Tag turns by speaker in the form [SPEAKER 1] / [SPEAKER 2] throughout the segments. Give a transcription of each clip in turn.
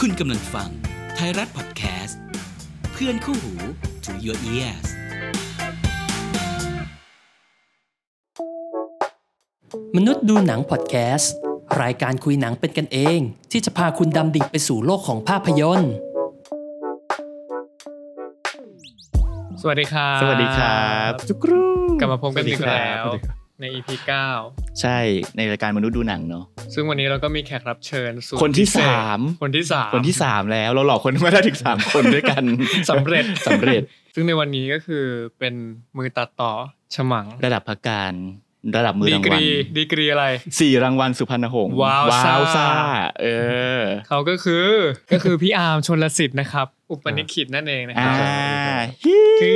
[SPEAKER 1] คุณกำลังฟังไทยรัฐพอดแคสต์ เพื่อนคู่หู to your ears
[SPEAKER 2] มนุษย์ดูหนังพอดแคสต์ รายการคุยหนังเป็นกันเอง ที่จะพาคุณดำดิ่งไปสู่โลกของภาพยนตร์
[SPEAKER 3] สวัสดีครับ
[SPEAKER 4] สวัสดีครับจุกรู
[SPEAKER 3] กลับมาพบกันอีกแล้ว
[SPEAKER 4] สสดีครับ
[SPEAKER 3] ใน EP
[SPEAKER 4] ใช่ในรายการมนุษย์ดูหนังเนาะ
[SPEAKER 3] 9 ซึ่งวันนี้เราก็มีแขกรับเชิญสุด
[SPEAKER 4] คนที่
[SPEAKER 3] พิเศษ
[SPEAKER 4] สาม
[SPEAKER 3] คนที่สาม
[SPEAKER 4] คนที่สามแล้วเราหลอกคนมาได้ถึงสามคนด้วยกัน
[SPEAKER 3] สำเร็จ
[SPEAKER 4] สำเร็จ
[SPEAKER 3] ซึ่งในวันนี้ก็คือเป็นมือตัดต่อฉมัง
[SPEAKER 4] ระดับพักการ ระดับมือ
[SPEAKER 3] ดี
[SPEAKER 4] ราง
[SPEAKER 3] ก
[SPEAKER 4] วัล
[SPEAKER 3] รีดีกรีอะไร
[SPEAKER 4] สี่รางวัลสุพรรณหงส์
[SPEAKER 3] ว้าวซ่า
[SPEAKER 4] ซ่าเออ
[SPEAKER 3] เขาก็คือก็คือพี่อาร์มชนลสิทธิ์นะครับ อุปนิขิตนั่นเองนะค
[SPEAKER 4] อ่า
[SPEAKER 3] รับ
[SPEAKER 4] ฮิ
[SPEAKER 3] เย้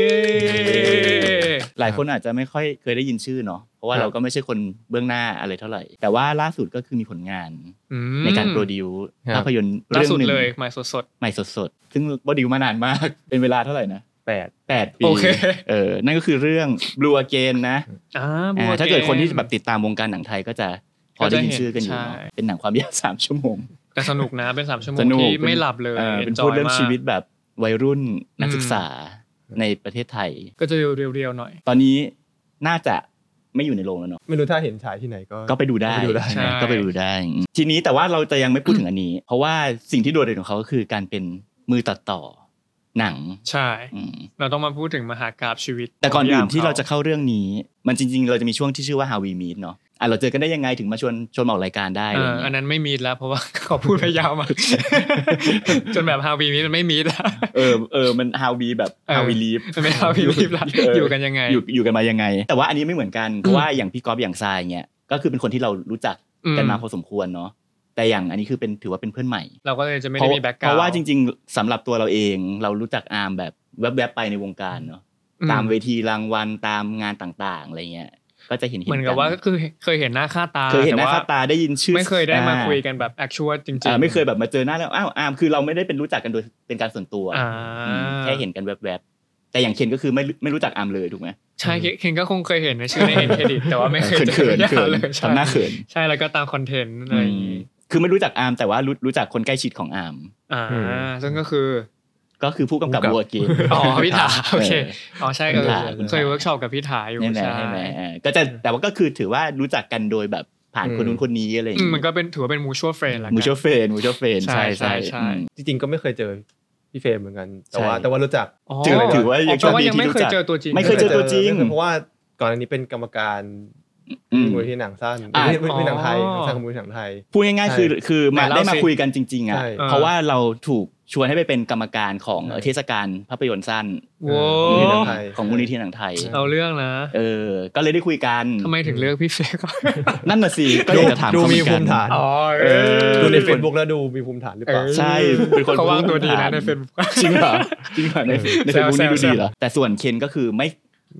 [SPEAKER 4] หลายคนอาจจะไม่ค่อยเคยได้ยินชื่อเนาะเพราะว่าเราก็ไม่ใช่คนเบื้องหน้าอะไรเท่าไหร่ แต่ว่าล่าสุดก็คือมีผลงาน
[SPEAKER 3] อืม
[SPEAKER 4] ในการโปรดิว
[SPEAKER 5] ครับ
[SPEAKER 4] ภาพยนตร์
[SPEAKER 3] ล่า
[SPEAKER 4] เรื่อง
[SPEAKER 3] สุด
[SPEAKER 4] หนึ่ง
[SPEAKER 3] เลยใหม่สด
[SPEAKER 4] ใหม่สดๆ ซึ่งบดิวมานานมาก เป็นเวลาเท่าไหร่นะ
[SPEAKER 5] แปด
[SPEAKER 4] แปดปี
[SPEAKER 3] โอเค
[SPEAKER 4] เออ นั่นก็คือเรื่อง Blue Again นะ
[SPEAKER 3] ๆอ่าบัว
[SPEAKER 4] อ่าถ้าเกิด
[SPEAKER 3] กม
[SPEAKER 4] คนที่แบบติดตามวงการหนังไทยก็จะพอได้ยินชื่อกันอยู่
[SPEAKER 3] ก็จะเห็น
[SPEAKER 4] เนาะ
[SPEAKER 3] ใช่
[SPEAKER 4] เป็นหนังความย าวสามชั่วโมง
[SPEAKER 3] แต่สนุกนะเป็นสามชั่วโม
[SPEAKER 4] ส
[SPEAKER 3] ง
[SPEAKER 4] นุก
[SPEAKER 3] ที่
[SPEAKER 4] ป็น
[SPEAKER 3] ไม่หลับเลย
[SPEAKER 4] ออเป็น
[SPEAKER 3] enjoy
[SPEAKER 4] พูดเรื่อง
[SPEAKER 3] มาก
[SPEAKER 4] ชีวิตแบบวัยรุ่นนักศึก
[SPEAKER 3] อืม
[SPEAKER 4] ษาในประเทศไทย
[SPEAKER 3] ก็จะเรียวๆหน่อย
[SPEAKER 4] ตอนนี้น่าจะไม่อยู่ในโรงแล้วเนาะ
[SPEAKER 5] ไม่รู้ถ้าเห็นฉายที่ไหนก็
[SPEAKER 4] ก็ไปดูได้
[SPEAKER 5] ก็ไปดูได้
[SPEAKER 4] ใช่ไหม
[SPEAKER 3] ใช่
[SPEAKER 4] ก็ไปดูได้อืมทีนี้แต่ว่าเราจะยังไม่พูดถึงอันนี้ เพราะว่าสิ่งที่โดดเด่นของเขาก็คือการเป็นมือตัดต่อหนัง
[SPEAKER 3] ใช่
[SPEAKER 4] อืม
[SPEAKER 3] เราต้องมาพูดถึงมหากราบชีวิต
[SPEAKER 4] แต่ก่อนอื่น
[SPEAKER 3] ขง
[SPEAKER 4] ที่
[SPEAKER 3] พี่
[SPEAKER 4] เราจะเข้าเรื่องนี้ มันจริง ๆ เราจะมีช่วงที่ชื่อว่า How We Meet เนาะอ่ะเราเจอกันได้ยังไงถึงมาชวนชวนมาออกรายการได้
[SPEAKER 3] เอ
[SPEAKER 4] อะไร
[SPEAKER 3] ออัน
[SPEAKER 4] เงี้ย
[SPEAKER 3] นั้นไม่มีดแล้ว เพราะว่า เขาพูดไปยาวม าก จนแบบฮาวีมีมันไม่มีดแล้ว
[SPEAKER 4] เออเออมัน How We แบบ How We Live
[SPEAKER 3] มันไม่ How We Live ละ
[SPEAKER 4] เ
[SPEAKER 3] ยู่กันยังไง
[SPEAKER 4] อยู่อยู่กันมายังไง แต่ว่าอันนี้ไม่เหมือนกัน เพราะว่าอย่างพี่ก๊อฟอย่างทรายเงี้ยก็คือเป็นคนที่เรารู้จักกันมาพอสมควรเนาะแต่อย่างอันนี้คือเป็นถือว่าเป็นเพื่อนใหม่
[SPEAKER 3] เราก็เลยจะไม่
[SPEAKER 4] เพ
[SPEAKER 3] ได้
[SPEAKER 4] ราะ
[SPEAKER 3] มีแบ็กกราว
[SPEAKER 4] เพราะว่าจริง ๆสำหรับตัวเราเองเรารู้จักอาร์มแบบแวบๆไปในวงการเนาะตามเวทีรางวัลตามงานต่างๆอะไรเงี้ยก็จะเห็นๆ
[SPEAKER 3] เหมือนกับว่าก็คือเคยเห็นหน้าค่าตา
[SPEAKER 4] เคยเห็นหน้าค่าตาได้ยินชื่อ
[SPEAKER 3] ไม่เคยได้มาคุยกันแบบแอคชวลจริง
[SPEAKER 4] อ่า
[SPEAKER 3] ๆ
[SPEAKER 4] ไม่เคยแบบมาเจอหน้าแล้วอ้าวอามคือเราไม่ได้เป็นรู้จักกันโดยเป็นการส่วนตัว
[SPEAKER 3] อ่า
[SPEAKER 4] อืมแค่เห็นกันแวบๆแต่อย่างเคนก็คือไม่ไม่รู้จักอามเลยถูกไหม
[SPEAKER 3] ใช่เคนก็คงเคยเห็นในชื่อในเห็นเครดิตแต่ว่าไม่เคย
[SPEAKER 4] เขินๆ
[SPEAKER 3] จ
[SPEAKER 4] เขิ
[SPEAKER 3] อน เลย
[SPEAKER 4] ๆ
[SPEAKER 3] ใช่
[SPEAKER 4] ทำหน้าเขิน
[SPEAKER 3] ใช่แล้วก็ตามคอนเทนต์อะไรอย่างงี้
[SPEAKER 4] คือไม่รู้จักอามแต่ว่ารู้รู้จักคนใกล้ชิดของอาม
[SPEAKER 3] อ่า
[SPEAKER 5] อืม
[SPEAKER 3] ซึ่งก็คือ
[SPEAKER 4] ก็คือผู้กำกับ
[SPEAKER 5] ผู้กำกับ
[SPEAKER 4] บัวเกม
[SPEAKER 3] อ๋อพี่ถาโอเคอ๋อใช่เออ
[SPEAKER 4] พี่ถา
[SPEAKER 3] เคยเวิร์กช็อปกับพี่ถาอยู่
[SPEAKER 4] นี่แหละ
[SPEAKER 3] ใช่
[SPEAKER 4] ใช่ไหมเออก็จะแต่ว่าก็คือถือว่ารู้จักกันโดยแบบผ่านคนนู้นคนนี้อะไรอย่าง
[SPEAKER 3] อืม
[SPEAKER 4] เงี้
[SPEAKER 3] มัน
[SPEAKER 4] ย
[SPEAKER 3] ก็เป็นถือว่าเป็นมูชัวเฟรนละกัน
[SPEAKER 4] มูโชเฟนมูโชเฟน
[SPEAKER 3] ใช่
[SPEAKER 4] ใช่
[SPEAKER 3] ใช่
[SPEAKER 4] ใช่
[SPEAKER 3] ใช่
[SPEAKER 4] อืม
[SPEAKER 5] จริงๆก็ไม่เคยเจอพี่เฟรมเหมือนกัน แต่ว่า
[SPEAKER 4] ใช่
[SPEAKER 5] แต่ว่ารู้จัก
[SPEAKER 4] ถือถือว่ายัง
[SPEAKER 3] เพราะว่ายังไม่
[SPEAKER 4] โชคดีที่รู้
[SPEAKER 3] เคย
[SPEAKER 4] จัก
[SPEAKER 3] เจอตัวจริง
[SPEAKER 4] ไม่เคยเจอตัวจริง
[SPEAKER 5] ไม่เคยเพราะว่าก่อนอันนี้เป็นกรรมการ
[SPEAKER 4] อืม
[SPEAKER 5] มูลที่หนังสั้น
[SPEAKER 4] อ่า
[SPEAKER 5] ไม่ไม่ไม่หนังไทย
[SPEAKER 3] อ๋อ
[SPEAKER 5] สร้างมูลที่หนังไทย
[SPEAKER 4] พูดง่ายๆ
[SPEAKER 5] ใช่
[SPEAKER 4] คือคือมา
[SPEAKER 3] ไหนเล่า
[SPEAKER 4] ได้มา
[SPEAKER 3] สิ
[SPEAKER 4] คุยกันจริงๆอ่ะ
[SPEAKER 5] ใช่
[SPEAKER 4] เพราะว่าเราถูกชวนให้ไปเป็นกรรมการของ
[SPEAKER 5] ใช่
[SPEAKER 4] เทศกาลภาพยนตร์สั้น
[SPEAKER 3] โว้
[SPEAKER 5] โอ้
[SPEAKER 4] มูลนิธิหนัง
[SPEAKER 5] ไ
[SPEAKER 4] ไทยของมูลนิธิหนังไทย
[SPEAKER 3] เอาเรื่องนะ
[SPEAKER 4] เออ ก็เลยได้คุยกัน
[SPEAKER 3] ทำไมถึงเลือกพี่เฟก
[SPEAKER 4] นั่นน่ะสิ ก็อยากจะถาม
[SPEAKER 5] ดู
[SPEAKER 4] เขาเห
[SPEAKER 5] มี
[SPEAKER 4] มือน
[SPEAKER 5] ภู
[SPEAKER 4] กัน
[SPEAKER 5] มิฐาน
[SPEAKER 3] อ๋อ
[SPEAKER 4] เออ
[SPEAKER 5] ดูในเฟซบุ๊กแล้วดูมีภูมิฐานหรือเปล่า
[SPEAKER 4] ใช่เป็นคน
[SPEAKER 3] เขาวางตัวดี
[SPEAKER 4] ภูมิ
[SPEAKER 3] นะ
[SPEAKER 4] ฐาน
[SPEAKER 3] ในเฟซบุ๊ก
[SPEAKER 4] จริงเหรอ จริงเหรอในในเฟซบุ๊
[SPEAKER 3] แซว
[SPEAKER 4] กนี่ดู
[SPEAKER 3] แซว
[SPEAKER 4] ดีเหรอ แต่ส่วนเคนก็คือไม่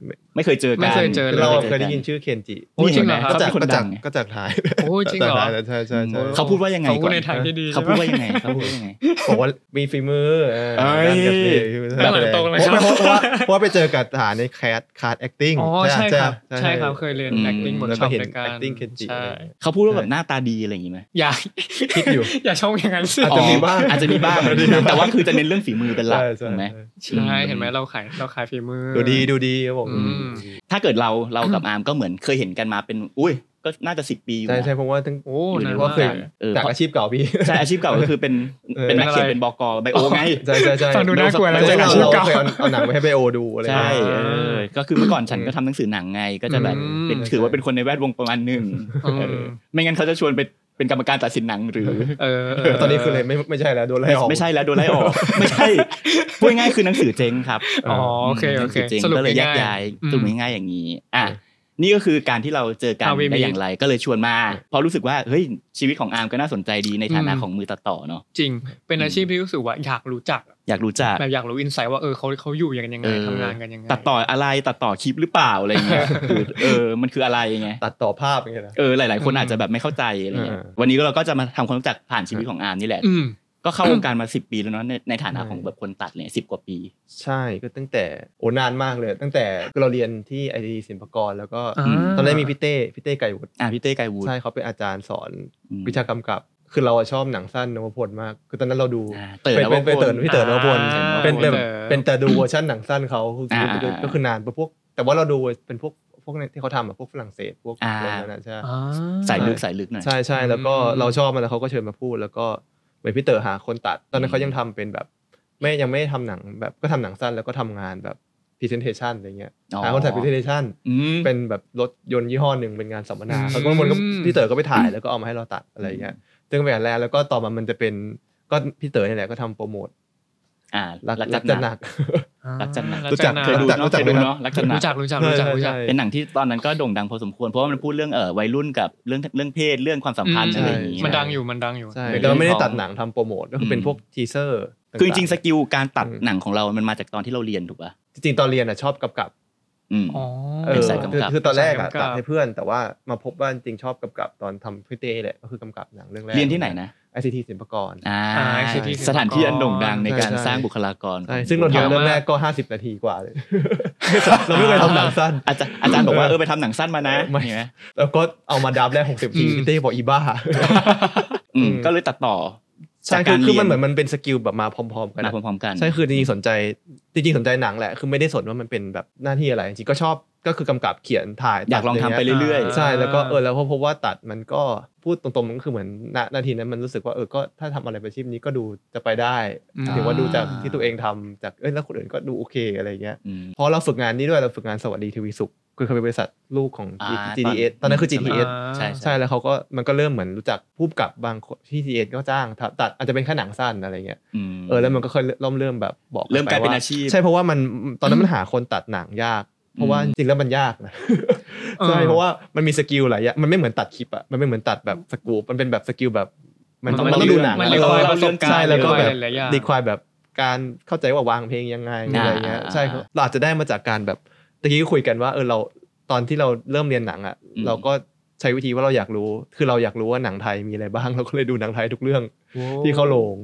[SPEAKER 5] ไม่
[SPEAKER 4] ไม่เคยเจอกัน
[SPEAKER 3] ไม่เคยเจอ
[SPEAKER 5] เรา
[SPEAKER 4] ม่
[SPEAKER 5] เคยได้ยินชื่อเคนจิ
[SPEAKER 3] โอ้จริงเหรอครับ
[SPEAKER 4] ก็จากคนดัง
[SPEAKER 5] ก็จากไทย
[SPEAKER 3] โอ้จริงเหรอ
[SPEAKER 5] จากไทยใช่ใช่ใช่
[SPEAKER 4] เขาพูดว่ายังไง
[SPEAKER 3] เขาพู
[SPEAKER 4] ก่
[SPEAKER 3] ด
[SPEAKER 4] อน
[SPEAKER 3] ในทางที่ดี
[SPEAKER 4] เขาพูดว่ายังไงเขาพูดว่า ยังไง
[SPEAKER 5] บอกว่ามีฝีมือเออ
[SPEAKER 4] เอ้ย
[SPEAKER 5] ด้านกับฝีมือ
[SPEAKER 3] ด้านหลังตรงเลยครับ
[SPEAKER 5] เพราะว่าเพราะว่าไปเจอกับฐานในแคสคาด acting
[SPEAKER 3] อ๋อใช่ครับใช่ครับเคยเรียน
[SPEAKER 4] อืม
[SPEAKER 3] acting บท
[SPEAKER 5] แล้ว
[SPEAKER 3] ช็
[SPEAKER 5] ก็
[SPEAKER 3] อป
[SPEAKER 5] เห็น
[SPEAKER 3] ในการ
[SPEAKER 5] acting เคนจิ
[SPEAKER 3] ใช่
[SPEAKER 4] เขาพูดว่าแบบหน้าตาดีอะไรอย่างงี้ไหม
[SPEAKER 3] อย่า
[SPEAKER 5] คิดอยู่
[SPEAKER 3] อย่าชมอย่างนั้นสิ
[SPEAKER 5] อาจจะมีบ้าง
[SPEAKER 4] อาจจะมีบ้าง แต่ว่าคือจะเน้นเรื่องฝีมือเป็นหลัก
[SPEAKER 5] ใช่
[SPEAKER 4] ถู
[SPEAKER 5] ใช่
[SPEAKER 4] กไหม
[SPEAKER 5] ใช่
[SPEAKER 3] ใช่เห็นไหมเราขายเราขายฝีมือ
[SPEAKER 5] ดูดีดูดีครับผม
[SPEAKER 3] อืม
[SPEAKER 4] ถ้าเกิดเราเรากับอาร์มก็เหมือนเคยเห็นกันมาเป็น อุ้ย ก็น่าจะสิบปีอยู่
[SPEAKER 5] ใช่
[SPEAKER 4] นะ
[SPEAKER 5] ใช่เพราะว่าทั้ง
[SPEAKER 3] โอ้
[SPEAKER 4] อยู่
[SPEAKER 3] นา
[SPEAKER 4] ใน
[SPEAKER 3] น
[SPEAKER 4] ว
[SPEAKER 3] มาง ก
[SPEAKER 4] การเออ
[SPEAKER 5] จากอาชีพเก่าพี่
[SPEAKER 4] ใช่อาชีพเก่าก็คือเป็น
[SPEAKER 5] เออ
[SPEAKER 4] เป็นนักเขียน
[SPEAKER 3] เป็นอะไร
[SPEAKER 4] เป็นบกไบโอไง
[SPEAKER 5] ใช่ใช่ใช่
[SPEAKER 3] ฟังดูน่ากลัวนะ
[SPEAKER 5] ใช่เรา
[SPEAKER 3] อาชีพ
[SPEAKER 5] เรา
[SPEAKER 3] เก่า
[SPEAKER 5] เคยเอาเอาหนังไปให้ไบโอดูอะไร
[SPEAKER 4] ใช่
[SPEAKER 5] อย่างเงี้ย
[SPEAKER 4] เออก็คือเมื่อก่อนฉันก็ทำหนังสือหนังไง ก็จะแบบ
[SPEAKER 3] อืม
[SPEAKER 4] เป็นถือว่าเป็นคนในแวดวงประมาณหนึ่ง
[SPEAKER 3] อืม
[SPEAKER 4] เออไม่งั้นเขาจะชวนไปเป็นกรรมการตัดสินหนังหรือ
[SPEAKER 3] เออเ
[SPEAKER 5] ตอนนี้คือเลยไม่ไม่ใช่แล้วโดนไล่ออก
[SPEAKER 4] ไม่ใช่แล้วโดนไล่ออก ไม่ใช่พูดง่ายๆคือหนังสือเจ๊งครับ
[SPEAKER 3] อ๋อโอเค
[SPEAKER 4] ห
[SPEAKER 3] โอ
[SPEAKER 4] นัง
[SPEAKER 3] เค
[SPEAKER 4] สือเจ๊ง
[SPEAKER 3] สรุป
[SPEAKER 4] ก็เลยแยก
[SPEAKER 3] ง่ายๆ
[SPEAKER 4] ย้าย
[SPEAKER 3] อืม
[SPEAKER 4] สรุปง่ายๆอย่างนี้อ่ะนี่ก็คือการที่เราเจอกัน
[SPEAKER 3] How we
[SPEAKER 4] ได้
[SPEAKER 3] meet
[SPEAKER 4] อย่างไรก็เลยชวนมาเพราะรู้สึกว่าเฮ้ยชีวิตของอาร์มก็น่าสนใจดีในฐานะของมือตัดต่อเนาะ
[SPEAKER 3] จริง เป็นอาชีพที่รู้สึกว่าอยากรู้จัก
[SPEAKER 4] อยากรู้จัก
[SPEAKER 3] แบบอยากรู้อินไซต์ว่าเออเขาเขาอยู่ยังไงยังไง
[SPEAKER 4] เออ
[SPEAKER 3] ทำงานกันยังไง
[SPEAKER 4] ตัดต่ออะไรตัดต่อคลิปหรือเปล่าอะไรอย่างเงี้ยคือเออมันคืออะไรไง
[SPEAKER 5] ตัดต่อภาพอย่างเงี้ยนะ
[SPEAKER 4] เออหลาย ๆ คนอาจจะแบบไม่เข้าใจอะไรเงี้ย
[SPEAKER 5] เออ
[SPEAKER 4] วันนี้เราก็จะมาทำความรู้จักผ่านชีวิตของอาร์มนี่แหละ
[SPEAKER 3] อืม
[SPEAKER 4] ก็เข้าวงการมา 10 ปีแล้วเนาะในในฐานะของแบบคนตัดเนี่ยสิบกว่าปี
[SPEAKER 5] ใช่ก็ตั้งแต่โอ้นานมากเลย ตั้งแต่คือเราเรียนที่ไอทีศิลปากรแล้วก็
[SPEAKER 3] อ่า
[SPEAKER 5] ตอนนั้นมีพี่เต้พี่เต้ไก่วุฒิ
[SPEAKER 4] อ่ะพี่เต้ไกรวูด
[SPEAKER 5] ใช่เขาเป็นอาจารย์สอน
[SPEAKER 4] อืม
[SPEAKER 5] วิชากำกับ
[SPEAKER 3] ค
[SPEAKER 5] คือเราอะชอบหนังสั้นนวพลมาก คือตอนนั้นเราดู
[SPEAKER 4] อ่าเต๋อ
[SPEAKER 5] เป็น
[SPEAKER 4] นวพล
[SPEAKER 5] เป็นเป็นเต๋อพี่เต๋อนวพล
[SPEAKER 3] อ่า
[SPEAKER 5] เป็นแต่
[SPEAKER 3] เต๋อ
[SPEAKER 5] เป็นแต่ดูเวอร์ชันหนังสั้นเขาคืออา คือก็คือนานไปพวก แต่ว่าเราดูเป็นพวกพวกเนี่ยที่เขาทำอะพวกฝรั่งเศสพวก
[SPEAKER 4] อ่า
[SPEAKER 5] อะไรนั่นอะใช่
[SPEAKER 2] อ่า
[SPEAKER 4] สายลึกสายลึกหน่อย
[SPEAKER 5] ใช่ใช่แล้วก็
[SPEAKER 3] อืม
[SPEAKER 5] เราชอบมันแล้วเขาก็เชิญมาพูด แล้วก็เหมือนพี่เต๋อหาคนตัด ตอนนั้นเขายังทำเป็นแบบ ไม่ยังไม่ได้ทำหนังแบบก็ทำหนังสั้นแล้วก็ทำงานแบบพรีเซนเทชันอะไรเงี้ย
[SPEAKER 4] อ๋อ
[SPEAKER 5] หาคนถ่ายพรีเซนเทชัน
[SPEAKER 4] อืม
[SPEAKER 5] เป็นแบบรถยนต์ยี่ห้อหนึ่งเป็นงานสัมมนา
[SPEAKER 3] อืม
[SPEAKER 5] เขาก็มันก็พี่เต๋อก็ไปถ่ายแล้วก็เอามาให้เราตัดอะไรเงี้ยซึ่งเป็นอันแรกแล้วก็ต่อมามันจะเป็นก็พี่เต๋อเนี่ยแหละก็ทำโปรโมท
[SPEAKER 4] อ่า
[SPEAKER 5] รัก
[SPEAKER 4] รักจั
[SPEAKER 5] รัก
[SPEAKER 4] ด
[SPEAKER 5] จะ
[SPEAKER 4] ห
[SPEAKER 5] ห
[SPEAKER 4] นั
[SPEAKER 5] นั
[SPEAKER 4] ก
[SPEAKER 5] ก
[SPEAKER 4] รักจันทร์
[SPEAKER 5] รู้จัก
[SPEAKER 4] เคยดู
[SPEAKER 5] รักจัด
[SPEAKER 4] เนาะเคย
[SPEAKER 5] รู้จัก
[SPEAKER 4] ดู
[SPEAKER 5] ไหมครับ
[SPEAKER 4] เนาะรักจัดหนัก
[SPEAKER 3] รู้จักรู้จักรู้จักรู้จัก
[SPEAKER 5] ใช่
[SPEAKER 4] เป็นหนังที่ตอนนั้นก็โด่งดังพอสมควรเพราะว่ามันพูดเรื่องเออวัยรุ่นกับเรื่องเรื่องเพศเรื่องความสัมพันธ์
[SPEAKER 5] อืม
[SPEAKER 4] อะไรอย่างงี้
[SPEAKER 3] มันดังอยู่มันดังอยู่
[SPEAKER 5] ใช่แต่ว่าไม่ได้ตัดหนังทำโปรโมทก็คือเป็นพวกทีเซอร์
[SPEAKER 4] คือจริงๆส
[SPEAKER 5] ต่า
[SPEAKER 4] กิลการตัด
[SPEAKER 5] อืม
[SPEAKER 4] หนังของเรามันมาจากตอนที่เราเรียนถูกป่ะ
[SPEAKER 5] ๆจริงๆตอนเรียนอะชอบกำกับ
[SPEAKER 4] อืม
[SPEAKER 3] อ๋อ
[SPEAKER 5] เอ
[SPEAKER 4] เป็
[SPEAKER 5] อน
[SPEAKER 4] สายกำกับ
[SPEAKER 5] คือคือตอนแรก
[SPEAKER 3] สา
[SPEAKER 5] อะ
[SPEAKER 3] ยกำกับ
[SPEAKER 5] ตัดให้เพื่อน แต่ว่ามาพบว่าจริงๆชอบกำกับตอนทำพิเต้แหละก็คือกำกับหนังเรื่องแรก
[SPEAKER 4] เรียนที่ไหนนะ
[SPEAKER 5] ไอซีทีศิลปากร
[SPEAKER 4] อ่า
[SPEAKER 3] อ่า ICT
[SPEAKER 4] สถานที่อันโด่งดังในการ
[SPEAKER 5] ใช่
[SPEAKER 4] สร้างบุคลากร
[SPEAKER 5] ใช่ซึ่งเรา
[SPEAKER 3] ยาวมาก
[SPEAKER 5] ทำเรื่องแรกก็ 50 นาทีกว่าเลย เราไม่เคยทำหนังสั้น
[SPEAKER 4] อาจารย์อาจารย์บอกว่าเออไปทำหนังสั้นมานะ
[SPEAKER 5] ไม่
[SPEAKER 4] เห็นไหม
[SPEAKER 5] แล้วก็เอามาดับแรก 60นาที
[SPEAKER 3] อืม
[SPEAKER 5] พิเต้บอกอีบ้า
[SPEAKER 4] อืม
[SPEAKER 5] อืม
[SPEAKER 4] ก็เลยตัดต่อ
[SPEAKER 5] ใช่
[SPEAKER 4] จาก
[SPEAKER 5] คื
[SPEAKER 4] กา
[SPEAKER 5] อ
[SPEAKER 4] ร
[SPEAKER 5] คือ
[SPEAKER 4] เรีย
[SPEAKER 5] มั
[SPEAKER 4] น
[SPEAKER 5] นเหมือนมันเป็นสกิลแบบมาพร้อมๆกัน
[SPEAKER 4] มา
[SPEAKER 5] อะ
[SPEAKER 4] พร้อมๆกัน
[SPEAKER 5] ใช่คือจริงๆสนใจจริงๆสนใจหนังแหละคือไม่ได้สนว่ามันเป็นแบบหน้าที่อะไรจริงๆก็ชอบก็คือกำกับเขียนถ่าย
[SPEAKER 4] อยากลองทำไป
[SPEAKER 5] ย
[SPEAKER 4] เรื่อย
[SPEAKER 3] อ่า
[SPEAKER 5] ใช่แล้วก็เออแล้วพอพบว่าตัดมันก็พูดตรงๆมันก็คือเหมือนณนาทีนั้นมันรู้สึกว่าเออก็ถ้าทำอะไรเป็นอาชีพนี้ก็ดูจะไปได้
[SPEAKER 3] อืม
[SPEAKER 5] ถึงว่าดูจากที่ตัวเองทำจากเออแล้วคนอื่นก็ดูโอเคอะไรเงี้ย
[SPEAKER 4] ๆอืม
[SPEAKER 5] เพราะเราฝึกงานนี้ด้วยเราฝึกงานสวัสดีทีวีสุขคือเคยเป็นบริษัทลูกของ
[SPEAKER 4] อ่า
[SPEAKER 5] GTS ตอนนั้นคือ GTS
[SPEAKER 4] ใช่
[SPEAKER 5] ใช่แล้วเขาก็มันก็เริ่มเหมือนรู้จักผู้กำกับบางคนที่ GTS ก็จ้างทำตัดอาจจะเป็นแค่หนังสั้นอะไรเงี้ย
[SPEAKER 4] อืม
[SPEAKER 5] เออแล้วมันก็ค่อยเริ่มเริ่มแบบบอก
[SPEAKER 4] เริ่มกลายเป็น
[SPEAKER 5] ว่
[SPEAKER 4] อาชีพ
[SPEAKER 5] ใช่เพราะว่ามันตอนนั้นมันหาคนตัดหนังยาก เพราะว่าจริงๆแล้วมันยากนะ
[SPEAKER 3] ออ
[SPEAKER 5] ใช่เพราะว่ามันมีสกิลหลายอย่างมันไม่เหมือนตัดคลิปอะมันไม่เหมือนตัดแบบสกูปมันเป็นแบบสกิลแบบมันต้อง
[SPEAKER 4] มัน
[SPEAKER 5] มัน
[SPEAKER 4] ต้อ
[SPEAKER 5] ต้อง งดูหนัง
[SPEAKER 3] มัน
[SPEAKER 5] อะ
[SPEAKER 3] รี
[SPEAKER 5] แล้ว
[SPEAKER 3] ควาย
[SPEAKER 4] เอ
[SPEAKER 5] ก็
[SPEAKER 4] อ
[SPEAKER 3] ประสบการณ์
[SPEAKER 5] ใช่แล้วก็แบบ
[SPEAKER 3] หลายๆอย่าง
[SPEAKER 5] ดีควายแบบการเข้าใจว่าวางเพลงยังไง
[SPEAKER 4] อ่า
[SPEAKER 5] อะไรเงี้ยใช่ครับ
[SPEAKER 4] อ่า
[SPEAKER 5] เราอาจจะได้มาจากการแบบตะกี้ก็คุยกันว่าเออเราตอนที่เราเริ่มเรียนหนังอะ
[SPEAKER 4] อืม
[SPEAKER 5] เราก็ใช้วิธีว่าเราอยากรู้ คือเราอยากรู้ว่าหนังไทยมีอะไรบ้าง เราก็เลยดูหนังไทยทุกเรื่อง ที่เข้าโรง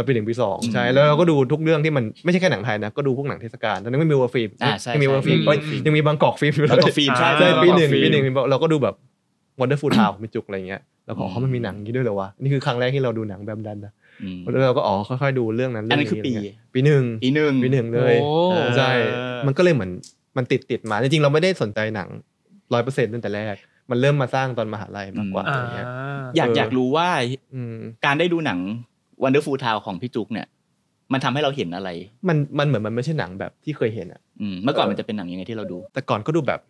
[SPEAKER 5] มันเป็นหนึ่งปีสองใช่
[SPEAKER 4] อืม
[SPEAKER 5] แล้วเราก็ดูทุกเรื่องที่มันไม่ใช่แค่หนังไทยนะก็ดูพวกหนังเทศกาลตอนนั้นไม่มีเวอร์ฟิล์ม
[SPEAKER 4] อ่าใช่
[SPEAKER 5] ยังมีเวอร์ฟิล์ม
[SPEAKER 3] ใช่
[SPEAKER 5] เอ้ยยังมีบางกอกฟิล์มอยู่เลย
[SPEAKER 4] บางกอกฟิล์มใช่
[SPEAKER 5] ใช่ปีหนึ่ง
[SPEAKER 3] บางกอกฟิล์ม
[SPEAKER 5] ปีหนึ่งเราก็ดูแบบ Wonderful Town ของมิจุกอะไรเงี้ยแล้วก็อ๋อมันมีหนังอย่างนี้ด้วยเหรอวะนี่คือครั้งแรกที่เราดูหนังแบบนั้นนะ
[SPEAKER 4] อืม
[SPEAKER 5] แล้วเราก็อ๋อค่อยๆดูเรื่องนั้น
[SPEAKER 4] อั
[SPEAKER 5] เรื่
[SPEAKER 4] น
[SPEAKER 5] อง
[SPEAKER 4] นั้น
[SPEAKER 5] นี้
[SPEAKER 4] คือปี
[SPEAKER 5] ะไรเงี้ยปีหนึ่ง
[SPEAKER 4] ปีหนึ่ง
[SPEAKER 5] ปีหนึ่งเลย
[SPEAKER 3] โอ้
[SPEAKER 5] ใช่
[SPEAKER 4] เออ
[SPEAKER 5] มันก็เลยเหมือนมันติดติดๆมาจริงๆเราไม่ได้สนใจหนังร้อยเปอร์เซ็นต์ตั้งแต่แรก มันเริ่มมาสร้างตอนมหาลัยมากกว่า
[SPEAKER 3] อ่า
[SPEAKER 5] อะไรเงี้ย
[SPEAKER 4] อยากอยากรู้ว่า
[SPEAKER 5] อืม
[SPEAKER 4] การได้ดูหนัง Wonderful Town ของพี่จุกเนี่ย มันทำให้เราเห็นอะไร
[SPEAKER 5] มันมันเหมือนมันไม่ใช่หนังแบบที่เคยเห็นอะ
[SPEAKER 4] อืมเมื่อก่อนมันจะเป็นหนังยังไงที่เราดู
[SPEAKER 5] แต่ก่อนก็ดูแบบ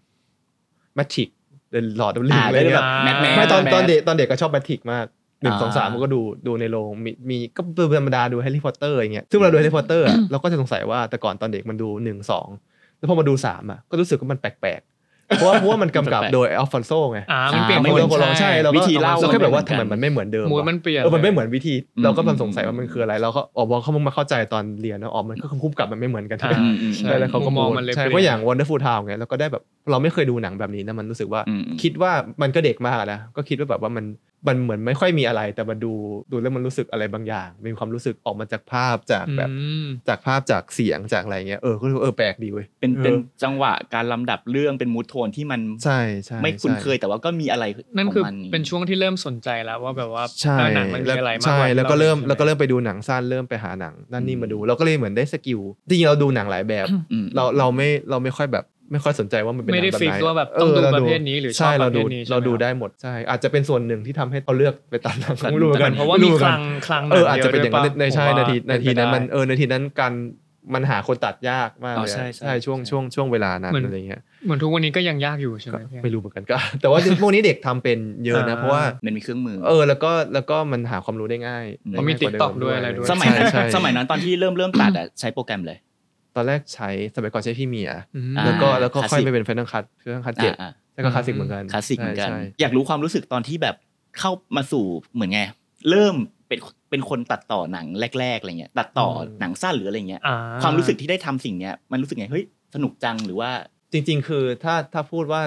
[SPEAKER 5] แมทริกเดนหลอดดูลิง
[SPEAKER 4] อ่า
[SPEAKER 5] อะไร
[SPEAKER 4] ได้
[SPEAKER 5] เงี้
[SPEAKER 4] แบบ
[SPEAKER 5] ย
[SPEAKER 4] แมทแมน
[SPEAKER 5] ไม่ตอนตอนเด็กตอนเด็กก็ชอบแมทริกมากหนึ่ง
[SPEAKER 4] อ่า
[SPEAKER 5] สองสามก็ดูดูในโรงมีมีก็เป็นธรรมดาดูแฮร์รี่พอตเตอร์อย่างเงี้ยซึ่งเวลาดูแฮร์รี่พอตเตอร์เราก็จะส งสัยว่าแต่ก่อนตอนเด็กมันดูหนึ่งสองแล้วพอมาดูสามอะก็รู้สึกว่ามันแปลกๆ เพราะว่าเพราะว่ามันกำกับโดยอัลฟอนโซไง
[SPEAKER 3] อ่ามันเปลี่ยน
[SPEAKER 5] มัน
[SPEAKER 3] ค
[SPEAKER 5] โดนคน
[SPEAKER 3] น
[SPEAKER 5] ร้องใช่เราก็
[SPEAKER 4] วิธีเล่า
[SPEAKER 5] เราแค่แบบว่า
[SPEAKER 4] มัน
[SPEAKER 5] ทำ
[SPEAKER 4] ไม่
[SPEAKER 5] ไม
[SPEAKER 4] เหมือนกัน
[SPEAKER 5] มันไม่เหมือนเดิม
[SPEAKER 3] มูด
[SPEAKER 5] วะ
[SPEAKER 3] มันเปลี่ยน
[SPEAKER 5] เออ มันไม่เหมือนวิธี
[SPEAKER 4] อืม
[SPEAKER 5] เราก็กำลังสงสัยว่ามันคืออะไร เราก็อ๋อบอกเขามึงมาเข้าใจตอนเรียนนะอ๋อ มันก็คือคุ้มกับมันไม่เหมือนกัน
[SPEAKER 3] อ่า
[SPEAKER 4] อืมอืม
[SPEAKER 3] ใช่
[SPEAKER 5] ใช่แล้วเขาก็
[SPEAKER 3] มอง
[SPEAKER 5] พูด
[SPEAKER 3] มันเลย
[SPEAKER 5] ใช่
[SPEAKER 3] ปลี่น
[SPEAKER 5] เพราะอย่าง Wonderful Town ไงเราก็ได้แบบเราไม่เคยดูหนังแบบนี้นะ มันรู้สึกว่า
[SPEAKER 4] อืม
[SPEAKER 5] คิดว่ามันก็เด็กมากอะนะ ก็คิดว่าแบบว่ามัน มันเหมือนไม่ค่อยมีอะไร แต่มาดู ดูแล้วมันรู้สึกอะไรบางอย่าง มีความรู้สึกออกมาจากภาพ จากแบบ
[SPEAKER 3] อืม
[SPEAKER 5] จากภาพ จากเสียง จากอะไรเงี้ย เออ ก็รู้สึกว่าเออแปลกดีเว้ย
[SPEAKER 4] เป็น
[SPEAKER 5] เออ
[SPEAKER 4] เป็นจังหวะการลำดับเรื่องเป็นมูทโทนที่มัน
[SPEAKER 5] ใช่ใช่
[SPEAKER 4] ไม่คุ้น
[SPEAKER 5] ใช่
[SPEAKER 4] เคยแต่ว่าก็มีอะไรของ
[SPEAKER 3] นั่นคือ
[SPEAKER 4] มั
[SPEAKER 3] เป็นช่วงที่เริ่มสนใจแล้วว่าแบบว่า
[SPEAKER 5] ใช่
[SPEAKER 3] หนังมันมีอะไรมากก
[SPEAKER 5] ใช่
[SPEAKER 3] ว่า
[SPEAKER 5] แล้วก็เริ่มแล้วก็
[SPEAKER 3] เริ่ม
[SPEAKER 5] เริ่มไปดูหนังสั้นเริ่มไปหาหนังนั่นนี่มาดูเราก็เลยเหมือนได้สกิลจริงๆเราดูหนังหลายแบบ
[SPEAKER 4] อืม
[SPEAKER 5] เราเราไม่เราไม่ค่อยแบบไม่ค่อยสนใจว่ามันเป็นหนัง
[SPEAKER 3] ไม่ได้
[SPEAKER 5] แบบ
[SPEAKER 3] ฟิ
[SPEAKER 5] ไห
[SPEAKER 3] ก
[SPEAKER 5] น
[SPEAKER 3] ว่าแบบต้องดู
[SPEAKER 5] เา
[SPEAKER 3] ประเภทนี้หรือชอบ
[SPEAKER 5] ใช่เราดู
[SPEAKER 3] ประเภทนี้ใช่ไหม
[SPEAKER 5] เราดูได้หมดใช่อาจจะเป็นส่วนหนึ่งที่ทำให้เราเลือกไปตัดหนัง
[SPEAKER 4] แต่
[SPEAKER 5] ไม่รู้เหมือนกัน
[SPEAKER 3] เพราะว่ามี
[SPEAKER 5] ไรู้หมือ
[SPEAKER 3] คนลั
[SPEAKER 5] กัน
[SPEAKER 3] งคลังห
[SPEAKER 5] เอ
[SPEAKER 3] นัง
[SPEAKER 5] ออาจจะเป็นอย่างนั้น
[SPEAKER 3] ดีว
[SPEAKER 5] ใน
[SPEAKER 3] ด้ว
[SPEAKER 5] ใช่
[SPEAKER 3] ปะ
[SPEAKER 5] นาที
[SPEAKER 3] ผมว่
[SPEAKER 5] นาทีนั้นมัน
[SPEAKER 3] เป็ไปได้
[SPEAKER 5] เออนาทีนั้นการมันหาคนตัดยากมาก
[SPEAKER 4] อ๋อ
[SPEAKER 5] เลย
[SPEAKER 4] ใช่ใช่
[SPEAKER 5] ใช่ช่วงช่วงช่วงเวลานั้น
[SPEAKER 3] เหมือน
[SPEAKER 5] อะไรเงี้ย
[SPEAKER 3] เหมือนทุกวันนี้ก็ยังยากอยู่ใช่ไหม
[SPEAKER 5] ก็ไม่รู้เหมือน กันก็ แต่ว่าพวกนี้เด็กทำเป็นเยอะ
[SPEAKER 3] อ่า
[SPEAKER 5] นะเพราะว่า
[SPEAKER 4] มันมีเครื่องมือ
[SPEAKER 5] เออแล้วก็แล้วก็มันหาความรู้ได้ง่าย
[SPEAKER 4] อืม
[SPEAKER 3] เพ
[SPEAKER 5] ได้ง่าย
[SPEAKER 3] ราะมี
[SPEAKER 5] ว่าเดิ
[SPEAKER 3] TikTok ด้วยอะไรด้วย
[SPEAKER 4] สมัยนั้น
[SPEAKER 5] ใช่ใช่
[SPEAKER 4] สมัยนั้นตอนที่เริ่มเริ่มตัดอะใช้โปรแกรมเลย
[SPEAKER 5] ตอนแรกใช้สมัยก่อนใช้พี่เมีย
[SPEAKER 3] อืม
[SPEAKER 4] อ่า
[SPEAKER 5] แล้วก็แล้วก็ค่อย
[SPEAKER 4] Classic
[SPEAKER 5] ไปเป็นแฟนคัทเพื่อนคัทเจ็ด
[SPEAKER 4] อ่า
[SPEAKER 5] แล้วก็คลาสสิกเหมือนกัน
[SPEAKER 4] คลาสสิกเหมือนกัน
[SPEAKER 5] ใช่
[SPEAKER 4] อยากรู้ความรู้สึกตอนที่แบบเข้ามาสู่เหมือนไง เริ่มเป็นเป็นคนตัดต่อหนังแรกๆอะไรเงี้ยตัดต่อหนังสั้นหรืออะไรเงี้ย
[SPEAKER 3] อ่
[SPEAKER 4] ความรู้สึกที่ได้ทำสิ่งเนี้ยมันรู้สึกไงเฮ้ยสนุกจังหรือว่า
[SPEAKER 5] ใช่จริง ๆ คือถ้าถ้าพูดว่า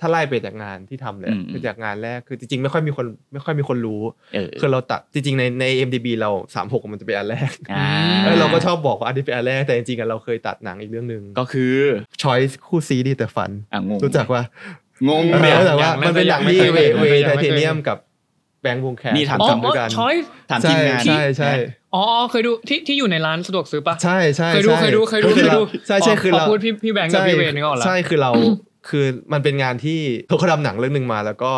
[SPEAKER 5] ถ้าไล่ไปจากงานที่ทำเลย
[SPEAKER 4] อืม
[SPEAKER 5] คือจากงานแรกคือจริงๆ ไม่ค่อยมีคนไม่ค่อยมีคนรู้
[SPEAKER 4] เออ
[SPEAKER 5] คือเราตัดจริง ๆ ในใน MDB เรา 36 มันจะเป็นอันแรก
[SPEAKER 4] อ่า
[SPEAKER 5] เออเราก็ชอบบอกว่าอันนี้เป็นอันแรกแต่จริงๆอะเราเคยตัดหนังอีกเรื่องหนึ่ง
[SPEAKER 4] ก็คือ
[SPEAKER 5] Choice คู่ซีดีแต่ฝัน
[SPEAKER 4] อ่ะงง
[SPEAKER 5] รู้จักว่า
[SPEAKER 4] งง
[SPEAKER 5] เอ
[SPEAKER 4] เดี๋ยว
[SPEAKER 5] อแต่ว่า
[SPEAKER 3] อย่างแรก
[SPEAKER 5] มันเป็นหนัง
[SPEAKER 3] ยังไม่เค
[SPEAKER 5] ที่
[SPEAKER 3] ย
[SPEAKER 5] เว
[SPEAKER 3] เห็น
[SPEAKER 5] เว
[SPEAKER 3] ยังไม่
[SPEAKER 5] ไท
[SPEAKER 3] เคย
[SPEAKER 5] เทเนียม
[SPEAKER 3] เห็น
[SPEAKER 5] กับ แบงค์วงแค
[SPEAKER 4] นี่ถาม
[SPEAKER 3] อ๋อ
[SPEAKER 5] จ
[SPEAKER 4] ำ
[SPEAKER 5] ด้วยกัน
[SPEAKER 3] ช้อย
[SPEAKER 4] ถาม
[SPEAKER 5] ใช่
[SPEAKER 4] ทีมงาน
[SPEAKER 5] ใช่ใช่
[SPEAKER 3] อ๋ออ๋อเคยดูที่ที่อยู่ในร้านสะดวกซื้อปะ
[SPEAKER 5] ใช่ใช่
[SPEAKER 3] เคยดู
[SPEAKER 5] ใช่
[SPEAKER 3] เคยดูเคยดู
[SPEAKER 5] ก็อ
[SPEAKER 3] เคยดู
[SPEAKER 5] ใช่ใช่คื
[SPEAKER 3] ข
[SPEAKER 5] อเรา
[SPEAKER 3] พูดพี่พี่แบงค์กับพี่เวนึกออกแล้ว
[SPEAKER 5] ใช่คือเรา คือมันเป็นงานที่เขาทำหนังเรื่องหนึ่งมา แล้วก็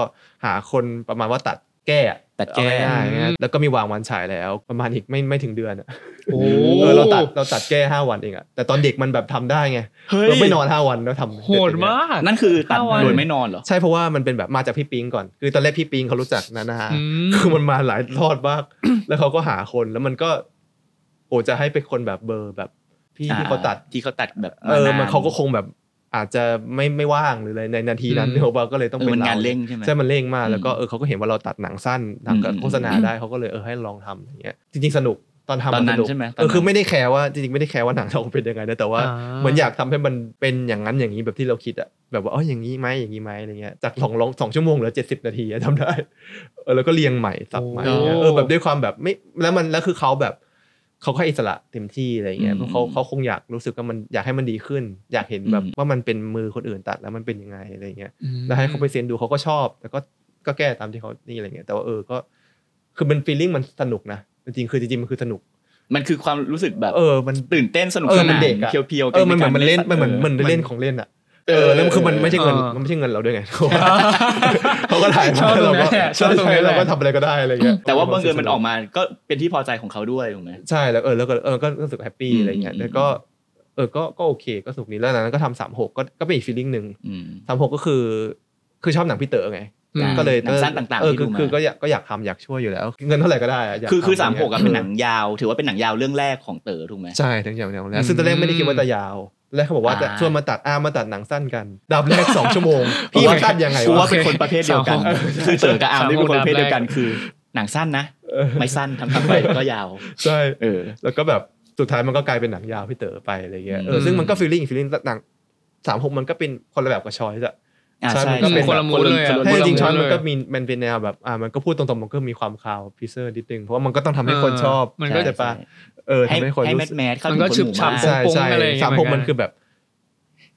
[SPEAKER 5] หาคนประมาณว่าตัดแก้อะ
[SPEAKER 4] ตัดแก้
[SPEAKER 5] เอาง่ายๆ
[SPEAKER 3] อืม
[SPEAKER 5] นะแล้วก็มีวางวันฉายแล้วประมาณอีกไม่ไม่ถึงเดือนอะ
[SPEAKER 3] โอ้
[SPEAKER 5] เออเราตัดเราตัดแก้ห้าวันเองอะแต่ตอนเด็กมันแบบทำได้ไงเราไม่นอนห้าวันแล้วทำ
[SPEAKER 3] โหดมาก
[SPEAKER 4] นั่นคือตัด
[SPEAKER 3] ห้าวัน
[SPEAKER 4] โดยไม่นอนเหรอ
[SPEAKER 5] ใช่เพราะว่ามันเป็นแบบมาจากพี่ปิงก่อน คือตอนแรกพี่ปิงเขารู้จักนานา
[SPEAKER 3] อืม
[SPEAKER 5] คือมันมาหลายทอดมาก แล้วเขาก็หาคนแล้วมันก็โอจะให้เป็นคนแบบเบอร์แบบพี่ที่เขาตัด
[SPEAKER 4] ที่เขาตัดแบบ
[SPEAKER 5] เออ มัน
[SPEAKER 4] น
[SPEAKER 5] เขาก็คงแบบอาจจะไม่ไม่ว่างหรืออะไรในนาทีนั้น
[SPEAKER 3] อืม
[SPEAKER 5] เนอะว่าก็เลยต้อง
[SPEAKER 4] เออ
[SPEAKER 5] เป็น
[SPEAKER 4] มันงาน
[SPEAKER 5] ร
[SPEAKER 4] เร่งใช่ไหม
[SPEAKER 5] ใช่มันเร่งมาก
[SPEAKER 4] อืม
[SPEAKER 5] แล้วก็เออเขาก็เห็นว่าเราตัดหนังสั้นหนังกับ
[SPEAKER 4] อืม
[SPEAKER 5] โฆษณาได้เขาก็เลยเออให้ลองทำอย่างเงี้ยจริงๆสนุกตอนทำ
[SPEAKER 4] ตอนนั้
[SPEAKER 5] ส
[SPEAKER 4] น
[SPEAKER 5] ก
[SPEAKER 4] ใช่ไหมตอนนั้น
[SPEAKER 5] เออคือไม่ได้แคร์ว่าจริงๆไม่ได้แคร์ว่าหนังจะออกมาเป็นยังไงนะแต่ว่า
[SPEAKER 3] อ่า
[SPEAKER 5] เหมือนอยากทำให้มันเป็นอย่างนั้นอย่างนี้แบบที่เราคิดอะแบบว่าเอ๋ออย่างนี้ไหมอย่างนี้ไหมอะไรเงี้ยจากสองร้องสองชั่วโมงเหลือเจ็ดสิบนาทีอะทำได้เออแล้วก็เรียงใหม่สับใหม่
[SPEAKER 3] โอ้
[SPEAKER 5] เงี้ยเออแบบด้วยความแบบไม่แล้วมันแล้วคือเขาแบบเขาก็อิสระเต็มที่อะไรเงี้ยเพราะเขา
[SPEAKER 4] อืม
[SPEAKER 5] เขา คงอยากรู้สึกว่ามันอยากให้มันดีขึ้น อยากเห็นแบบ
[SPEAKER 4] อืม
[SPEAKER 5] ว่ามันเป็นมือคนอื่นตัดแล้วมันเป็นยังไงอะไรเงี้ยแล้วให้เขาไปเซ็นดูเขาก็ชอบแล้วก็ก็แก้ตามที่เขานี่อะไรเงี้ยแต่ว่าเออก็ คือมันฟีลลิ่งมันสนุกนะจริงๆคือจริงๆมันคือสนุก
[SPEAKER 4] มันคือความรู้สึกแบบ
[SPEAKER 5] เออมัน
[SPEAKER 4] ตื่นเต้นสนุก
[SPEAKER 5] เอ
[SPEAKER 4] ส
[SPEAKER 5] อมัน
[SPEAKER 4] นาน
[SPEAKER 5] เด็กอะ
[SPEAKER 4] เพียวๆกั
[SPEAKER 5] เออมันเหมือนมันเล่น
[SPEAKER 4] ใการ
[SPEAKER 5] มันเหมือนมันเล่นของเล่นอะเออแล้วมันคือมันไม่ใช่เงิน
[SPEAKER 3] เออ
[SPEAKER 5] มันไม่ใช่เงินเราด้ว ยไงเขาก็ถ่าย
[SPEAKER 3] ชอบ
[SPEAKER 5] มา
[SPEAKER 3] ตร
[SPEAKER 5] เรา
[SPEAKER 3] งนั้
[SPEAKER 5] ก็
[SPEAKER 3] นแหละชอบตรงนั้นแหละ
[SPEAKER 5] ใช่เราก็ทำอะไรก็ได้อะไรเงี้ย
[SPEAKER 4] แต่ว่าบังเอิญมันออกมาก็เป็นที่พอใจของเขาด้วยถูกไหม
[SPEAKER 5] ใช่แล้วเออแล้วก็เออก็รู้สึกแฮปปี้อะไรเงี้ย
[SPEAKER 4] อืม
[SPEAKER 5] แล้วก็ เออก็ก็โอเคก็สนุกดีแล้วหลังจากนั้นก็ทำสามหกก็ก็เป็นอีกฟีลลิ่งหนึ่ง
[SPEAKER 4] อืม
[SPEAKER 5] สามหกก็คือคือชอบหนังพี่เต๋อไง
[SPEAKER 3] อืม
[SPEAKER 5] ก็เลย
[SPEAKER 4] หนังสั้นต่างๆ
[SPEAKER 5] เออ
[SPEAKER 4] ที่ดู
[SPEAKER 5] คือ
[SPEAKER 4] มา
[SPEAKER 5] คือก็อยากก็อยากทำอยากช่วยอยู่แล้ว เงินเท่าไหร่ก็ได้ะยก
[SPEAKER 4] คือคือ
[SPEAKER 5] ทำ
[SPEAKER 4] สามหก
[SPEAKER 5] ย่
[SPEAKER 4] อะ
[SPEAKER 5] ง
[SPEAKER 4] เป็นห
[SPEAKER 5] งี้ย
[SPEAKER 4] นังยาว ถือว่าเป็นหนังยาวเรื่องแรกของเต๋อถูกไหม
[SPEAKER 5] ใช่ทั้งยาวๆแล้วซึ่งตอนแรกไม่ได้คิดว่าจะยาวแล้วเขาบอกว่าจะ
[SPEAKER 4] อ่า
[SPEAKER 5] ชวนมาตัดอ้ามาตัดหนังสั้นกันดับแรกสองชั่วโมง พี่ว่าตัดยังไง
[SPEAKER 4] กู
[SPEAKER 5] วะ
[SPEAKER 4] ว่าเป็นคนประเภทเดียวกัน
[SPEAKER 3] สามหก
[SPEAKER 4] คือเต๋อกับอาร์มนี่เป็นคน
[SPEAKER 3] สามหก
[SPEAKER 4] ประเภทเดียวกันคือ หนังสั้นนะ
[SPEAKER 5] เออ
[SPEAKER 4] ไม่สั้นทำทำไปก็ยาว
[SPEAKER 5] ใช่
[SPEAKER 4] เออ
[SPEAKER 5] แล้วก็แบบสุดท้ายมันก็กลายเป็นหนังยาวพี่เต๋อไปอะไรเงี้ยเออ
[SPEAKER 3] ม
[SPEAKER 5] ซึ่งมันก็ฟีลลิ่งฟีลลิ่งหนังสามหกมันก็เป็นคนละแบบกับชอยส์อะ
[SPEAKER 4] อ่า
[SPEAKER 5] ใช่
[SPEAKER 4] ใช่
[SPEAKER 5] มันก็เป็น
[SPEAKER 3] ค
[SPEAKER 4] ใช่
[SPEAKER 3] นละมูลเลยอะ
[SPEAKER 4] คน
[SPEAKER 5] ถ้าจริ
[SPEAKER 4] มูล
[SPEAKER 5] งๆช้อน
[SPEAKER 3] เลย
[SPEAKER 5] มันก็มีมันเป็นแนวแบบอ่ามันก็พูดตรงๆมันก็มีความคาวพิเซอร์นิดนึงเพราะว่ามันก็ต้องทำให้คนชอบ
[SPEAKER 3] เออมันก็
[SPEAKER 5] ใช่ปะเออ
[SPEAKER 4] ให้
[SPEAKER 5] ทำให้คน
[SPEAKER 4] ให้
[SPEAKER 5] รู้
[SPEAKER 4] แม
[SPEAKER 5] สึ
[SPEAKER 4] ท
[SPEAKER 5] ก
[SPEAKER 4] แมทเข้า
[SPEAKER 3] มันก็
[SPEAKER 4] ถึงคนห
[SPEAKER 3] ฉึบ
[SPEAKER 4] มู่
[SPEAKER 3] ฉับ
[SPEAKER 4] มาก
[SPEAKER 5] ใช่
[SPEAKER 3] ปงๆ
[SPEAKER 5] ใช่
[SPEAKER 3] อะไรอย่างเงี้ย
[SPEAKER 5] สามหกมันคือแบบ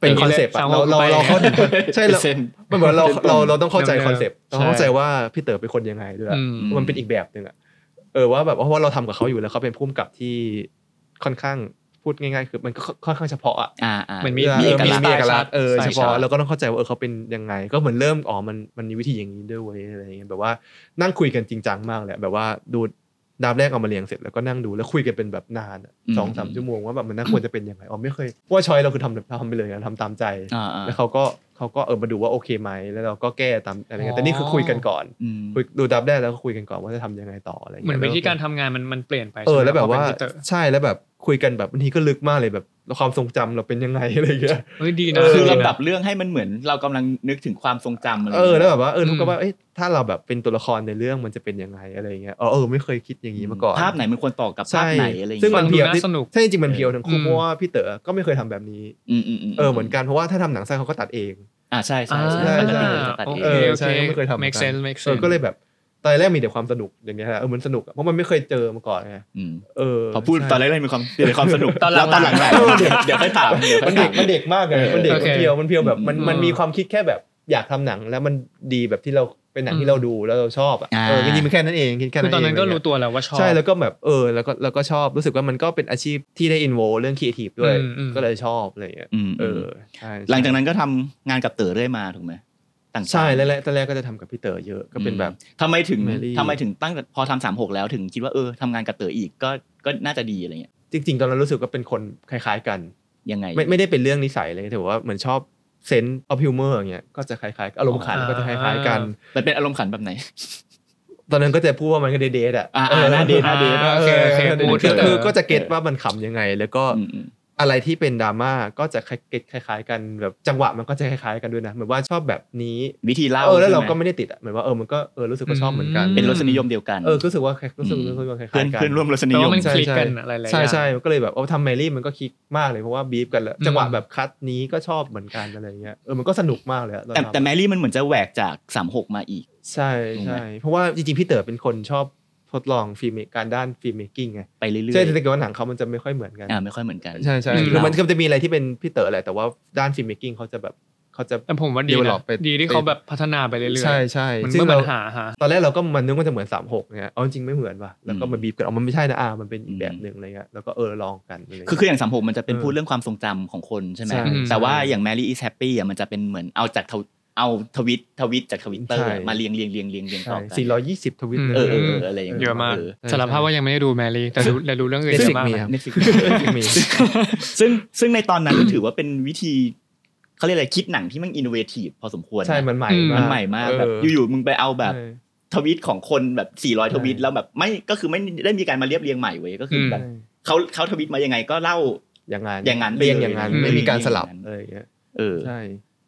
[SPEAKER 5] เป็นคอนเซปต์อะ
[SPEAKER 3] สามหก
[SPEAKER 5] เราเรา
[SPEAKER 3] ไป
[SPEAKER 5] เราเข้าถึงใช่
[SPEAKER 4] เป อ
[SPEAKER 5] เรา
[SPEAKER 4] ร์เซ็นต์
[SPEAKER 5] มันเหมือนเราเราเราต้องเข้าใจคอนเซปต์
[SPEAKER 3] ใช่
[SPEAKER 5] ต้องเข้าใจว่าพี่เต๋อเป็นคนยังไงด้วย
[SPEAKER 3] อืม
[SPEAKER 4] ม
[SPEAKER 5] มันเป็นอีกแบบหนึ่งอะเออว่าแบบเพราะว่าเราทำกับเขาอยู่แล้วเขาเป็นผู้กำกับที่ค่อนข้างพูดง่ายๆ คือมันก็ค่อนข้างเฉพาะอะ
[SPEAKER 4] อ่าอ่า
[SPEAKER 3] มันมี
[SPEAKER 5] เออ
[SPEAKER 4] มีเอกลักษณ์
[SPEAKER 5] มีเอกลักษณ์เออ
[SPEAKER 3] ใช่
[SPEAKER 5] เฉพาะ
[SPEAKER 3] ใช่
[SPEAKER 5] เราก็ต้องเข้าใจว่าเออเขาเป็นยังไง ก็เหมือนเริ่มอ๋อมันมันมีวิธีอย่างนี้ด้วยเว้ยอะไรอย่างเงี้ยแบบว่านั่งคุยกันจริงจังมากแหละแบบว่าดูดามแรกเอามาเรียงเสร็จแล้วก็นั่งดูแล้วคุยกันเป็นแบบนานอะสองสามชั่วโมงว่าแบบมันน่าควรจะเป็นยังไงอ๋อไม่เคยเพราะว่าชอยเราคือทำแบบทำไปเลยอะทำตามใจ
[SPEAKER 4] อ่าอ่า
[SPEAKER 5] แล้วเขาก็เขาก็เออมาดูว่าโอเคไหมแล้วเราก็แก้ตามอะไรเงี้ยแต่นี่คือคุยกันก่อน
[SPEAKER 4] อืม
[SPEAKER 5] คุยดูดับได้แล้วก็คุยกันก่อนว่าจะทำยังไงต่ออะไรเงี้ย
[SPEAKER 3] เหมือนวิธีการทำงานมันมันเปลี่ยนไป
[SPEAKER 5] เออ
[SPEAKER 3] ใช่ไหม
[SPEAKER 5] แล้วแบบ
[SPEAKER 3] พ
[SPEAKER 5] ว่า
[SPEAKER 3] อเป็นพี่เต๋อ
[SPEAKER 5] ใช่แล้วแบบคุยกันแบบบางทีก็ลึกมากเลยแบบความทรงจำเราเป็นยังไงอะไรเงี้ย
[SPEAKER 3] เฮ้ยดีนะ
[SPEAKER 4] คือ
[SPEAKER 3] ดีนะ
[SPEAKER 4] ลำดับเรื่องให้มันเหมือนเรากำลังนึกถึงความทรงจำอะไร
[SPEAKER 5] เอ
[SPEAKER 4] อย่าง
[SPEAKER 5] อ
[SPEAKER 4] เงี้ย
[SPEAKER 5] แล้วแบบว่าเออรู้ก็
[SPEAKER 3] อืม
[SPEAKER 5] ว่าเอ้ยถ้าเราแบบเป็นตัวละครในเรื่องมันจะเป็นยังไงอะไรเงี้ยเออเออไม่เคยคิดอย่างนี้มาก่อน
[SPEAKER 4] ภาพไหนมันควรต่อกับภา
[SPEAKER 5] ใช่
[SPEAKER 4] พไหนอะไรอย่าง
[SPEAKER 5] ซึ่ง
[SPEAKER 4] เงี้ย
[SPEAKER 5] มันเพียว
[SPEAKER 3] ฟังดู
[SPEAKER 5] ที่
[SPEAKER 3] น่าสนุก
[SPEAKER 5] ใช่จริงๆมันเพียวทั้งคู่
[SPEAKER 3] อืม
[SPEAKER 5] เพราะว่าพี่เต๋อก็ไม่เคยทำแบบนี้
[SPEAKER 4] อืมอืมอืม
[SPEAKER 5] เออเหมือนกันเพราะว่าถ้าทำหนังสั้นเขาก็ตัดเอง
[SPEAKER 4] อ่าใช่ใช่
[SPEAKER 5] อ่า
[SPEAKER 4] ใช่ปกติจะตัด
[SPEAKER 3] โอ
[SPEAKER 4] เอ
[SPEAKER 3] เค
[SPEAKER 4] ง
[SPEAKER 5] เออ
[SPEAKER 3] โอ
[SPEAKER 5] ใช่
[SPEAKER 3] เค
[SPEAKER 5] ไม่เคยทำเหมือน
[SPEAKER 3] make
[SPEAKER 5] กัน
[SPEAKER 3] sense make
[SPEAKER 5] เออ
[SPEAKER 3] sense
[SPEAKER 5] ก็เลยแบบตอนแรกมีแต่ความสนุกอย่างเงี้ยฮะเออมันสนุกอะเพราะมันไม่เคยเจอมาก่อนไง
[SPEAKER 4] อืม
[SPEAKER 5] เออ
[SPEAKER 4] พอพูด
[SPEAKER 5] ใช่
[SPEAKER 4] ตอนแรกๆมีความมีความสนุก
[SPEAKER 3] ตอนหลังๆ
[SPEAKER 4] แล้วตอนหลังไหน
[SPEAKER 5] เออเดี๋
[SPEAKER 4] เดี๋ยว วเดี๋
[SPEAKER 5] ย
[SPEAKER 4] ยวค่อยถามเดี๋ยวค่
[SPEAKER 5] มั
[SPEAKER 4] อย
[SPEAKER 5] นเด็
[SPEAKER 4] ถาก ม
[SPEAKER 5] มันเด็กมากไง
[SPEAKER 4] เออ
[SPEAKER 5] มันเด็กมัน
[SPEAKER 3] โอเค
[SPEAKER 5] เพียวมันเพียวแบบมัน
[SPEAKER 4] อืม
[SPEAKER 5] มันมีความคิดแค่แบบอยากทำหนังแล้วมันดีแบบที่เราเป็นหนัง
[SPEAKER 3] อืม
[SPEAKER 5] ที่เราดูแล้วเราชอบอ่ะ
[SPEAKER 4] อ่า
[SPEAKER 5] เออจริงๆมันแค่นั้นเองคิดแค่
[SPEAKER 3] คื
[SPEAKER 5] นั้
[SPEAKER 3] อนตอ
[SPEAKER 5] เอง
[SPEAKER 3] นนั้นก็
[SPEAKER 5] ะไเงี้ย
[SPEAKER 3] รู้ตัวแล้วว่าชอบ
[SPEAKER 5] ใช่แล้วก็แบบเออแล้วก็แล้วก็ชอบรู้สึกว่ามันก็เป็นอาชีพที่ได้อินโวเรื่องครีเอทีฟด้วย
[SPEAKER 3] อืมอืม
[SPEAKER 5] ก็เลยชอบอะไรอย่างเงี้ย
[SPEAKER 4] อืม
[SPEAKER 5] เอ
[SPEAKER 4] เออ
[SPEAKER 5] อใช่
[SPEAKER 4] หลังจากนั้นก็ทำงานกับเต๋อเรื่อยมาถูกไหมต่างๆ
[SPEAKER 5] ใช่แล้วแรกตอนแรกก็จะทำกับพี่เต๋อเยอะก็เป็นแบบ
[SPEAKER 4] ทำไมถึง
[SPEAKER 5] เมลี่
[SPEAKER 4] ทำไมถึงตั้งแต่พอทำสามหกแล้วถึงคิดว่าเออทำงานกับเต๋ออีกก็ก็น่าจะดีอะไรเงี้ย
[SPEAKER 5] จริง ๆ ตอนนั้นรู้สึกว่าเป็นคนคล้าย ๆ กัน
[SPEAKER 4] ยังไง
[SPEAKER 5] ไม่ไม่ได้เป็นเรื่องนิสัยเลยแต่ว่าเหมือนชอบเซนต์ออฟฮิวเมอร์อย่างเงี้ยก็จะคล้ายๆกันอารมณ์ขันก็จะคล้ายๆกัน
[SPEAKER 4] มันเป็นอารมณ์ขันแบบไหน
[SPEAKER 5] ตอนนั้นก็จะพูดว่ามันก็เดทๆอ่ะ
[SPEAKER 4] อ่าอ่าหน้าเดทหน้าเดท
[SPEAKER 5] ออ
[SPEAKER 3] โอเคโอเค
[SPEAKER 5] หน้าดท
[SPEAKER 3] มูด
[SPEAKER 5] คือ
[SPEAKER 3] เต๋อ
[SPEAKER 5] คือก็จะเก็ตว่ามันขำยังไง แล้วก็
[SPEAKER 4] อืมอืม
[SPEAKER 5] อะไรที่เป็นดราม่าก็จะคล้ายเก็ตคล้าย ๆ กันแบบจังหวะมันก็จะคล้ายๆกันด้วยนะเหมือนว่าชอบแบบนี้
[SPEAKER 4] วิธีเล่า
[SPEAKER 5] เออแล้ว
[SPEAKER 4] ใช่
[SPEAKER 5] เรา
[SPEAKER 4] ไหม
[SPEAKER 5] ก็ไม่ได้ติดอ่ะเหมือนว่าเออมันก็เออรู้สึกว่าชอบเหมือนกัน
[SPEAKER 4] เป็นรสนิยมเดียวกัน
[SPEAKER 5] เออรู้สึกว่าแค่รู้สึกรู้สึกว่าคล้ายๆ
[SPEAKER 4] เพื่อน
[SPEAKER 5] กัน
[SPEAKER 4] เพื่อนร่วมรสนิ
[SPEAKER 3] แต่
[SPEAKER 4] ยม
[SPEAKER 3] ว่ามัน
[SPEAKER 5] ใช่
[SPEAKER 3] คลิก
[SPEAKER 5] ใช่
[SPEAKER 3] กันอะไรหลายๆอ
[SPEAKER 5] ใช่
[SPEAKER 3] ย่าง
[SPEAKER 5] ใช่มันก็เลยแบบเอาทำแมรี่มันก็คลิกมากเลยเพราะว่าบีฟกันแล้ว
[SPEAKER 3] อืม
[SPEAKER 5] จังหวะแบบคัดนี้ก็ชอบเหมือนกันอะไรอย่างเงี้ยเออมันก็สนุกมากเลยอะตอน
[SPEAKER 4] แต่แต่
[SPEAKER 5] ทำ
[SPEAKER 4] แมรี่มันเหมือนจะแหวกจากสามหกมาอีก
[SPEAKER 5] ใช่
[SPEAKER 4] ถูกไหม
[SPEAKER 5] ใช่เพราะว่าจริงๆพี่เต๋อเป็นคนชอบทดลองฟิล์มการด้านฟิล์มเมคกิ้งไง
[SPEAKER 4] ไปเรื่อย
[SPEAKER 5] ใช่แต่เกิดว่าหนังเขามันจะไม่ค่อยเหมือนกัน
[SPEAKER 4] ๆอ่าไม่ค่อยเหมือนกัน
[SPEAKER 5] ใช่ใช่
[SPEAKER 3] อืม
[SPEAKER 5] คือมันก็จะมีอะไรที่เป็นพี่เต๋อแหละแต่ว่าด้านฟิล์มเมคกิ้งเขาจะแบบ เขาจะ
[SPEAKER 3] แต่ผมว่าดีนะ
[SPEAKER 5] develop ไป
[SPEAKER 3] ดีที่เขาแบบพัฒนาไปเรื่อยๆ
[SPEAKER 5] ใช่ใช่
[SPEAKER 3] มัน
[SPEAKER 5] ซึ่ง
[SPEAKER 3] เมื่อมั
[SPEAKER 5] เรา
[SPEAKER 3] นหาหา
[SPEAKER 5] ตอนแรกเราก็มันนึกว่าจะเหมือนสามหกเนี่ยเอาจริงๆไม่เหมือนว่ะแล้วก็
[SPEAKER 4] อืม
[SPEAKER 5] มาบีบกันเอามันไม่ใช่นะอ่ามันเป็นอีกแบบ
[SPEAKER 4] อืม
[SPEAKER 5] หนึ่งอะไรเงี้ยแล้วก็เออลองกันอะไรเงี้ย
[SPEAKER 4] คือคืออย่างสามหกมันจะเป็น
[SPEAKER 5] เออ
[SPEAKER 4] พูดเรื่องความทรงจำของคนใช่ไหม
[SPEAKER 5] ใช่
[SPEAKER 4] แต่ว่าอย่างแมรี่อี s แฮปปี้อ่ะมันจะเป็นเหมือนเอาจากทวเอาทวิตทวิตจากทวิตเตอร์
[SPEAKER 5] ใช่
[SPEAKER 4] มาเรียงเรียงเรียงเรียงเรียงต่อ
[SPEAKER 5] ใช่
[SPEAKER 4] กัน
[SPEAKER 5] สี่ร้อยยี่สิบทวิต
[SPEAKER 3] อืม
[SPEAKER 4] เออเออ
[SPEAKER 5] เอ
[SPEAKER 4] เอ
[SPEAKER 5] อ
[SPEAKER 4] ออะไรอย่าง
[SPEAKER 3] เยอะมาก
[SPEAKER 4] เออ
[SPEAKER 5] เออ
[SPEAKER 3] สารภาพว่ายังไม่ได้ดูแมรี่แต่รู้แต่รู้เรื่องอื่นเย
[SPEAKER 5] Netflix
[SPEAKER 3] อะมาก
[SPEAKER 5] มีครับ
[SPEAKER 4] Netflix
[SPEAKER 5] มี
[SPEAKER 4] ซึ่งซึ่งในตอนนั้นก็ถือว่าเป็นวิธีเขาเรียกอะไรคิดหนังที่มันอินโนเวทีฟพอสมควรนะ
[SPEAKER 5] ใช่มันใหม่
[SPEAKER 4] มันใหม่มาก
[SPEAKER 5] เ
[SPEAKER 4] แบบอยู่ๆมึงไปเอาแบบ
[SPEAKER 5] ใช่
[SPEAKER 4] ทวิตของคนแบบ 400 ทวิต
[SPEAKER 5] ใช่
[SPEAKER 4] แล้วแบบไม่ก็คือไม่ได้มีการมาเรียบเรียงใหม่เว้ยก็คืออ
[SPEAKER 3] ม
[SPEAKER 4] แบบเขาเขาทวิตมายังไงก็เล่า
[SPEAKER 5] อย่างนั้น
[SPEAKER 4] อย่างนั้นไป
[SPEAKER 5] เรียง
[SPEAKER 4] เลย
[SPEAKER 5] อย่างนั้น
[SPEAKER 3] อืม
[SPEAKER 5] ไม่มีการสลับ
[SPEAKER 4] อย่างนั้น
[SPEAKER 5] อะไรเงี้ย
[SPEAKER 4] เออ
[SPEAKER 5] ใช่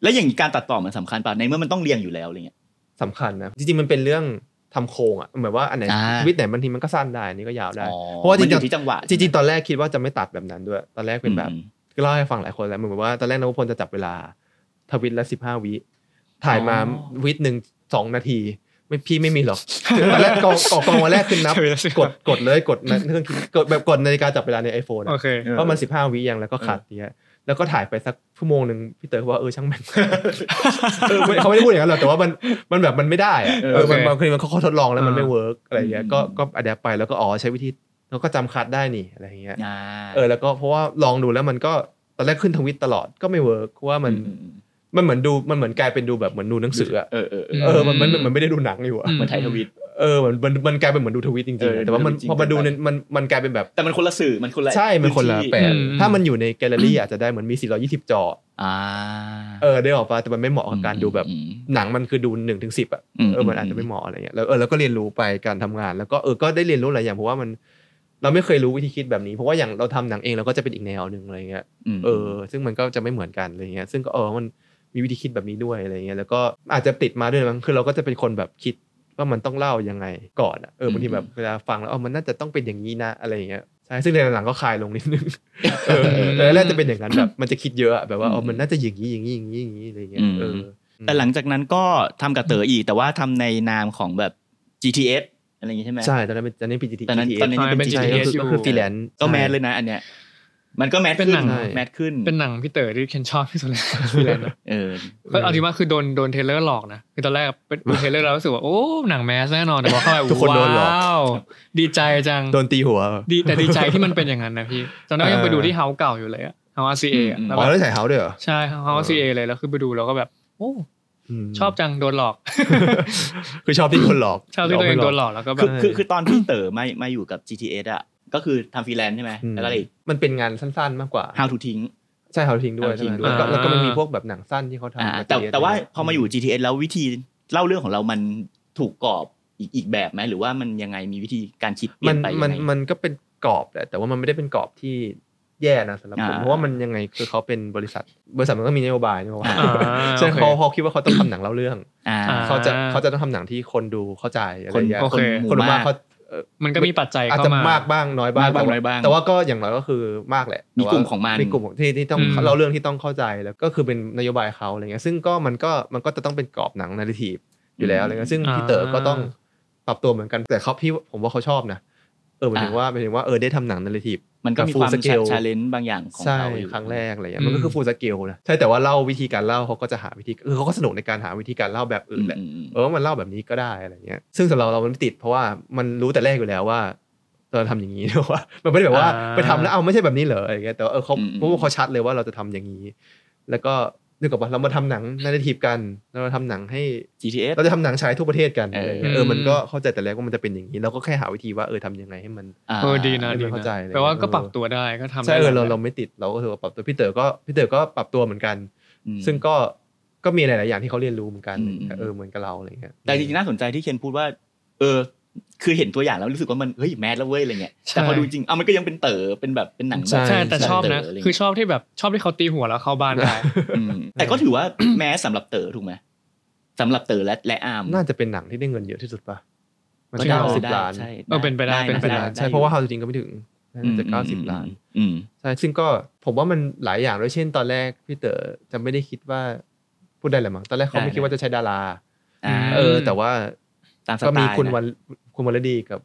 [SPEAKER 4] แล้วอย่างการตัดต่อมันสำคัญป่ะในเมื่อมันต้องเรียงอยู่แล้วอะไรเงี้ย
[SPEAKER 5] สำคัญนะจริงๆมันเป็นเรื่องทำโครงอ่ะเหมือนว่าอันไหน
[SPEAKER 4] อ่า
[SPEAKER 5] ทวิตไหนบางทีมันก็สั้นได้อันนี้ก็ยาวได้
[SPEAKER 4] อ๋อ
[SPEAKER 5] เพราะว่าจ
[SPEAKER 4] มันอ
[SPEAKER 5] ริง
[SPEAKER 4] ยู่ที่จังหวะ
[SPEAKER 5] ๆจริงๆตอนแรกคิดว่าจะไม่ตัดแบบนั้นด้วย ตอนแรกเป็นแบบ
[SPEAKER 4] อืม
[SPEAKER 5] ก็เล่าให้ฟังหลายคนแล้วเหมือนว่าตอนแรกนวพลจะจับเวลา ทวิตละสิบห้าวิ ถ่ายมา
[SPEAKER 4] อ๋อ
[SPEAKER 5] วิตหนึ่งสองนาที ไม่พี่ไม่ มีหรอก ตอนแรกกองกองกองวันแรกขึ้นนับ กดกดเลยกดในเครื่องคิดกดแบบกดนาฬิกาจับเวลาใน iPhone อะ
[SPEAKER 3] โอเค
[SPEAKER 5] เพราะมันสิบห้าวิยังแล้วก็ขาดเนี้ยแล้วก็ถ่ายไปสักชั่วโมงหนึ่งพี่เต๋อก็บอกว่าเออช่างแม่ง เออไม่เขาไม่ได้พูดอย่างนั้นหรอกแต่ว่ามันมันแบบมันไม่ได้อะเออมัน
[SPEAKER 3] โอเค
[SPEAKER 5] บางทีมันเขาทดลองแล้วมันไม่
[SPEAKER 3] อ่า
[SPEAKER 5] เวิร์กอะไรอย่างเงี้ย
[SPEAKER 4] อืม
[SPEAKER 5] ก็ก็อัดแอปไปแล้วก็อ๋อใช้วิธีแล้วก็จำคัดได้นี่อะไรอย่างเงี้ย
[SPEAKER 4] อ่า
[SPEAKER 5] เออแล้วก็เพราะว่าลองดูแล้วมันก็ตอนแรกขึ้นทวิตตลอดก็ไม่เวิร์กเพราะว่ามัน
[SPEAKER 4] อือื
[SPEAKER 5] มันเหมือนดูมันเหมือนกลายเป็นดูแบบเหมือนดูหนังสืออะ
[SPEAKER 4] เออเออเอ
[SPEAKER 5] เอ
[SPEAKER 4] อ
[SPEAKER 5] อมันมันมันมันไม่ได้ดูหนังอยู่อะ
[SPEAKER 4] เหมือนไทยทวิต
[SPEAKER 5] เออมันมันมันกลายเป็นเหมือนดูทวิตจริงๆอะ
[SPEAKER 4] เออ
[SPEAKER 5] แต่ว่ามัน
[SPEAKER 4] ดูทวิตจริง
[SPEAKER 5] พอมาดูเนี่ยมันมันกลายเป็นแบบ
[SPEAKER 4] แต่มันคนละสื่อมันคนละ
[SPEAKER 5] ใช่มันคนละ
[SPEAKER 4] พื้
[SPEAKER 5] แปล
[SPEAKER 4] ที่
[SPEAKER 5] น
[SPEAKER 3] อืม
[SPEAKER 5] ถ้ามันอยู่ในแกลเลอรี่อาจจะได้เหมือนมี 420 จอ
[SPEAKER 4] อ่า
[SPEAKER 5] เออได้ออกปะแต่มันไม่เหมาะกับการดูแบบ
[SPEAKER 4] อืม
[SPEAKER 5] หนังมันคือดู1นถึงสิอะ
[SPEAKER 4] อืม
[SPEAKER 5] เออมันอาจจะไม่เหมาะอะไรเงี้ยแล้วเออแล้วก็เรียนรู้ไปการทำงาน แล้วก็เออก็ได้เรียนรู้หลายอย่างเพราะว่ามันเราไม่เคยรู้วิธีคิดแบบนี้เพราะว่าอย่างเราทำหนังเองเราก็จะเป็นอีกแนวหนึ่งอะไรเงี้ย
[SPEAKER 4] ม
[SPEAKER 5] เออซึ่งมันก็จะไม่เหมือนกันอะไรเงี้ยซึ่งก็เออมันมีวิธีคิดแบบนี้ด้วยอะไรเงี้ยแล้วก็อาจจะติดมาด้วยมั้งคือเราก็จะเป็นคนแบบคิดว่ามันต้องเล่ายังไงก่อนอะเออบางทีแบบเวลาฟังแล้วเออมันน่าจะต้องเป็นอย่างนี้นะอะไรเงี้ยใช่ซึ่งในหลังๆก็คลายลงนิดนึงเออแต่แรกๆจะเป็นอย่างนั้นแบบมันจะคิดเยอะอะแบบว่าเออมันน่าจะอย่างนี้อย่างนี้อย่างนี้อย่างนี้อะไรเงี้ยเออ
[SPEAKER 4] แต่หลังจากนั้นก็ทำกับเต๋ออีก แต่ว่าทำในนามของแบบ GTS อะไรอย่างงี้ใช่ไหม
[SPEAKER 5] ใช่ ตอนนั้นเป็นตอนนี้เป็น GT
[SPEAKER 4] ตอนนั้นตอนนั้นยังเป็น
[SPEAKER 5] ใช่
[SPEAKER 4] GTS
[SPEAKER 5] ก็คือ
[SPEAKER 4] อยู่
[SPEAKER 5] ก็คือฟรีแลนซ์
[SPEAKER 4] ก็แมสเลยนะอันเนี้ยมันก็แมส
[SPEAKER 3] เป็น
[SPEAKER 4] ขึ้
[SPEAKER 3] หนั
[SPEAKER 4] น
[SPEAKER 3] ง
[SPEAKER 4] แมสขึ้น
[SPEAKER 3] เป็นหนังพี่เต๋อที่เคนชอบที่สุดเลยคืออะไรนะ
[SPEAKER 4] เออ
[SPEAKER 3] ก็เอาจริงว่าคือโดนโดนเทรลเลอร์หลอกนะคือตอนแรกเป็นดูเทรลเลอร์แล้วรู้สึกว่าโอ้หนังแมสแน่นอนแต่พอเข้าไป
[SPEAKER 5] ทุกคนโดนหลอก
[SPEAKER 3] ว้าวดีใจจัง
[SPEAKER 5] โดนตีหัวแบบ
[SPEAKER 3] ดีแต่ดีใจที่มันเป็นอย่างนั้นนะพี่ตอนนั้นยังไปดูที่เฮาเก่าอยู่เลยอะเฮาอาซีเอ
[SPEAKER 4] อืม
[SPEAKER 3] แล้ว
[SPEAKER 5] อ๋อ
[SPEAKER 3] แบ
[SPEAKER 5] แล้ว
[SPEAKER 3] บ
[SPEAKER 5] ใส่เฮาส์ด้วยเหรอ
[SPEAKER 3] ใช่เฮาอาซีเอเลยแล้วคือไปดูแล้วก็แบบโอ้
[SPEAKER 5] ม
[SPEAKER 3] ชอบจังโดนหลอก
[SPEAKER 5] คือชอบที่คนหลอก
[SPEAKER 3] ชอบที่ตัวเอง
[SPEAKER 5] ไม่หล
[SPEAKER 3] โด
[SPEAKER 5] อก
[SPEAKER 3] นหลอกแล้วก็แบ
[SPEAKER 4] คือบ คือคือตอนที่เต๋อมามาอยู่กับ GTS อ่ะก็คือทำฟรีแลนซ์ใช่ไหม
[SPEAKER 5] อืม
[SPEAKER 4] แล้วก็เลย
[SPEAKER 5] มันเป็นงานสั้นๆมากกว่า
[SPEAKER 4] How to ทิ้ง
[SPEAKER 5] ใช่เขาทิ้งด้วย
[SPEAKER 4] How to
[SPEAKER 5] ใช่ไหม
[SPEAKER 4] Think
[SPEAKER 5] แล้วก็
[SPEAKER 3] อ่า
[SPEAKER 5] แล้วก็มันมีพวกแบบหนังสั้นที่เขาทำ
[SPEAKER 4] อ่า
[SPEAKER 5] มา
[SPEAKER 4] แต่
[SPEAKER 5] เรียน
[SPEAKER 4] แต่ว่า
[SPEAKER 5] ะไร
[SPEAKER 4] พอมาอยู่ GTS แล้ววิธีเล่าเรื่องของเรามันถูกกรอบอีกอีกแบบไหมหรือว่ามันยังไงมีวิธีการคิดเปลี่ย
[SPEAKER 5] มัน
[SPEAKER 4] นไปยัง
[SPEAKER 5] มัน
[SPEAKER 4] ไง
[SPEAKER 5] มันก็เป็นกรอบแหละแต่ว่ามันไม่ได้เป็นกรอบที่แย่นะสำหรับผม
[SPEAKER 4] อ่า
[SPEAKER 5] เพราะว่ามันยังไงคือเขาเป็นบริษัท บริษัทมันก็มีนโยบายนะว่า
[SPEAKER 3] อ่า
[SPEAKER 5] ใช่
[SPEAKER 3] โอค
[SPEAKER 5] เขาเขาคิดว่าเขาต้องทำหนังเล่าเรื่อง
[SPEAKER 4] อ่า
[SPEAKER 3] อ่า
[SPEAKER 5] เขาจะเขาจะต้องทำหนังที่คนดูเข้าใจอะไรอย่างเงี้ย
[SPEAKER 3] โอเค
[SPEAKER 5] คนดูมากเขา
[SPEAKER 3] มันก็มีปัจจัย
[SPEAKER 5] อาจ
[SPEAKER 3] เข้า
[SPEAKER 5] จะ
[SPEAKER 3] มาม
[SPEAKER 5] มากบ้างน้อยบ้าง
[SPEAKER 4] มากบ้างน้
[SPEAKER 5] แต่ว่
[SPEAKER 4] อยบ้าง
[SPEAKER 5] แต่ว่าก็อย่างน้อยก็คือมากแหละ
[SPEAKER 4] มีกลุ่มของมัน
[SPEAKER 5] มีกลุ่มที่ที่ต้อง
[SPEAKER 3] อืม
[SPEAKER 5] เล่าเรื่องที่ต้องเข้าใจแล้วก็คือเป็นนโยบายเขาอะไรเงี้ยซึ่งก็มันก็มันก็จะต้องเป็นกรอบหนังนาริที อยู่แล้วอะไรเงี้ยซึ่ง
[SPEAKER 3] อ่า
[SPEAKER 5] พี่เต๋อก็ต้องปรับตัวเหมือนกันแต่เขาพี่ผมว่าเขาชอบนะเออหมายถึงว่าหมายถึงว่าเออได้ทำหนังนาริทีฟ
[SPEAKER 4] มันก็มีความ
[SPEAKER 5] full scale
[SPEAKER 4] ชาเลนจ์บางอย่างของ
[SPEAKER 5] ใช่
[SPEAKER 4] เราอยู่
[SPEAKER 5] ครั้งแรกอะไรเงี้
[SPEAKER 3] อืม
[SPEAKER 5] ยมันก็คือฟูลสเกลนะใช่แต่ว่าเล่าวิธีการเล่าเขาก็จะหาวิธีคือเขาก็สนุกในการหาวิธีการเล่าแบบอื่นแหละเออว่ามันเล่าแบบนี้ก็ได้อะไรเงี้ยซึ่งสำหรับเรามันไม่ติดเพราะว่ามันรู้แต่แรกอยู่แล้วว่าเราทำอย่างนี้ ว่ามันไม่ได้แบบว่า
[SPEAKER 3] อ่า
[SPEAKER 5] ไปทำแล้วเอาไม่ใช่แบบนี้เหรออะไรเงี้ยแต่ว่าเออเขา
[SPEAKER 4] อืมอืม
[SPEAKER 5] เพราะว่าเขาชัดเลยว่าเราจะทำอย่างนี้ แล้วก็นึกออกปะเรามาทำหนังนาริทีฟกันเรามาทำหนังให้
[SPEAKER 4] GTS
[SPEAKER 5] เราจะทำหนังฉายทั่วประเทศกัน
[SPEAKER 4] เออ
[SPEAKER 5] อะไรเงี้ยเออมันก็เข้าใจแต่แรกว่ามันจะเป็นอย่างนี้เราก็แค่หาวิธีว่าเออทำยังไงให้มัน
[SPEAKER 3] เออดีนะ
[SPEAKER 5] ไม่
[SPEAKER 3] ดี
[SPEAKER 5] เข้า
[SPEAKER 3] นะ
[SPEAKER 5] ใจเลย
[SPEAKER 3] แปลว่าก็
[SPEAKER 5] เออ
[SPEAKER 3] ปรับตัวได้ก็ทำ
[SPEAKER 5] ใช่
[SPEAKER 3] ได้
[SPEAKER 5] เออเรา
[SPEAKER 3] หลย
[SPEAKER 5] เราไม่ติดเราก็ถือว่าปรับตัวพี่เต๋อก็พี่เต๋อก็ปรับตัวเหมือนกัน
[SPEAKER 4] อืม
[SPEAKER 5] ซึ่งก็ก็มีหลาย ๆ อย่างที่เขาเรียนรู้เหมือนกัน
[SPEAKER 4] อืม
[SPEAKER 5] เออเหมือนกับเราอะไรเงี้ย
[SPEAKER 4] แต่จริงๆน่าสนใจที่เคนพูดว่า เออ คือเห็นตัวอย่างแล้วรู้สึกว่ามันเฮ้ยแมสแล้วเว้ยอะไรเงี้ยแต่พอดูจริงเอามันก็ยังเป็นเต๋อเป็นแบบเป็นหนังบบ
[SPEAKER 3] ใช่แต่ชอบนะ
[SPEAKER 4] เต๋ไรเงี้ย
[SPEAKER 3] คือชอบที่แบบชอบที่เขาตีหัวแล้วเข้าบ้าน ได้
[SPEAKER 4] มแต่ก็ถือว่า แมสสำหรับเต๋อถูกไหมสำหรับเต๋อและและอาร์ม
[SPEAKER 5] น่าจะเป็นหนังที่ได้เงินเยอะที่สุดป่ะมัน
[SPEAKER 3] จริง
[SPEAKER 5] เก้า
[SPEAKER 3] เหรอ
[SPEAKER 5] สิบล้าน
[SPEAKER 4] ใช่
[SPEAKER 3] เออเป็นไปได้เป็นไป
[SPEAKER 5] สิบ
[SPEAKER 3] ได้
[SPEAKER 5] ล้านใช่เพราะว่าเฮาจริงๆก็ไม่ถึงน่าจะเก้าสิบล้าน
[SPEAKER 4] อืม
[SPEAKER 5] ใช่ซึ่งก็ผมว่ามันหลายอย่างด้วยเช่น ตอนแรกพี่เต๋อจะไม่ได้คิดว่าพูดได้เหรือมั้งตอนแรกเขา
[SPEAKER 4] ได้
[SPEAKER 5] ไม่คิดว่าจะใช้ดารา
[SPEAKER 4] อ่า
[SPEAKER 5] เออ แต่ว่า
[SPEAKER 4] ตามสไตล์
[SPEAKER 5] ก็มีคุณ
[SPEAKER 4] นะ
[SPEAKER 5] วันคุณวรดีกับ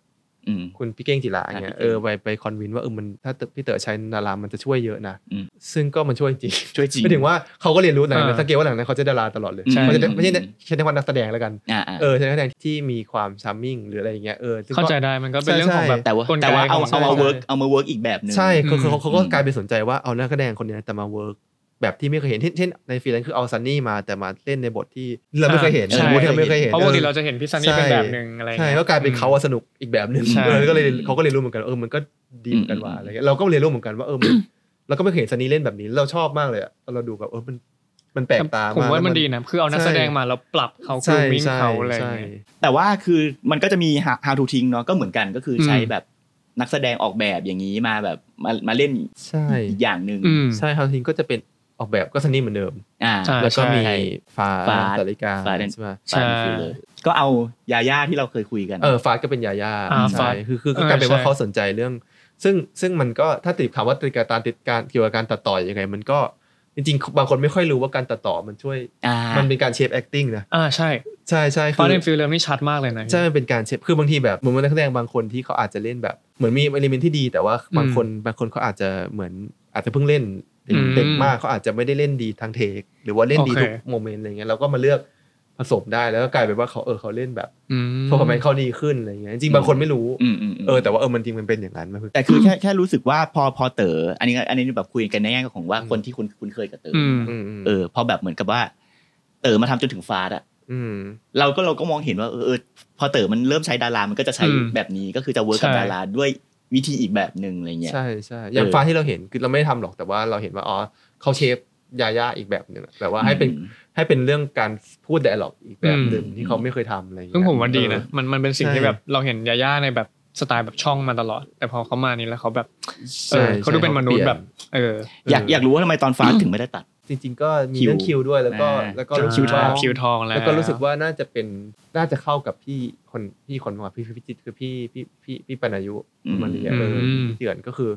[SPEAKER 4] อืม
[SPEAKER 5] คุณพี่เก้งจิระอย่างเงี้ย
[SPEAKER 4] ครับพี่
[SPEAKER 5] เอ
[SPEAKER 4] เก้ง
[SPEAKER 5] อไปไปคอนวินว่าเออมันถ้าตึกพี่เต๋อใช้ดารามันจะช่วยเยอะนะ
[SPEAKER 4] อืม
[SPEAKER 5] ซึ่งก็มันช่วยจริง
[SPEAKER 4] ช่วยจริง
[SPEAKER 5] ไม่ถึงว่าเขาก็เรียนรู้หลังจากนั้น
[SPEAKER 3] อ่า
[SPEAKER 5] สังเกตว่าหลังจากนั้นเขาจะดาราตลอดเลย
[SPEAKER 4] ใช่
[SPEAKER 5] เขาจะไม่ใช่ใช้ในวันนักแสดงแล้วกัน
[SPEAKER 4] อ่าอ่า
[SPEAKER 5] เออใช้นักแสดงที่มีความชาร์มิ่งหรืออะไรอย่างเงี้ยเออซึ่งก็
[SPEAKER 3] เข้าใจได้มันก็เป็นเรื่องของแบบ
[SPEAKER 4] แต่ว่าก
[SPEAKER 3] ลไก
[SPEAKER 4] แต่ว่าเอา
[SPEAKER 3] ขงสั
[SPEAKER 4] เอา
[SPEAKER 3] งค
[SPEAKER 4] มาม เวิร์กเอามาเวิร์กอีกแบบหนึ่ง
[SPEAKER 5] ใช่คือคือ
[SPEAKER 3] อืม
[SPEAKER 5] เขาเขาก็
[SPEAKER 4] อืม
[SPEAKER 5] กลายเป็นสนใจว่าเอานักแสดงคนเนี้ยแต่มาเวิร์กแบบที่ไม่เคยเห็นเช่นเช่นในฟรีแลนซ์คือเอาซันนี่มาแต่มาเล่นในบทที่เราไม่เคยเห็น
[SPEAKER 3] ใช่
[SPEAKER 5] สมมติเราไม่เคยเห็น
[SPEAKER 3] เพราะปกติ
[SPEAKER 5] ออ
[SPEAKER 3] เราจะเห็นพี่ซันนี่เป็น
[SPEAKER 5] ใช่
[SPEAKER 3] แบบหนึ่งอะไรอย่ง
[SPEAKER 5] ใช่
[SPEAKER 3] เงี้ย
[SPEAKER 5] ก็กลายเป็นเขาอะสนุกอีกแบบหนึ่ง
[SPEAKER 3] ใช่
[SPEAKER 5] เออก็เลยเขาก็เลยรู้เหมือนกันว่าเออมันก็ดีเหมือนกันว่าอะไรเงี้ยเราก็เรียนรู้เหมือนกันว่าเออมันเราก็ไม่เคยเห็นซันนี่เล่นแบบนี้เราชอบมากเลยอะเราดูแบบเออมันมันแปลกตา
[SPEAKER 3] ผม
[SPEAKER 5] มาก
[SPEAKER 3] ว่ามันดีนะคือเอานัก
[SPEAKER 5] ใช่
[SPEAKER 3] แสดงมาแล้วปรับเขาคู
[SPEAKER 5] ใช่
[SPEAKER 3] มิ่ง
[SPEAKER 5] ใช่
[SPEAKER 3] เขาอะไรอย่าง
[SPEAKER 5] ใช่
[SPEAKER 3] เงี้ย
[SPEAKER 4] แต่ว่าคือมันก็จะมี how- how to ทิ้งเนาะก็เหมือนกันก็คือใช้
[SPEAKER 3] อืม
[SPEAKER 4] แบบนักแสดงออกแบบอย่างนี้มาแบบมามาเล่น
[SPEAKER 5] ใช่
[SPEAKER 4] อีกอย่างหนึ่ง
[SPEAKER 3] อืม
[SPEAKER 5] ใช่ฮาวทิงก็จะเป็นออกแบบก็ซันนี่เหมือนเดิม
[SPEAKER 4] อ่า
[SPEAKER 3] ใช่
[SPEAKER 5] แล้วก็มี
[SPEAKER 4] ใช่
[SPEAKER 5] ฟ้า
[SPEAKER 4] ฟ้า
[SPEAKER 5] สาริกา
[SPEAKER 4] ฟ้า
[SPEAKER 5] ใช่
[SPEAKER 4] ไป
[SPEAKER 5] ปะ
[SPEAKER 4] นี่คือเลยก็เอายาย่าที่เราเคยคุยกัน
[SPEAKER 5] เออฟาสก็เป็นยาย่า
[SPEAKER 3] อ่า
[SPEAKER 5] ใช่
[SPEAKER 3] ฟาส
[SPEAKER 5] คือคือ
[SPEAKER 3] เอ
[SPEAKER 5] ก็
[SPEAKER 3] อก
[SPEAKER 5] ลายเป็นว่า
[SPEAKER 3] ใช่
[SPEAKER 5] เขาสนใจเรื่อง ซึ่งซึ่งมันก็ถ้าติดถามว่าติดการติดการเกี่ยวกับการตัดต่อยังไง มันก็จริงๆ บางคนไม่ค่อยรู้ว่าการตัดต่อมันช่วย
[SPEAKER 4] อ่า
[SPEAKER 5] มันเป็นการเชฟ acting นะ
[SPEAKER 3] อ่าใช่
[SPEAKER 5] ใช่ใช่
[SPEAKER 3] ฟา
[SPEAKER 5] คื
[SPEAKER 3] เร
[SPEAKER 5] อน
[SPEAKER 3] ฟิลเลอร์นี่ชัดมากเลยนะ
[SPEAKER 5] ใช่มันเป็นการเชฟคือบางทีแบบเหมือนมันนักแสดงบางคนที่เขาอาจจะเล่นแบบ เหมือนมีเอลิเมนที่ดี แต่ว่าบางคนบางคนเขาอาจจะเหมือนอาจจะเพิ่งเล่น
[SPEAKER 3] อืม
[SPEAKER 5] เด็กมากเขาอาจจะไม่ได้เล่นดีทางเทคหรือว่าเล่นดี
[SPEAKER 3] โอเค
[SPEAKER 5] ทุกโมเมนต์อะไรเงี้ยเราก็มาเลือกผสมได้แล้วก็กลายเป็นว่าเขาเออเขาเล่นแบบ
[SPEAKER 3] อืม
[SPEAKER 5] พอมนเขาดีขึ้นอะไรเงี้ยจริงๆบางคนไม่รู้
[SPEAKER 4] อืมอืมม
[SPEAKER 5] เออแต่ว่าเออมันจริงมันเป็นอย่างนั้นมันคือ
[SPEAKER 4] แต่คือแค่แค่รู้สึกว่าพอพอเต๋ออันนี้อันนี้แบบคุยกันในแง่ของว่า
[SPEAKER 5] อืม
[SPEAKER 4] คนที่คุณคุณเคยกับเต๋อ
[SPEAKER 3] อื
[SPEAKER 4] อ
[SPEAKER 3] ม
[SPEAKER 4] เออพอแบบเหมือนกับว่า เต๋อมาทำจนถึงฟ้าอะ
[SPEAKER 5] อืม
[SPEAKER 4] เราก็เราก็มองเห็นว่าเออเออพอเต๋อมันเริ่มใช้ดารามันก็จะใช้
[SPEAKER 3] อืม
[SPEAKER 4] แบบนี้ก็คือจะเวิร์กกับ
[SPEAKER 3] ใช่
[SPEAKER 4] ดาราด้วยวิธีอีกแบบหนึ่งอะไรเงี้ย
[SPEAKER 5] ใช่ใช่อย่าง
[SPEAKER 4] เออ
[SPEAKER 5] ฟ้าที่เราเห็นคือเราไม่ได้ทำหรอกแต่ว่าเราเห็นว่าอ๋อเขาเชฟยาย่าอีกแบบหนึ่งอะแบบว่าให้เป็น
[SPEAKER 4] อืม
[SPEAKER 5] ให้เป็นเรื่องการพูด d ด a l ล g u อกอีกแบบหนึ่ง
[SPEAKER 4] อืม
[SPEAKER 5] ที่เขาไม่เคยทำอะไรอย่างเงี้ย
[SPEAKER 3] ซึ่งผมว่าดีนะมันมันเป็นสิ่ง
[SPEAKER 5] ใช่
[SPEAKER 3] ที่แบบเราเห็นยาย่าในแบบสไตล์แบบช่องมาตลอด แต่พอเขามานี่แล้วเขาแบบเออ
[SPEAKER 5] ใช่
[SPEAKER 3] เขาดูเป็นมนุษย์แบบ เออ
[SPEAKER 4] อยากอยากรู้ว่าทำไมตอนฟ้าถึงไม่ได้ตัด
[SPEAKER 5] จริง ๆ ก็มีเรื่อง
[SPEAKER 4] คิ
[SPEAKER 5] คิ
[SPEAKER 4] ว
[SPEAKER 5] วด้วยแล้วก็
[SPEAKER 4] อ่า
[SPEAKER 5] แล้วก็
[SPEAKER 4] เออ
[SPEAKER 5] รู้
[SPEAKER 4] คิ
[SPEAKER 5] สึ
[SPEAKER 4] ว
[SPEAKER 5] ก
[SPEAKER 4] ท
[SPEAKER 5] ว่า
[SPEAKER 4] อง
[SPEAKER 3] คิวทองแล้ว
[SPEAKER 5] แล้วก็รู้สึกว่าน่าจะเป็นน่าจะเข้ากับพี่คนพี่คนว่าพี่พิจิตรคือพี่พี่พี่พี่ปนายุ
[SPEAKER 4] อืม
[SPEAKER 5] มาเรียเออพี่เดือนก็คือ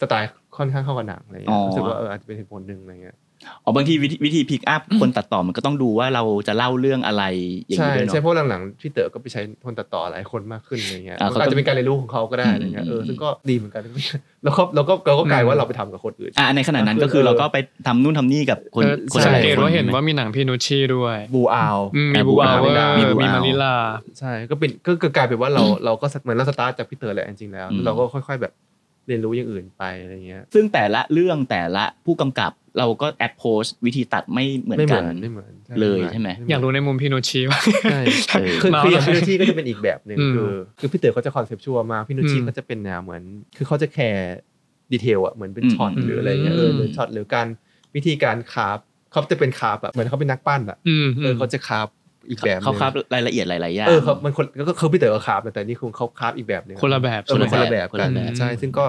[SPEAKER 5] สไตล์ค่อนข้างเข้ากับหนังอะไรอย่างเงี้ยรู้สึกว่าเอออาจจะเป็นเหตุผลหนึ่งอะไรเงี้ย
[SPEAKER 4] อ๋อบางทีวิธีวิธีพิกอัพคนตัดต่อมันก็ต้องดูว่าเราจะเล่าเรื่องอะไรอย่าง
[SPEAKER 5] ใช่
[SPEAKER 4] นี้ด้วย
[SPEAKER 5] ใช่
[SPEAKER 4] เนาะ
[SPEAKER 5] เพราะหลังๆพี่เต๋อก็ไปใช้คนตัดต่อหลายคนมากขึ้นอะไรเงี้ย
[SPEAKER 4] อ่า
[SPEAKER 5] มัน
[SPEAKER 4] เขา
[SPEAKER 5] ก็อาจจะเป็นการเรียนรู้ของเขาก็ได้อะไรเงี้ย
[SPEAKER 4] อืม
[SPEAKER 5] เออซึ่งก็ดีเหมือนกัน แล้วก็แล้วก็เราก็กลายว่าเราไปทำกับคนอื่น
[SPEAKER 4] อ่ะในขณะนั้นก็คือเราก็ไปทำนู่นทำนี่กับคน
[SPEAKER 3] เออ
[SPEAKER 4] คน
[SPEAKER 3] สัง
[SPEAKER 4] ลาย
[SPEAKER 3] เกต
[SPEAKER 4] คน
[SPEAKER 3] ว่าเห็น
[SPEAKER 4] ใช่ไม
[SPEAKER 3] ว่ามีหนังพี่นุชชี่ด้วย
[SPEAKER 5] บูอาว
[SPEAKER 3] อืมมี
[SPEAKER 4] อ่ะ
[SPEAKER 3] บูอาเวอ
[SPEAKER 4] Blue Hour
[SPEAKER 3] ร์
[SPEAKER 4] มี
[SPEAKER 3] มี
[SPEAKER 4] Blue Hour
[SPEAKER 3] มาริลา
[SPEAKER 5] ใช่ก็เป็นก็ก็กลายเป็นว่าเราเราก็เหมือนเราสตาร์ทจากพี่เต๋อแหละจริงๆแล้ว
[SPEAKER 4] อืม
[SPEAKER 5] เราก็ค่อย ๆแบบเรียนรู้อย่างอื่นไปอะไรเงี้ย
[SPEAKER 4] ซึ่งแต่ละเรื่องแต่ละผู้กำกับเราก็แอดโพสวิธีตัดไม่เหมือน
[SPEAKER 5] ไม่เห
[SPEAKER 4] กั
[SPEAKER 5] มื
[SPEAKER 4] น
[SPEAKER 5] อนไม่เหมือน
[SPEAKER 4] เลยใช่ไหม
[SPEAKER 3] อยากรู้ในมุมพี่นุชชี่ว่า
[SPEAKER 5] ใช่
[SPEAKER 4] เออ
[SPEAKER 5] คือ
[SPEAKER 3] เมา
[SPEAKER 5] คืออย่าง
[SPEAKER 3] แล้ว
[SPEAKER 5] พี่นุชชี่ก็จะเป็นอีกแบบหนึ่ง
[SPEAKER 3] อืม
[SPEAKER 5] คือคือพี่เต๋อเขาจะคอนเซปชวลมากพี่นุชชี่
[SPEAKER 3] อืม
[SPEAKER 5] ก็จะเป็นแนวเหมือน คือเขาจะแคร์ดีเทลอะเหมือนเป็น
[SPEAKER 4] อืม
[SPEAKER 5] ช็อตหรืออะไรเงี้ยเออ
[SPEAKER 3] ม
[SPEAKER 5] หรือช็อตหรือการวิธีการคราฟเขาจะเป็นคราฟอะเหมือนเขาเป็นนักปั้นอะ
[SPEAKER 3] อืม
[SPEAKER 5] เออเขาจะคราฟอีกแบบหนึ่ง
[SPEAKER 4] เขาครับรายละเอียดหลายๆอย่าง
[SPEAKER 5] เออเขามันคนก็คือพี่เต๋อก็คราฟนะแต่นี่คือเขาคราฟอีกแบบหนึง
[SPEAKER 3] คนละแบบ
[SPEAKER 5] เออมันคนละแบบ
[SPEAKER 4] คน
[SPEAKER 5] กั
[SPEAKER 4] ละ
[SPEAKER 5] น
[SPEAKER 4] แบบ
[SPEAKER 5] ใช่ ซึ่งก็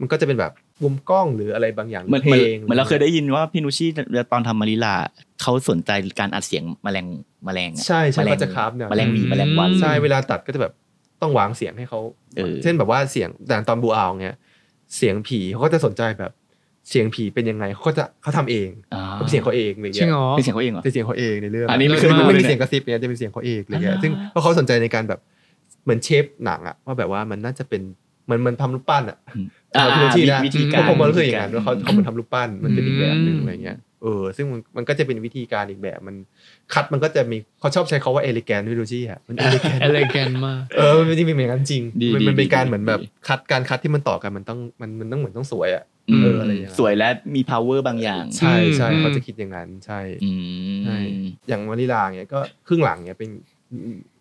[SPEAKER 5] มันก็จะเป็นแบบมุมกล้องหรืออะไรบางอย่าง
[SPEAKER 4] เหมือน
[SPEAKER 5] เพ
[SPEAKER 4] เหมื
[SPEAKER 5] ล
[SPEAKER 4] อน
[SPEAKER 5] ง
[SPEAKER 4] เหมือนเราเคยได้ยินว่าพี่นุชชี่ตอนทำมาริลาเขาสนใจการอัดเสียงแมลงแมลงอะ
[SPEAKER 5] ใช่ใช่
[SPEAKER 4] แมลง
[SPEAKER 5] เขาจะคราฟเนี่ย
[SPEAKER 4] แมลงหวีแมลงวัน
[SPEAKER 5] ใช่เวลาตัดก็จะแบบต้องวางเสียงให้เขา
[SPEAKER 4] เออ
[SPEAKER 5] เช่นแบบว่าเสียงแต่ตอนบูอาวเนี่ยเสียงผีเขาก็จะสนใจแบบเสียงผีเป็นยังไงเขาก็จะเขาทำเอง
[SPEAKER 4] อ่า
[SPEAKER 5] เขาเป็นเสียงเขาเองอะไร
[SPEAKER 3] จริ
[SPEAKER 5] เงี้
[SPEAKER 3] ง
[SPEAKER 5] ย
[SPEAKER 3] เหรอ
[SPEAKER 4] เป็นเสียงเขาเองเหรอ
[SPEAKER 5] เป็นเสียงเขาเองในเรื่อง
[SPEAKER 4] อันนี้ไม่
[SPEAKER 5] ไม่
[SPEAKER 4] เคยรู้
[SPEAKER 5] ไม่
[SPEAKER 4] เลยเนี่
[SPEAKER 5] มี
[SPEAKER 4] ย
[SPEAKER 5] เสียงกระซิบเนี่ยจะเป็นเสียงเขาเองอะไรเงี้ย
[SPEAKER 4] อ่า
[SPEAKER 5] ซึ่งเพราะเขาสนใจในการแบบเหมือนเชฟหนังอะว่าแบบว่ามันน่าจะเป็นเหมือนเหมันทำรูปปั้นอะ
[SPEAKER 4] อ่า
[SPEAKER 5] เออพี่นุชชี่นะ
[SPEAKER 4] วิธีการ
[SPEAKER 5] เพาะผมรู้สึกอย่างนั้นว่าเขาเขาเหมือนทำรูปปั้นมันเป็นอีกแบบหนึ่ง
[SPEAKER 3] อืม
[SPEAKER 5] อะไรเงี้ยเออซึ่งมันมันก็จะเป็นวิธีการอีกแบบมันคัดมันก็จะมีเขาชอบใช้คาว่าเอลิแกนด้วยดูชี่ฮะมันเอลิแกน
[SPEAKER 3] เอเลแกนมาก
[SPEAKER 5] เออมันจริงเป็นอย่างนั้นจริง
[SPEAKER 4] ดี
[SPEAKER 5] มัน
[SPEAKER 4] ดี
[SPEAKER 5] มันเป็นการ
[SPEAKER 4] ดี
[SPEAKER 5] เหมือนแบบ
[SPEAKER 4] ดี
[SPEAKER 5] คัดการคัดที่มันต่อกันมันต้องมันมันต้องเหมือนต้องสวยอ่ะ
[SPEAKER 4] อืม
[SPEAKER 5] เอออะไรอย่างนั้น
[SPEAKER 4] สวยและมี power บางอย่าง
[SPEAKER 5] ใช่ใช่
[SPEAKER 3] อืม
[SPEAKER 5] เขาจะคิดอย่างนั้นใช่
[SPEAKER 4] อื
[SPEAKER 5] ใช่
[SPEAKER 4] ม
[SPEAKER 5] อย่างวานิลาเนี้ยก็ครึ่งหลังเนี้ยเป็น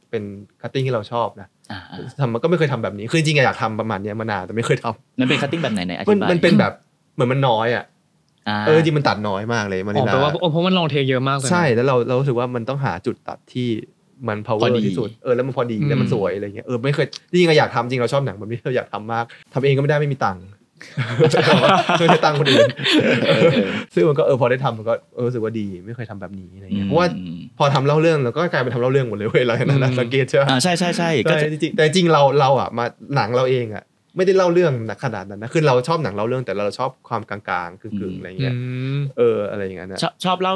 [SPEAKER 5] เป็นคัตติ้งที่เราชอบนะ
[SPEAKER 4] อ่า
[SPEAKER 5] ทำมันก็ไม่เคยทำแบบนี้คือจริงๆอะอยากทำประมาณเนี้ยมานานแต่ไม่เคยท
[SPEAKER 4] ๆมันเป็นคัตติ้งแบบไหนไหนอ
[SPEAKER 5] ำมั
[SPEAKER 4] ธิ
[SPEAKER 5] น
[SPEAKER 4] บาย
[SPEAKER 5] มันเป็นแบบเหมือนมันน้อยอ่ะ
[SPEAKER 4] า
[SPEAKER 5] เออจริงมันตัดน้อยมากเลยมา
[SPEAKER 3] อ๋
[SPEAKER 5] นิ
[SPEAKER 3] อ
[SPEAKER 5] ลา
[SPEAKER 3] แปลว่าโอ้เพราะมันลองเทคเยอะมากเลยนะ
[SPEAKER 5] ใช่แล้วเราเรารู้สึกว่ามันต้องหาจุดตัดที่มัน
[SPEAKER 4] พ
[SPEAKER 5] power
[SPEAKER 4] อดี
[SPEAKER 5] ที่สุดเออแล้วมันพอดี
[SPEAKER 3] อืม
[SPEAKER 5] แล้วมันสวยอะไรเงี้ยเออไม่เคยจริงๆอะอยากทำจริงเราชอบหนังแบบนี้เราอยากทำมากทำเองก็ไม่ได้ไม่มีตังค์ ไม่ได้ตังค์คนอื่น
[SPEAKER 4] เออเออ
[SPEAKER 5] ซึ่งมันก็เออพอได้ทำมันก็เออรู้สึกว่าดีไม่เคยทำแบบนี้อะไรเงี้ยเพราะว่า
[SPEAKER 4] อืม
[SPEAKER 5] พอทำเล่าเรื่องเราก็กลายเป็นทำเล่าเรื่องหมดเลยเว้ยเราอย่างนั้นนะ
[SPEAKER 3] อืม
[SPEAKER 5] สังเกตใช่ไหม
[SPEAKER 4] อ่าใช่ใช่ใช่ก็
[SPEAKER 5] ใช่
[SPEAKER 4] จะ
[SPEAKER 5] จริงๆแต่จริงเราเราอ่ะมาหนังเราเองอ่ะไม่ได้เล่าเรื่องหนักขนาดนั้นนะคือเราชอบหนังเล่าเรื่องแต่เราชอบความกลางๆกึ่งๆอะไร
[SPEAKER 3] อื
[SPEAKER 5] เงี้ย
[SPEAKER 3] ม
[SPEAKER 5] เอออะไรอย่างเงี้ยนะ
[SPEAKER 4] ชอบชอบเล่า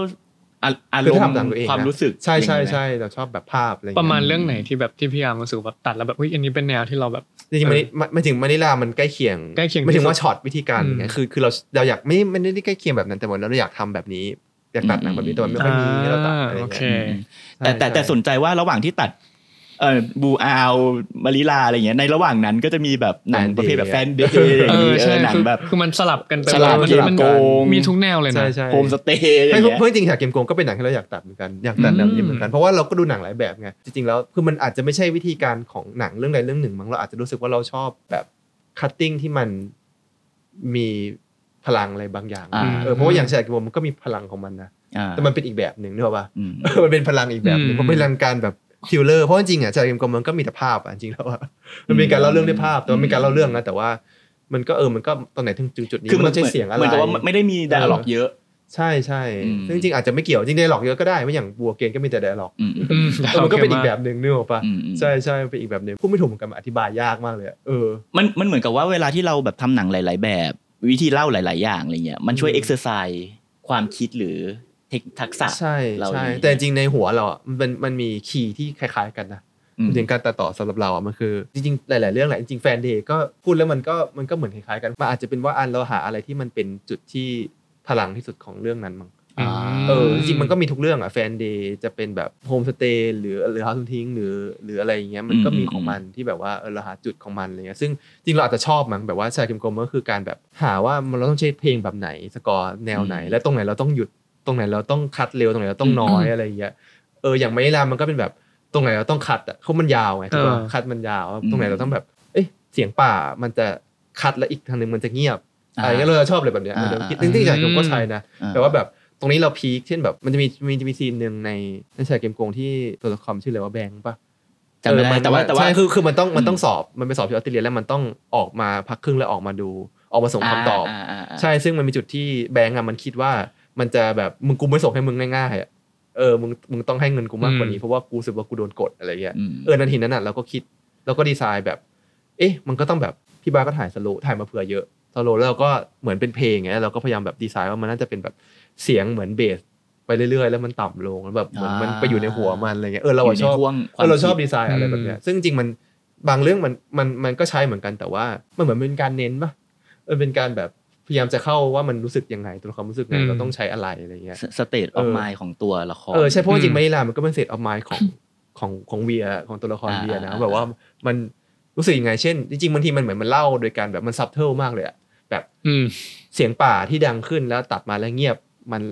[SPEAKER 4] อ่ะอาร
[SPEAKER 5] คือ
[SPEAKER 4] ม
[SPEAKER 5] ถ้า
[SPEAKER 4] ณ์
[SPEAKER 5] ทำหนังตัวเองนะ
[SPEAKER 4] ความรู้สึก
[SPEAKER 5] ใช่ใช่
[SPEAKER 4] อย่างนี้ไหม
[SPEAKER 5] ใช่เราชอบแบบภาพอะไรอย่ง
[SPEAKER 3] ป
[SPEAKER 5] เงี้ย
[SPEAKER 3] ระมาณเรื่องไหนที่แบบที่พี่อาร์มรู้สึกแบบตัดแล้วแบบเฮ้ยอันนี้เป็นแนวที่เราแบบ
[SPEAKER 5] จริงๆมันไม่ไม่ถึงมานิลามันใกล้เคียง
[SPEAKER 3] ใกล้เคียง
[SPEAKER 5] ไม่ถึงว่าช็อตวิธีการ
[SPEAKER 3] อืม
[SPEAKER 5] ไงคือคือเราเราอยากไม่ไม่ได้ใกล้เคียงแบบนั้นแต่เหมือนเราอยากทำแบบนี้อยากตัดหนังแบบนี้แต่มันไม่ค่อยมีให้เราตัดอะไร
[SPEAKER 3] โอ
[SPEAKER 5] เงี้ย
[SPEAKER 3] เค
[SPEAKER 4] แต่แต่แต่สนใจว่าระหว่างที่ตัด เอ่อบูอาวมาริลาอะไรเงี้ยในระหว่างนั้นก็จะมีแบบหนัง
[SPEAKER 5] แฟนเดย์
[SPEAKER 4] ประเภทแบบแฟนเดย์อย่าง
[SPEAKER 3] เออ
[SPEAKER 4] นี้เอ
[SPEAKER 3] ใช่
[SPEAKER 4] อหนัง
[SPEAKER 3] คือ
[SPEAKER 4] แบบ
[SPEAKER 3] คือมันสลับกันไป
[SPEAKER 4] ฉลาด
[SPEAKER 3] มัน
[SPEAKER 4] เกม
[SPEAKER 3] มัน
[SPEAKER 4] โกง
[SPEAKER 3] มีทุกแนวเลยนะ
[SPEAKER 5] ใช่ใช่
[SPEAKER 4] โฮมสเตย์อะไร
[SPEAKER 5] ไม่เพราะ
[SPEAKER 4] เงี้ย
[SPEAKER 5] เพราะจริงๆฉากเกมโกงก็เป็นหนังที่เราอยากตัดเหมือนกันอยากตัดแนวนี้เหมือนกันเพราะว่าเราก็ดูหนังหลายแบบไงจริงๆแล้วคือมันอาจจะไม่ใช่วิธีการของหนังเรื่องใดเรื่องหนึ่งมั้งเราอาจจะรู้สึกว่าเราชอบแบบคัตติ้งที่มันมีพลังอะไรบางอย่าง
[SPEAKER 4] อ่า
[SPEAKER 5] เออเพราะว่าอย่างฉากเกมโกงมันก็มีพลังของมันนะ
[SPEAKER 4] อ่า
[SPEAKER 5] แต่มันเป็นอีกแบบหนึ่งนึกออกปะ
[SPEAKER 4] อืม
[SPEAKER 5] เออมันเป็นพลังอีกแบบหนึง
[SPEAKER 3] อืม
[SPEAKER 5] มันเป็นพลังการแบบคิลเลอร์เพราะจริงๆอ่ะจากเกมกลมมันก็มีแต่ภาพอ่ะจริงๆแล้วอ่ะ มันเป็นการเล่าเรื่องด้วยภาพแต่ว่าเป็นการเล่าเรื่องนะแต่ว่า มันก็เออมันก็ตอนไหนถึงจุดนี้
[SPEAKER 4] คือ
[SPEAKER 5] มั
[SPEAKER 4] มัน
[SPEAKER 5] นใช้เสียงอะไร
[SPEAKER 4] เหมือนกับว่าไม่ได้มีดาร์ล็อก
[SPEAKER 5] เออ
[SPEAKER 4] เยอะ
[SPEAKER 5] ใช่ใช่
[SPEAKER 4] อืม
[SPEAKER 5] ซึ่งจริงๆอาจจะไม่เกี่ยวจริงได้หลอกเยอะก็ได้ไม่อย่างบัวเกนก็มีแต่ไดร์ล็อก
[SPEAKER 4] อืม
[SPEAKER 3] อืม
[SPEAKER 5] เออมันก็เป็นอีกแบบหนึ่งนึกออกปะ
[SPEAKER 4] อืมอืม
[SPEAKER 5] ใช่ใช่มันเป็นอีกแบบหนึ่งพูดไม่ถูกเหมือนกันอธิบายยากมากเลยอะเออ
[SPEAKER 4] มันมันเหมือนกับว่าเวลาที่เราแบบทำหนังหลาย ๆ แบบ วิธีเล่าหลาย ๆ อย่างอะไรเงี้ยมันช่วย
[SPEAKER 5] อืม
[SPEAKER 4] เอ็กซ์เซอร์ไซส์ความคิดหรือเทคทักษะ
[SPEAKER 5] ใช่
[SPEAKER 4] เราอ
[SPEAKER 5] ใช่
[SPEAKER 4] ย่างนี้
[SPEAKER 5] แต่จริงๆในหัวเราอ่ะมันเป็นมันมีคีย์ที่คล้าย ๆ กันนะ
[SPEAKER 4] อืม
[SPEAKER 5] ถึงการตัดต่อสำหรับเราอ่ะมันคือจริงๆ หลาย ๆ เรื่องแหละจริงๆแฟนเดย์ก็พูดแล้วมันก็มันก็เหมือนคล้ายๆกันมันอาจจะเป็นว่าอันเราหาอะไรที่มันเป็นจุดที่พลังที่สุดของเรื่องนั้นมั้ง
[SPEAKER 3] อืม
[SPEAKER 5] เออจริงๆมันก็มีทุกเรื่องอ่ะแฟนเดย์จะเป็นแบบโฮมสเตย์หรือหรือเฮาส์ทิ้งหรือหรืออะไรอย่างเงี้ยมันก็
[SPEAKER 4] อืม
[SPEAKER 5] มีของมันที่แบบว่าเออเราหาจุดของมันอะไรเงี้ยซึ่งจริงเราอาจจะชอบมั้งแบบว่าชายคิมกลมก็คือการแบบหาว่ามันเราต้องใช้เพลงแบบไหนสกอร์แนวไหน และตรงไหนเราต้องหยุดตรงไหนเราต้องคัดเร็วตรงไหนเราต้องน้อยอะไรอย่างเงี้ย เอออย่างไมลามันก็เป็นแบบตรงไหนเราต้องคัดอ่ะเขาะมันยาวไงถูกป่ะ
[SPEAKER 3] เออ
[SPEAKER 5] คัดมันยาว
[SPEAKER 4] อืม
[SPEAKER 5] ตรงไหนเราต้องแบบ เอ๊ะเสียงป่ามันจะคัดแล้วอีกทางหนึ่งมันจะเงียบ
[SPEAKER 4] อ่า
[SPEAKER 5] อะไรเงี้ยเราจะชอบเลยแบบเนี้ย
[SPEAKER 4] อ่า
[SPEAKER 5] เราจะคิด
[SPEAKER 4] อ่า
[SPEAKER 5] จริงๆจากเกมก็ใช้นะ
[SPEAKER 4] อ่
[SPEAKER 5] แต่ว่าแบบตรงนี้เราพีคเช่นแบบมันจะมีมีมีซีนหนึ่งในในฉากเกมโกงที่ตัวละครชื่ออะไรว่าแบงค์ป่ะ
[SPEAKER 4] จำไม่
[SPEAKER 5] เอ
[SPEAKER 4] ได้
[SPEAKER 5] อน
[SPEAKER 4] แต่ว่าแต่ว่า
[SPEAKER 5] ใช่คือคือมันต้องมันต้อง
[SPEAKER 4] อืม
[SPEAKER 5] สอบมันไปสอบที่ออสเตรเลียแล้วมันต้องออกมาพักครึ่งแล้วออกมาดูออกมาส่งคำตอบ
[SPEAKER 4] าาอ่า
[SPEAKER 5] ใช่ ซึ่งมันมีจุดที่แบงก์อ่ะมันคิดว่ามันจะแบบมึงกูไม่ส่งให้มึงง่ายๆอ่ะเออมึงมึงต้องให้เงินกูมากกว่านี้
[SPEAKER 3] อืม
[SPEAKER 5] เพราะว่ากูรู้สึกว่ากูโดนกดอะไรเงี้ย
[SPEAKER 4] ม
[SPEAKER 5] เออนาทีนั้นอ่ะเราก็คิดเราก็ดีไซน์แบบ เอ๊ะ มันก็ต้องแบบพี่บาสก็ถ่ายสโลว์ถ่ายมาเผื่อเยอะสโลว์แล้วเราก็เหมือนเป็นเพลงไงเราก็พยายามแบบดีไซน์ว่ามันน่าจะเป็นแบบเสียงเหมือนเบสไปเรื่อยๆ แล้วมันต่ำลงแล้วแบบเหมือนมันไปอยู่ในหัวมันอะไรเงี้ยเออเรา
[SPEAKER 4] ยู่
[SPEAKER 5] อะ
[SPEAKER 4] ใน
[SPEAKER 5] ชอบ
[SPEAKER 4] ห่วงค
[SPEAKER 5] เอ
[SPEAKER 4] วาม
[SPEAKER 5] อเราชอบ
[SPEAKER 4] คิด
[SPEAKER 5] ดีไซน์อะไรแบบเนี้ยซึ่งจริงมันบางเรื่องมันมันมันก็ใช้เหมือนกันแต่ว่ามันเหมือนเป็นการเน้นปะมันเป็นการแบบพยายามจะเข้าว่ามันรู้สึกยังไงตัวละครรู้สึกไง
[SPEAKER 3] อืม
[SPEAKER 5] เราต้องใช้อะไรอะไรเงี้ย
[SPEAKER 4] สเตตอ
[SPEAKER 5] เอ
[SPEAKER 4] อฟ
[SPEAKER 5] อ
[SPEAKER 4] มายของตัวละคร
[SPEAKER 5] เออใช่เพราะว่าจริง
[SPEAKER 3] อืม
[SPEAKER 5] ไม่ลามันก็เป็นเศษออฟไมล์ของ ของของเวียของตัวละคร
[SPEAKER 4] อ่า
[SPEAKER 5] เวียนะ
[SPEAKER 4] อ่า
[SPEAKER 5] แบบว่ามันรู้สึกยังไงเช่น จริงๆบางทีมันเหมือนมันเล่าโดยการแบบมันซับเทิลมากเลยอะแบบ
[SPEAKER 3] อืม
[SPEAKER 5] เสียงป่าที่ดังขึ้นแล้วตัดมาแล้วเงียบมัน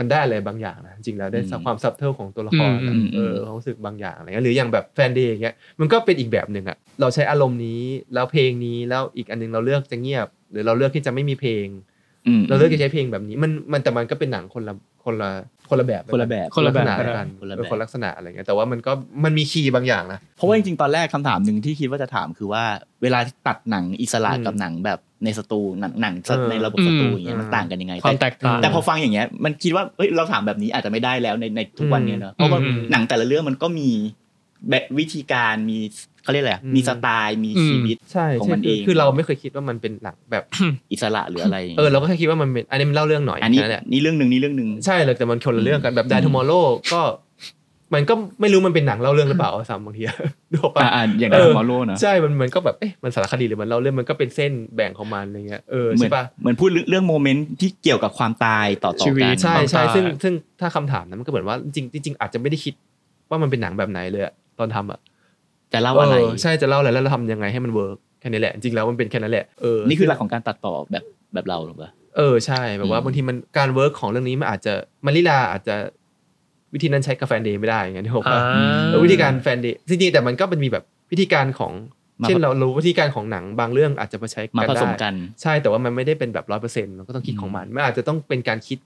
[SPEAKER 5] มันได้อะไรบางอย่างนะจริงๆแล้วได้ความซับเทิลของตัวละคร
[SPEAKER 3] อื
[SPEAKER 5] นะ
[SPEAKER 3] ม
[SPEAKER 5] เออความรู้สึกบางอย่างอะไรเงี้ยหรืออย่างแบบแฟนเดย์อย่างเงี้ยมันก็เป็นอีกแบบหนึ่งอะเราใช้อารมณ์นี้แล้วเพลงนี้แล้วอีกอันหนึงเราเลือกจะเงียบ หรือเราเลือกที่จะไม่มีเพลง
[SPEAKER 4] ม
[SPEAKER 5] เราเลือกจะใช้เพลงแบบนี้มันมันแต่มันก็เป็นหนังคนละคนละคนละแบบ
[SPEAKER 4] คนละแบบ
[SPEAKER 5] คนละลักษณะ
[SPEAKER 3] คนละแบบ
[SPEAKER 5] กัน
[SPEAKER 4] คนละแบบ
[SPEAKER 5] เออคนละลักษณะอะไรเงี้ยแต่ว่ามันก็มันมีคีย์บางอย่างนะ
[SPEAKER 4] เพราะว่าจริงๆ ตอนแรกคำถามหนึ่งที่คิดว่าจะถามคือว่าเวลาตัดหนังอิสระ
[SPEAKER 5] อืม
[SPEAKER 4] กับหนังแบบในสตูหนังหนัง
[SPEAKER 5] เออ
[SPEAKER 4] ในระบบสตู
[SPEAKER 3] อืม
[SPEAKER 4] อย่างเงี้ยมัน
[SPEAKER 5] อ่า
[SPEAKER 4] ต่างกันยังไง
[SPEAKER 3] ความแตกต่าง
[SPEAKER 4] แต่พอฟังอย่างเงี้ยมันคิดว่าเอ้ยเราถามแบบนี้อาจจะไม่ได้แล้วในในทุกวันเนี้ยเนอะเพราะว่า
[SPEAKER 3] อืม
[SPEAKER 4] หนังแต่ละเรื่องมันก็มีแบบวิธีการมีเขาเรียกอะไรอะ
[SPEAKER 5] อืม
[SPEAKER 4] มีสไตล์มี
[SPEAKER 3] อืม
[SPEAKER 4] ชีวิต
[SPEAKER 5] ใช่
[SPEAKER 4] ของ
[SPEAKER 5] ใช่
[SPEAKER 4] มัน
[SPEAKER 5] คือ
[SPEAKER 4] เอง
[SPEAKER 5] คือเราไม่เคยคิดว่ามันเป็นหนังแบบ
[SPEAKER 4] อิสระหรืออะไรอย่าง
[SPEAKER 5] เอ
[SPEAKER 4] เงี้
[SPEAKER 5] อย เราก็แค่คิดว่ามันเป็นอันนี้มันเล่าเรื่องหน่อย
[SPEAKER 4] อันนี้
[SPEAKER 5] แค่แหละ
[SPEAKER 4] นี่เรื่องหนึ่งนี่เรื่องหนึ่ง
[SPEAKER 5] ใช่เลยแต่มันคนละเรื่องกันแบบไดทมอโลก็ มันก็ไม่รู้มันเป็นหนังเล่าเรื่องหรือเปล่าสามบางทีอะ ดูออกปะ
[SPEAKER 4] อ่าๆอย่าง
[SPEAKER 5] เออ
[SPEAKER 4] มอลโลนะ
[SPEAKER 5] ใช่ มันมันก็แบบ เอ๊ะ มันสารคดีหรือมันเล่าเรื่อง มันก็เป็นเส้นแบ่งของมันอะไรเงี้ย เออ
[SPEAKER 4] เหมือ
[SPEAKER 5] ใช่
[SPEAKER 4] น
[SPEAKER 5] ปะ
[SPEAKER 4] เหมือนพูดเรื่องโมเมนต์ที่เกี่ยวกับความตายต่อ
[SPEAKER 3] ชี
[SPEAKER 4] ๆ
[SPEAKER 3] วิ
[SPEAKER 4] กั
[SPEAKER 3] ต
[SPEAKER 4] น
[SPEAKER 5] ใช่
[SPEAKER 3] ความ
[SPEAKER 5] ใช่
[SPEAKER 3] ตาย
[SPEAKER 5] ซึ่งซึ่งถ้าคำถามนั้นมันก็เหมือนว่าจริงจริงๆอาจจะไม่ได้คิดว่ามันเป็นหนังแบบไหนเลยอะตอนทำอะ
[SPEAKER 4] จะเล่าอะไร
[SPEAKER 5] เออใช่ จะเล่าอะไรแล้วเราทำยังไงให้มันเวิร์กแค่นี้แหละ จริงๆแล้วมันเป็นแค่นั้นแหละ เออ
[SPEAKER 4] นี่คือหลักของการตัดต่อแบบแบบเราหรือเปล่า
[SPEAKER 5] เออใช่แบบว่า
[SPEAKER 4] อืม
[SPEAKER 5] บางทีมันการเวิร์กของเรื่องนี้มันอาจจะมาริลาอาจจะวิธีนั้นใช้กับแฟนเดย์ไม่ได้ไงที่ผม
[SPEAKER 3] อ่า
[SPEAKER 5] ว่าเออวิธีการแฟนเดย์จริงๆแต่มันก็มันมีแบบวิธีการของ
[SPEAKER 4] มา
[SPEAKER 5] เช่นเรารู้วิธีการของหนังบางเรื่องอาจจะมาใช้
[SPEAKER 4] มา
[SPEAKER 5] กัน
[SPEAKER 4] ผสม
[SPEAKER 5] ได้
[SPEAKER 4] กัน
[SPEAKER 5] ใช่แต่ว่ามันไม่ได้เป็นแบบร้อยเปอร์เซ็นต์มันก็ต้องคิด
[SPEAKER 4] อืม
[SPEAKER 5] ของมันมันอาจจะต้องเป็นการคิด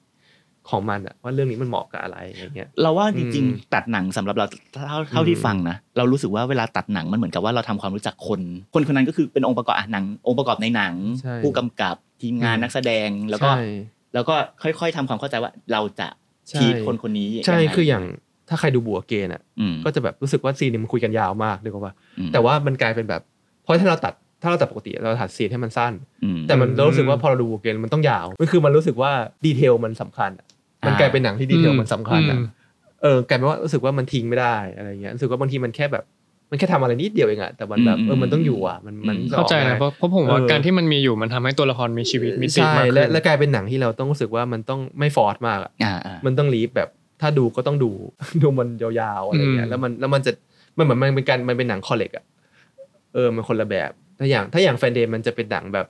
[SPEAKER 5] ของมันอะว่าเรื่องนี้มันเหมาะกับอะไรอย่างเงี้ย
[SPEAKER 4] เราว่าจริง
[SPEAKER 5] อืม
[SPEAKER 4] ๆ ตัดหนังสำหรับเราเท่าเท่าที่ฟังนะ เรารู้สึกว่าเวลาตัดหนังมันเหมือนกับว่าเราทำความรู้จักคน คนคนนั้นก็คือเป็นองค์ประกอบอ่ะหนังองค์ประกอบในหนัง
[SPEAKER 5] ใช่
[SPEAKER 4] ผู้กำกับทีมงาน
[SPEAKER 5] อืม
[SPEAKER 4] นักแสดงแล้วก็
[SPEAKER 5] ใช่
[SPEAKER 4] แล้วก็ค่อยๆทำความเข้าใจว่าเราจะ
[SPEAKER 5] ใช่
[SPEAKER 4] ทีดคนคนนี้
[SPEAKER 5] ใช่
[SPEAKER 4] ยังไง
[SPEAKER 5] คืออย่างถ้าใครดูบัวเกนอะ
[SPEAKER 4] อืม
[SPEAKER 5] ก็จะแบบรู้สึกว่าซีนนี้มันคุยกันยาวมากนึกออกปะ
[SPEAKER 4] อืม
[SPEAKER 5] แต่ว่ามันกลายเป็นแบบเพราะถ้าเราตัดถ้าเราตัดปกติเราตัดซีนให้มันสั้น
[SPEAKER 4] อืม
[SPEAKER 5] แต่มัน
[SPEAKER 3] อืม
[SPEAKER 5] เรารู้สึกว่าพอเราดูเกมมันต้องยาวมันคือมันรู้สึกว่าดีเทลมันสำคัญอะมัน
[SPEAKER 4] อ่าก
[SPEAKER 5] ลายเป็นหนังที่ดีเทลมันสำคัญอะ
[SPEAKER 3] อืม
[SPEAKER 5] เออกลายเป็นว่ารู้สึกว่ามันทิ้งไม่ได้อะไรเงี้ยรู้สึกว่าบางทีมันแค่แบบ มันแค่ทำอะไรนิดเดียวเองอะแต่มันแบบ
[SPEAKER 4] อืม
[SPEAKER 5] เออมันต้องอยู่อะมันมัน
[SPEAKER 4] อืม
[SPEAKER 5] จะอ
[SPEAKER 3] เข้า
[SPEAKER 5] อก
[SPEAKER 3] ใจนะ
[SPEAKER 5] ม
[SPEAKER 3] เพราะเพราะผมว่า
[SPEAKER 5] เออ
[SPEAKER 3] การที่มันมีอยู่มันทำให้ตัวละครมีชีวิตมีติ
[SPEAKER 5] ใช่
[SPEAKER 3] มาก
[SPEAKER 5] และ
[SPEAKER 3] ขึ้น
[SPEAKER 5] และกลายเป็นหนังที่เราต้องรู้สึกว่ามันต้องไม่ฟอร์สมากอะ
[SPEAKER 4] อ่าอ่า
[SPEAKER 5] มันต้องรีบแบบถ้าดูก็ต้องดู ดูมันยาวๆอะไรเงี้ยแล้วมันแล้วมันจะมันเหมือนมันเป็นการมันเป็นหนังคอลเลกอะเออมันคนละแบบ ถ้าอย่างถ้าอย่างแฟนเดย์มันจะเป็นหนังแบบ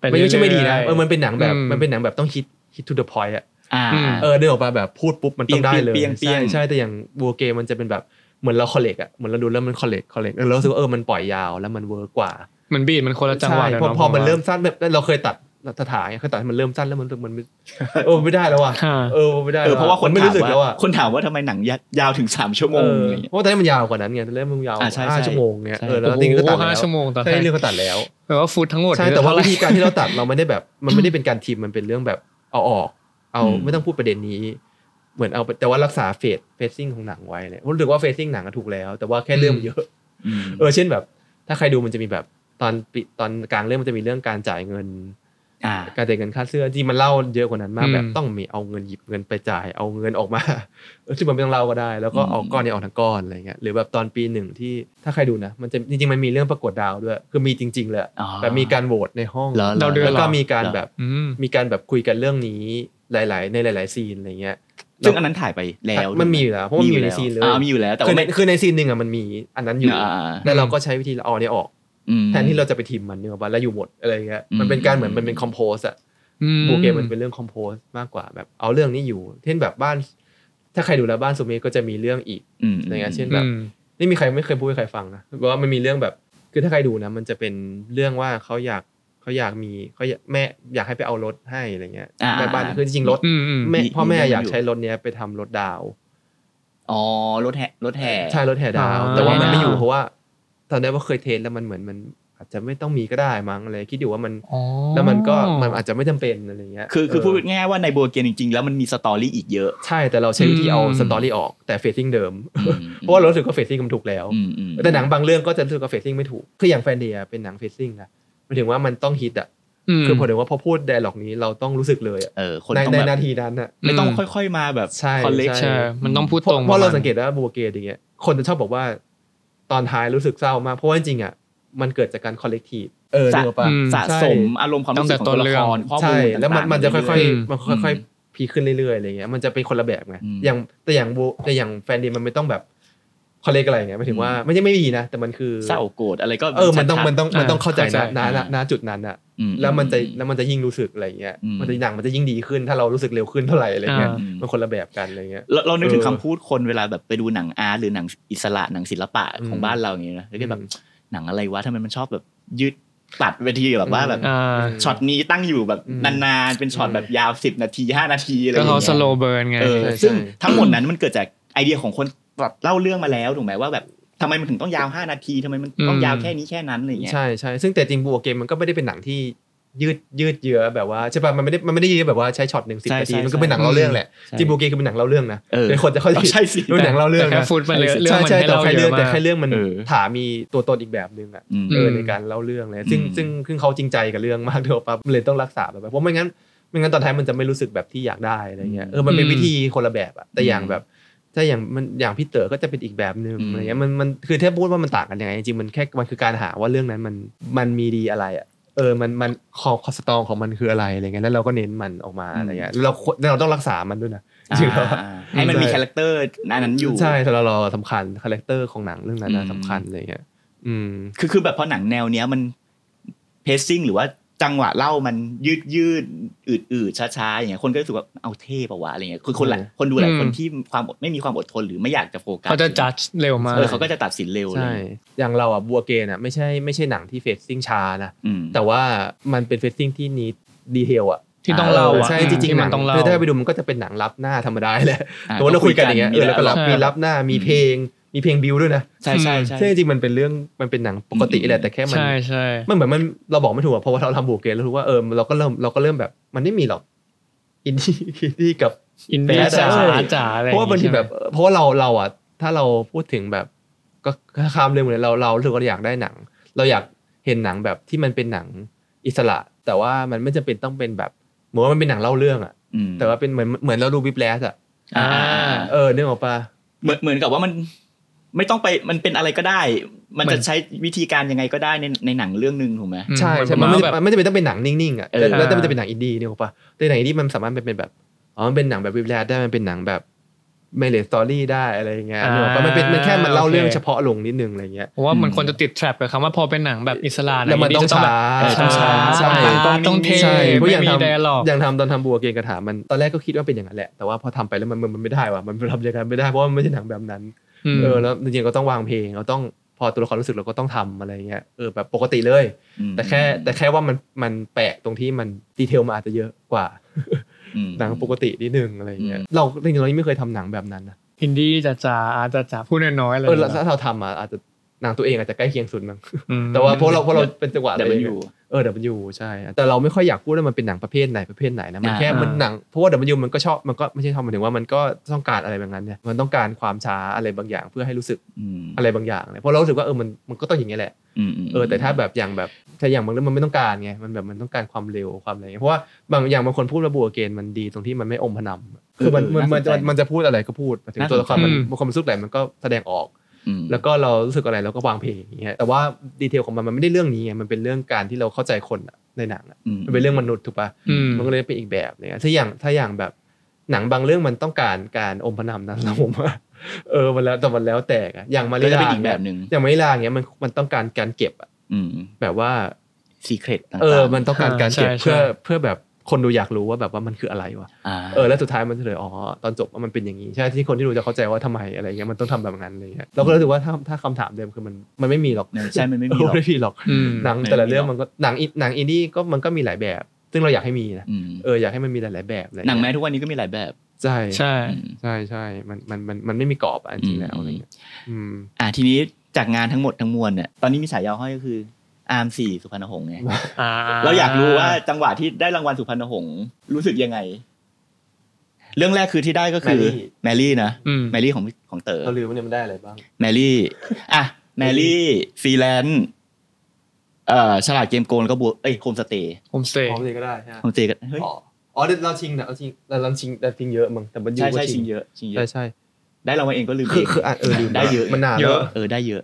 [SPEAKER 3] ป
[SPEAKER 5] ไม่ไม่ใช่ไม่ดีนะ
[SPEAKER 3] เรื่ยๆ
[SPEAKER 5] เออมันเป็นหนังแบบ
[SPEAKER 3] อืม
[SPEAKER 5] มันเป็นหนังแบบต้องฮิตฮิตทูเดอะพอยต์อะ
[SPEAKER 4] อ่า
[SPEAKER 3] อืม
[SPEAKER 5] เออเดินออกมาแบบพูดปุ๊บมันต้องได้เลย
[SPEAKER 4] เปรี้ยงๆเปรี้ยงๆ
[SPEAKER 5] ใช่ใช่แต่อย่างบัวเกมมันจะเป็นแบบเหมือนเราคอลเลกอะเหมือนเราดูแล้วมันคอลเลกคอลเลกเรารู้สึกว่าเออมันปล่อยยาวแล้วมันเวิร์กกว่า
[SPEAKER 3] มันบีดมันคนละจังหวะ
[SPEAKER 5] ใช่
[SPEAKER 3] นะ
[SPEAKER 5] พอ
[SPEAKER 3] นาะ
[SPEAKER 5] พอมันเริ่มสั้นแบบเราเคยตัดสถานไงเคยตัดให้มันเริ่มสั้นแล้วมันรู้สึกมันไม่เออไม่ได้แล้วว่ะ
[SPEAKER 3] อ่า
[SPEAKER 5] เออไม่ได้
[SPEAKER 4] เออเพราะว่าคน
[SPEAKER 5] มัไม่
[SPEAKER 4] ถาม
[SPEAKER 5] รู้สึกแล้ว
[SPEAKER 4] ว่า
[SPEAKER 5] อะ
[SPEAKER 4] คนถามว่าทำไมหนังยายาวถึงสามชั่วโม
[SPEAKER 5] เอง อ
[SPEAKER 4] อะไรเงี้ย
[SPEAKER 5] เพราะว่าตอนนี้มันยาวกว่านั้นไงตอนแรกมันยาว
[SPEAKER 4] อ่าใช่
[SPEAKER 5] ห้า
[SPEAKER 4] ใช่
[SPEAKER 5] ชั่วโมงเนี่ย
[SPEAKER 4] ใช่
[SPEAKER 5] เออแล้วจริงๆก็ตัด
[SPEAKER 3] โอ้โห
[SPEAKER 5] แล้ว
[SPEAKER 3] ห้าชั่วโมงตอนแรก
[SPEAKER 5] ใช่เรื่องก็ตัดแล้ว
[SPEAKER 3] แปลว่าฟูดทั้งหมด
[SPEAKER 5] ใช่แต่ว่า
[SPEAKER 3] เท่
[SPEAKER 5] วิ
[SPEAKER 3] ไหร่
[SPEAKER 5] ธีการที่เราตัดเราไม่ได้ แบบมันไม่ได้เป็นการทีมมันเป็นเรื่องแบบเอาออก เอา
[SPEAKER 4] อืม
[SPEAKER 5] ไม่ต้องพูดประเด็นนี้ เหมือนเอาแต่ว่ารักษาเฟสเฟซซิ่งของหนังไว้เลยรู้สึกว่าเฟซซิ่งหนังก็ถูกแล้ว แต่ว่าแค่เรื่องมันเยอะ
[SPEAKER 4] อืม
[SPEAKER 5] เออเช่นแบบ ถ้าใครดูมันจะมีแบบตอนปิตอนกลางเรื่องมันจะมีเรื่องการจ่ายเงิน
[SPEAKER 4] อ่า
[SPEAKER 5] การจ่ายเงินค่าเสื้อจริงมันเล่าเยอะกว่านั้นมาก
[SPEAKER 3] อืม
[SPEAKER 5] แบบต้องมีเอาเงินหยิบเงินไปจ่ายเอาเงินออกมา เออซึ่งมันไม่ต้องเล่าก็ได้ แล้วก็เอา
[SPEAKER 4] อืม
[SPEAKER 5] ก้อนนี้ออกทั้งก้อนอะไรเงี้ยหรือแบบตอนปีหนึ่งที่ถ้าใครดูนะมันจะจริงๆมันมีเรื่องประกวดดาวด้วยคือมีจริง ๆเลย
[SPEAKER 4] อ๋อ
[SPEAKER 5] แบบมีการโหวตในห้อง
[SPEAKER 4] หรอหรอ
[SPEAKER 3] ดาวเดือ
[SPEAKER 5] แล้
[SPEAKER 3] น
[SPEAKER 5] ว
[SPEAKER 3] เหรอ
[SPEAKER 5] ก็มีการ
[SPEAKER 4] เหรอ
[SPEAKER 5] แบบ
[SPEAKER 3] อืม
[SPEAKER 5] มีการแบบคุยกันเรื่องนี้หลาย ๆ ในหลาย ๆ ซีนอะไรเงี้ย
[SPEAKER 4] ซึ่งอันนั้นถ่ายไปแล้ว
[SPEAKER 5] มันมีอยู่แล้วเพราะมันมีอยู่ในซีนเลย
[SPEAKER 4] อ่ามีอยู่แล้วแต่
[SPEAKER 5] คือ
[SPEAKER 4] ว่า
[SPEAKER 5] ใน
[SPEAKER 4] ไม่
[SPEAKER 5] คือในซีนหนึ่งอ่ะมันมีอันนั้นอยู่
[SPEAKER 4] อ่าอ่าอ่า
[SPEAKER 5] แล้วเราก็ใช้วิธีเอาเนี่ยออก
[SPEAKER 4] อืม
[SPEAKER 5] แทนที่เราจะไปทิมมันเนื้อวันแล้วอยู่หมดอะไรเงี้ย
[SPEAKER 4] อืม
[SPEAKER 5] มันเป็นการเหมือนมันเป็นคอมโพสอะ
[SPEAKER 3] อื
[SPEAKER 5] บูเกมมันเป็นเรื่องคอมโพสมากกว่าแบบเอาเรื่องนี้อยู่ เช่นแบบบ้าน ถ้าใครดูแล้วบ้านสุเมฆก็จะมีเรื่องอีก
[SPEAKER 4] อืม
[SPEAKER 5] อะไรเงี้ยเช่น
[SPEAKER 3] อืม
[SPEAKER 5] นี่มีใครไม่เคยพูดให้ใครฟังนะว่ามันมีเรื่องแบบ คือถ้าใครดูนะมันจะเป็นเรื่องว่าเขาอยากเขาอยากมีเขาอยากแม่อยากให้ไปเอารถให้อะไรเงี้ย
[SPEAKER 4] อ่า
[SPEAKER 5] แม่บ้านคือจริงๆรถ
[SPEAKER 3] อืมอืม
[SPEAKER 5] แม่
[SPEAKER 4] มี
[SPEAKER 5] พ่อแม่อยาก
[SPEAKER 4] มีเรื่องอยู่
[SPEAKER 5] ใช้รถเนี้ยไปทำรถดาว
[SPEAKER 4] อ๋อรถแห่รถแห่
[SPEAKER 5] ใช่รถแห่ดาว
[SPEAKER 3] อ่า
[SPEAKER 5] แต่ว่ามันไม่อยู่
[SPEAKER 4] อ่า
[SPEAKER 5] เพราะว่า ตอนแรกว่าเคยเทสแล้วมันเหมือนมันอาจจะไม่ต้องมีก็ได้มั้งอะไรคิดอยู่ว่ามัน
[SPEAKER 3] อ๋อ
[SPEAKER 5] แล้วมันก็มันอาจจะไม่จำเป็นอะไรเงี้ย
[SPEAKER 4] คือคือ
[SPEAKER 5] เ
[SPEAKER 4] พูดง่ายๆว่าในโบเกนจริง ๆ แล้วมันมีสตอรี่อีกเยอะ
[SPEAKER 5] ใช่แต่เราใช้วิธีเอา
[SPEAKER 3] อืม
[SPEAKER 5] สตอรี่ออกแต่เฟซซิ่งเดิม
[SPEAKER 4] อืม
[SPEAKER 5] เพราะว่าเรารู้สึกว่าเฟซซิ่งมันถูกแล้ว
[SPEAKER 4] อืมอืม
[SPEAKER 5] แต่หนังบางเรื่องก็จะรู้สึกว่าเฟซซิ่งไม่ถูก คืออย่างแฟนเดียเป็นหนังเฟซซิ่งนะหมายถึงว่ามันต้องฮิตอ่ะ
[SPEAKER 3] ม
[SPEAKER 5] คือผมถึงว่าพอพูดไดร์ล็อกนี้เราต้องรู้สึกเลยอะ
[SPEAKER 4] เออคน
[SPEAKER 5] ใน
[SPEAKER 4] ต้อง
[SPEAKER 5] ใน
[SPEAKER 4] แบ
[SPEAKER 5] นา
[SPEAKER 4] บ
[SPEAKER 5] ทีนั้นอ่ะ
[SPEAKER 4] ไม่ต้อง
[SPEAKER 3] อืม
[SPEAKER 4] ค่อยๆมาแบบ
[SPEAKER 5] ใช่
[SPEAKER 4] คอลเลก
[SPEAKER 5] ใช่
[SPEAKER 3] ใช่ มันต้องพูด
[SPEAKER 5] เพราะ
[SPEAKER 3] ตรง
[SPEAKER 5] เพราะเรา
[SPEAKER 3] ปมณ
[SPEAKER 5] สังเกตได้ว่าบูเกตอย่างเงี้ย คนจะชอบบอกว่า ตอนท้ายรู้สึกเศร้ามาก เพราะว่าจริงๆอ่ะ มันเกิดจากการคอลเลกทีฟเออ
[SPEAKER 4] สะ
[SPEAKER 5] เดียวปะ
[SPEAKER 3] อืม
[SPEAKER 4] สะสมอารมณ์ความรู้สึกของตัวละครข้อมู
[SPEAKER 5] ใช่
[SPEAKER 4] ลต่างๆ
[SPEAKER 5] แล้วมันมันจะค่อย
[SPEAKER 3] อืม
[SPEAKER 5] ๆมันค่อยๆพีคขึ้นเรื่อยๆอะไรเงี้ยมันจะเป็นคนละแบบไง
[SPEAKER 4] อืม
[SPEAKER 5] อย่างแต่อย่างบูแต่อย่างแฟนเดียมันไม่ต้องแบบคอลเลกอะไรเงี้ยหมายถึงว่า
[SPEAKER 4] อืม
[SPEAKER 5] ไม่ใช่ไม่ดีนะ แต่มันคือ
[SPEAKER 4] เศร้าโกรธอะไรก็
[SPEAKER 5] เออมันต้องมันต้อง
[SPEAKER 3] ชัดๆ
[SPEAKER 5] มันต้องเข้าใจ
[SPEAKER 3] เข้าใจ
[SPEAKER 5] นะนะ
[SPEAKER 4] อ่า
[SPEAKER 5] นะจุดนั้นอ่ะ
[SPEAKER 4] อื
[SPEAKER 5] แล้วมันจะแล้วมันจะยิ่งรู้สึกอะไรเงี้ย
[SPEAKER 4] อืม
[SPEAKER 5] มันจะหนังมันจะยิ่งดีขึ้น ถ้าเรารู้สึกเร็วขึ้นเท่าไหร่อะไรเงี้ย
[SPEAKER 3] อ่า
[SPEAKER 5] มันคนละแบบกันอะไรเงี้ย
[SPEAKER 4] เราเรานึกถึง
[SPEAKER 5] เออ
[SPEAKER 4] คำพูดคนเวลาแบบไปดูหนังอาร์ตหรือหนังอิสระหนังศิลปะ
[SPEAKER 5] อืม
[SPEAKER 4] ของบ้านเราอย่างเงี้ยนะแล้วก็แบบ
[SPEAKER 5] อืม
[SPEAKER 4] หนังอะไรวะทำไมมันชอบแบบยืดตัดเวทีแบบว่าแบบ
[SPEAKER 3] อ่า
[SPEAKER 4] ช็อตนี้ตั้งอยู่แบบ
[SPEAKER 5] อืม
[SPEAKER 4] นานๆเป็นช็อต
[SPEAKER 5] อืม
[SPEAKER 4] แบบยาวสิบนาทีห้านาทีอะไรอ
[SPEAKER 3] ก็
[SPEAKER 4] ย่า
[SPEAKER 3] เขา
[SPEAKER 4] งเงี้ย
[SPEAKER 3] สโลเบิร์นไง
[SPEAKER 4] เออ
[SPEAKER 5] ใช่
[SPEAKER 4] ซึ่ง
[SPEAKER 5] ใช่
[SPEAKER 4] ทั้งหมดนั้นมันเกิดจากไอเดียของคนแบบเล่าเรื่องมาแล้วถูกไหมว่าแบบทำไมมันถึงต้องยาวห้านาทีทำไมมันต้อง
[SPEAKER 3] อืม
[SPEAKER 4] ยาวแค่นี้แค่นั้นอะไรอย่างเงี้ย
[SPEAKER 5] ใช่ใช่ซึ่งแต่จริงบัวเกมมันก็ไม่ได้เป็นหนังที่ยืดยืดเยื้อแบบว่าใช่ป่ะมันไม่ได้มันไม่ได้ยืดแบบว่าใช้ช็อตหนึ่งสิบ
[SPEAKER 4] ใช่
[SPEAKER 5] นาที
[SPEAKER 4] ใช่
[SPEAKER 5] มันก็เป็นหนัง
[SPEAKER 3] ใช่
[SPEAKER 5] เล่าเรื่องแหละ
[SPEAKER 4] ใช่
[SPEAKER 5] จริงบัวเกมคือเป็นหนังเล่าเรื่องนะ
[SPEAKER 4] เออ
[SPEAKER 5] เดี๋ยวคนจะเข้าใจ
[SPEAKER 4] เอาใช่สิ
[SPEAKER 5] ดูหนังเล่าเรื่อง
[SPEAKER 3] แต่แค่
[SPEAKER 5] นะ
[SPEAKER 3] ฟูดมันเลยเรื่อง
[SPEAKER 5] ใช่
[SPEAKER 3] มัน
[SPEAKER 5] ใช่
[SPEAKER 3] ให้
[SPEAKER 5] แต่
[SPEAKER 3] เรา
[SPEAKER 5] แค่
[SPEAKER 3] เย
[SPEAKER 5] เรื่อง
[SPEAKER 3] อะ
[SPEAKER 5] แต่
[SPEAKER 3] มาก
[SPEAKER 5] แค่เรื่องมัน
[SPEAKER 4] เออ
[SPEAKER 5] ถามีตัวตนอีกแบบหนึ่งอ่ะ
[SPEAKER 4] อืม
[SPEAKER 5] เออ
[SPEAKER 3] ม
[SPEAKER 5] ในการเล่าเรื่องเลยซึ่ง
[SPEAKER 4] อืม
[SPEAKER 5] ซึ่งซึ่งเขาจริงใจกับเรื่องมากเดียว ปั๊บเลยต้องรักษาแบบนั้นเพราะไม่งั้นไม่งั้นตอนท้ายมันจะไม่รู้สึกแบบที่อยากได้อะไรเงี้ยเออมันเป็นวิธีคนละแบบอะแต่อย่างแบบ ถ้าอย่างมันอย่างพี่เต๋อก็จะเป็นอีกแบบหนึ่ง
[SPEAKER 4] อืม
[SPEAKER 5] อะไรเงี้ยมันมันคือถ้าพูดว่ามันต่างกันยังไงจริงๆมันแค่มันคือการหาว่าเรื่องนั้นมันมันมีดีอะไรอ่ะเออมันมันคอคอสตองของมันคืออะไรอะไรเงี้ยแล้วเราก็เน้นมันออกมาอะไรเงี้ยแล้วเราควรแล้วเราต้องรักษามันด้วยนะ
[SPEAKER 4] อ่า
[SPEAKER 5] จริงๆแล้วอะ
[SPEAKER 4] ให้มันมีคาแรคเตอร์อันนั้นอยู่
[SPEAKER 5] ใช่แต่เราเราสำคัญคาแรคเตอร์ของหนังเรื่องนั้นนะ
[SPEAKER 4] อืม
[SPEAKER 5] สำคัญอะไรเงี้ยอืม
[SPEAKER 4] คือคือแบบพอหนังแนวเนี้ยมันเพซซิ่งหรือว่าจังหวะเล่ามันยืดยืดอืดอืดช้าช้าๆอย่างเงี้ยคนก็รู้สึกว่าเอาเท่ปะวะอะไรเงี้ยคือคนหลาย
[SPEAKER 5] อืม
[SPEAKER 4] คนดูหลายคน
[SPEAKER 3] อืม
[SPEAKER 4] ที่ความอดไม่มีความอดทนหรือไม่อยากจะโฟกัส
[SPEAKER 3] เขาจะจัดเร็วมาก
[SPEAKER 4] เออเขาก็จะตัดสินเร็วเล
[SPEAKER 5] ใช่
[SPEAKER 4] ย
[SPEAKER 5] อย่างเราอ่ะบัวเกนอ่ะไม่ใช่ไม่ใช่หนังที่เฟซซิ่งช้านะ
[SPEAKER 4] อืม
[SPEAKER 5] แต่ว่ามันเป็นเฟซซิ่งที่นีดีเทลอ่ะ
[SPEAKER 3] ที่ต้องเล่า
[SPEAKER 5] ออ
[SPEAKER 3] อะ
[SPEAKER 5] ใช่จริง
[SPEAKER 3] ที่
[SPEAKER 5] ๆห
[SPEAKER 3] มัน
[SPEAKER 5] นัง
[SPEAKER 3] ต้องเล่า
[SPEAKER 5] คือถ้าไปดูมันก็จะเป็นหนังรับหน้าธรรมดาแหละ
[SPEAKER 4] อ่า
[SPEAKER 5] แต่ว่าเราคุยกันอย่างเงี้ย
[SPEAKER 4] ก็คุ
[SPEAKER 5] เอ
[SPEAKER 4] ย
[SPEAKER 5] อ
[SPEAKER 4] กัน
[SPEAKER 5] แล้วก็รับ
[SPEAKER 3] มี
[SPEAKER 5] มี
[SPEAKER 3] แล้ว
[SPEAKER 5] รับหน้ามี
[SPEAKER 4] อืม
[SPEAKER 5] เพลง มีเพลงบิวด้วยนะ
[SPEAKER 4] ใช่ใช่ใช่
[SPEAKER 5] ซึ่งจริงๆมันเป็นเรื่องมันเป็นหนังปกติ
[SPEAKER 4] อืม
[SPEAKER 5] แหละแต่แค่มัน
[SPEAKER 3] ใช่ใช่
[SPEAKER 5] มันเหมือนมันเราบอกไม่ถูกอะเพราะว่าเราทำบูเกนแล้วรู้ว่าเออเราก็เริ่มเราก็เริ่มแบบมันไม่มีหรอกอินดี้อินดี้กับ
[SPEAKER 3] อินเดีย
[SPEAKER 5] แปล
[SPEAKER 3] จ๋า
[SPEAKER 5] ใช่
[SPEAKER 3] จ๋าอะไรอย่
[SPEAKER 5] เพราะว่าบาง
[SPEAKER 3] งี้
[SPEAKER 5] ที
[SPEAKER 3] ใช่ไหม
[SPEAKER 5] แบบเออเพราะว่าเราเราอ่ะถ้าเราพูดถึงแบบก็ก็ข้ามเรื่องเลยเราเรารู้สึกว่าเราอยากได้หนัง เราอยากเห็นหนังแบบที่มันเป็นหนังอิสระ แต่ว่ามันไม่จำเป็นต้องเป็นแบบเหมือนว่ามันเป็นหนังเล่าเรื่องอะ
[SPEAKER 4] อืม
[SPEAKER 5] แต่ว่าเป็นเหมือนเหมือนเราดูวิบแลสอะ
[SPEAKER 4] อ่า
[SPEAKER 5] เออนึกออกปะ
[SPEAKER 4] เหมือนเหมือนกับว่ามัน ไม่ต้องไปมันเป็นอะไรก็ได้ มัน
[SPEAKER 3] มัน
[SPEAKER 4] จะใช้วิธีการยังไงก็ได้ในในหนังเรื่องหนึ่งถูกไหม
[SPEAKER 3] อืม
[SPEAKER 5] ใช่
[SPEAKER 3] มัน
[SPEAKER 5] ใช่
[SPEAKER 3] ป
[SPEAKER 5] มั
[SPEAKER 3] ระ
[SPEAKER 5] น
[SPEAKER 3] มาณว่า
[SPEAKER 5] ไม่
[SPEAKER 3] แบบ
[SPEAKER 5] มันไม่จำเป็นต้องเป็นหนังนิ่งๆอ่ะ
[SPEAKER 4] เออ
[SPEAKER 5] แล้วแต่มันจะเป็นหนังอินดี้เนี่ยหรอกปะแต่หนังอินดี้มันสามารถเป็นแบบอ๋อมันเป็นหนังแบบวิบแลดได้มันเป็นหนังแบบเมเลสตอรี่ได้อะไรอย่างเงี้ย
[SPEAKER 3] อ่า
[SPEAKER 5] เนี่ยหรอกปะมันเป็นมันแค่มันเล่า
[SPEAKER 3] โอเค
[SPEAKER 5] เรื่องเฉพาะลงนิดนึงอะไรเงี้ย
[SPEAKER 3] เพราะว่ามันควรจะติดแทรปกับคำว่าพอเป็นหนังแบบอิสระะ
[SPEAKER 5] แล้วมันต้อง
[SPEAKER 3] จะ
[SPEAKER 5] ช้า
[SPEAKER 3] แบบต้อง ง
[SPEAKER 4] ต้อช้า
[SPEAKER 3] ช้า
[SPEAKER 5] ใช่
[SPEAKER 3] ต้องต้องเท
[SPEAKER 5] ใช่เพราะอ
[SPEAKER 3] ไม่
[SPEAKER 5] ย่าง
[SPEAKER 3] มี
[SPEAKER 5] ทำ
[SPEAKER 3] ไดอะล็อก
[SPEAKER 5] อย่างทำตอนทำบัวเกณฑ์กระถามันตอนแรกก็คิดว่าเป็นอย่างนั้นแหละแต่ว่าพอทำไปแล้วมันมันมันไม่ได้ว่ะมันทำอย่างนั้นไม่ได้เพราะว่ามันไม่ใช่หนังแบบนั้น เออแล้วจริงๆเราต้องวางเพลงเราต้องพอตัวละครรู้สึกเราก็ต้องทำอะไรเงี้ยเออแบบปกติเลย
[SPEAKER 4] อืม
[SPEAKER 5] แต่แค่แต่แค่ว่ามันมันแปลกตรงที่มันดีเทลมาอาจจะเยอะกว่า
[SPEAKER 4] อืม
[SPEAKER 5] หนังปกตินิดนึงอะไรเงี้ย
[SPEAKER 4] อืม
[SPEAKER 5] เราจริงๆเรายังไม่เคยทำหนังแบบนั้นนะ
[SPEAKER 3] อินดี้จ๋าจ๋าอาจจะจ๋าพูดน้อยๆเลย
[SPEAKER 5] เออแล้วถ้าเราทำอ่ะอาจจะหนังตัวเองอาจจะใกล้เคียงสุดมั้ง
[SPEAKER 3] อืม
[SPEAKER 5] แต่ว่าเพราะเราเพราะเราเป็นจังหวะ
[SPEAKER 4] แต่
[SPEAKER 5] เล
[SPEAKER 4] มัน
[SPEAKER 5] ย
[SPEAKER 4] อยู่
[SPEAKER 5] เออ W ใช่ แต่เราไม่ค่อยอยากพูดว่ามันเป็นหนังประเภทไหนประเภทไหนนะมันแค่
[SPEAKER 4] อ่ามั
[SPEAKER 5] มันหนังเพราะว่า W มันก็ชอบมันก็ไม่ใช่ชอบหมายถึงว่ามันก็ต้องการอะไรแบบนั้นเนี่ยมันต้องการความช้าอะไรบางอย่างเพื่อให้รู้สึก
[SPEAKER 4] อืม
[SPEAKER 5] อะไรบางอย่างเนี่ยเพราะเรารู้สึกว่าเออมันมันก็ต้องอย่างเงี้ยแหละ
[SPEAKER 4] มม
[SPEAKER 5] เออแต่ถ้าแบบอย่างแบบถ้าอย่างบางเรื่องมันไม่ต้องการไงมันแบบมันต้องการความเร็วความอะไรเพราะว่าบางอย่างบางคนพูดระบัวเกณฑ์มันดีตรงที่มันไม่อมพนำคือมัน
[SPEAKER 4] เออ
[SPEAKER 5] มันมันจะ
[SPEAKER 4] น่าสนใจ
[SPEAKER 5] มันจะพูดอะไรก็พูดหมายถึง
[SPEAKER 4] น่าสนใจ
[SPEAKER 5] ตัวละครมัน
[SPEAKER 3] อืม
[SPEAKER 5] บางคนมันสู้แหลมันก็แสดงออก
[SPEAKER 4] อืม
[SPEAKER 5] แล้วก็เรารู้สึกอะไรเราก็วางเพลงอย่างเงี้ยแต่ว่าดีเทลของมันมันไม่ได้เรื่องนี้ไงมันเป็นเรื่องการที่เราเข้าใจคนอะในหนังอะ
[SPEAKER 4] อืม
[SPEAKER 5] มันเป็นเรื่องมนุษย์ถูกปะ
[SPEAKER 3] อืม
[SPEAKER 5] มันก็เลยเป็นอีกแบบเนี่ยถ้าอย่างถ้าอย่างแบบหนังบางเรื่องมันต้องการการอมพนำนะ เราผมว่าเออมันแล้วแต่มันแล้วแต่อะอย่างมาเล
[SPEAKER 4] ก็จะ
[SPEAKER 5] ลา
[SPEAKER 4] เป็นอีกแบบหนึ่ง
[SPEAKER 5] อย่างมาเลลาอย่างเงี้ยมันมันต้องการการเก็บอะ
[SPEAKER 4] อืม
[SPEAKER 5] แบบว่า
[SPEAKER 4] ซีเครตต่างๆ
[SPEAKER 5] เออมันต้องการการ
[SPEAKER 3] ใช่
[SPEAKER 5] เก็บเพื่อ
[SPEAKER 3] ใช่
[SPEAKER 5] เพื่อแบบคนดูอยากรู้ว่าแบบว่ามันคืออะไรวะ
[SPEAKER 4] า
[SPEAKER 5] เออแล้วสุดท้ายมันเฉลยอ๋อตอนจบว่ามันเป็นอย่างนี้ใช่ที่คนที่ดูจะเข้าใจว่าทำไมอะไรเงี้ยมันต้องทำแบบนั้นอะไรเลยเราก็รู้สึกว่าถ้าถ้าคำถามเดิมคือมันมันไม่มีหรอก
[SPEAKER 4] ใช่มันไม่มีหรอก
[SPEAKER 5] เไม่มีหรอก
[SPEAKER 3] อืม
[SPEAKER 5] หนังแต่ละเรื่องมันก็หนังอิหนังอินดี้ก็มันก็มีหลายแบบ ซึ่งเราอยากให้มีนะ
[SPEAKER 4] อืม
[SPEAKER 5] เอออยากให้มันมีหลายๆแบบอะไรเย
[SPEAKER 4] หนังแม้ทุกวันนี้ก็มีหลายแบบ
[SPEAKER 5] ใช่
[SPEAKER 3] ใช่
[SPEAKER 4] อืม
[SPEAKER 5] ใช่ใช่มันมันมันมันไม่มีกรอบอะจริงๆแล้วอะไรเงี้ยอืม
[SPEAKER 4] อ่าทีนี้จากงานทั้งหมดทั้งมวลเนี่ยตอนนี้มีฉายาห้อยก็คืออาร์มสี่สุพรรณหงษ์ไงเราอยากรู้ว่าจังหวะที่ได้รางวัลสุพรรณหงษ์รู้สึกยังไง เรื่องแรกคือที่ได้ก็คือแมรี่นะ
[SPEAKER 3] อืม
[SPEAKER 4] แมรี่ของของเต๋อ
[SPEAKER 5] เราลืมว่าเนี่ยมันได้อะไรบ้าง
[SPEAKER 4] แมรี่อ่ะแมรี่ฟรีแลนซ์เอ่อฉลาดเกมโกนแล้วก็บัวเอ้ยโฮมสเตย์
[SPEAKER 3] โฮมสเตย์
[SPEAKER 5] พร้อมเลยก็ได้ใช่ไหม
[SPEAKER 4] โฮมสเตย์ก็เฮ้ย
[SPEAKER 5] อ๋ออ๋อเดี๋ยวเราชิงนะเราชิงเราเราชิงเราชิงเยอะมั้งแต่มันยู
[SPEAKER 4] ใช่
[SPEAKER 5] ก็
[SPEAKER 4] ใช่
[SPEAKER 5] ชิ
[SPEAKER 4] ชิ
[SPEAKER 5] ง
[SPEAKER 4] งเยอะชิงเย
[SPEAKER 5] ใช่
[SPEAKER 4] อะ
[SPEAKER 5] ใช่
[SPEAKER 4] ได้รางวัลเองก็ลืม
[SPEAKER 5] คือ
[SPEAKER 4] เอง
[SPEAKER 5] คืออ่ะเออลืม
[SPEAKER 4] ได้เยอะ
[SPEAKER 5] มันนาน
[SPEAKER 3] เย
[SPEAKER 5] แล้ว
[SPEAKER 3] อะ
[SPEAKER 4] เออได้เยอะ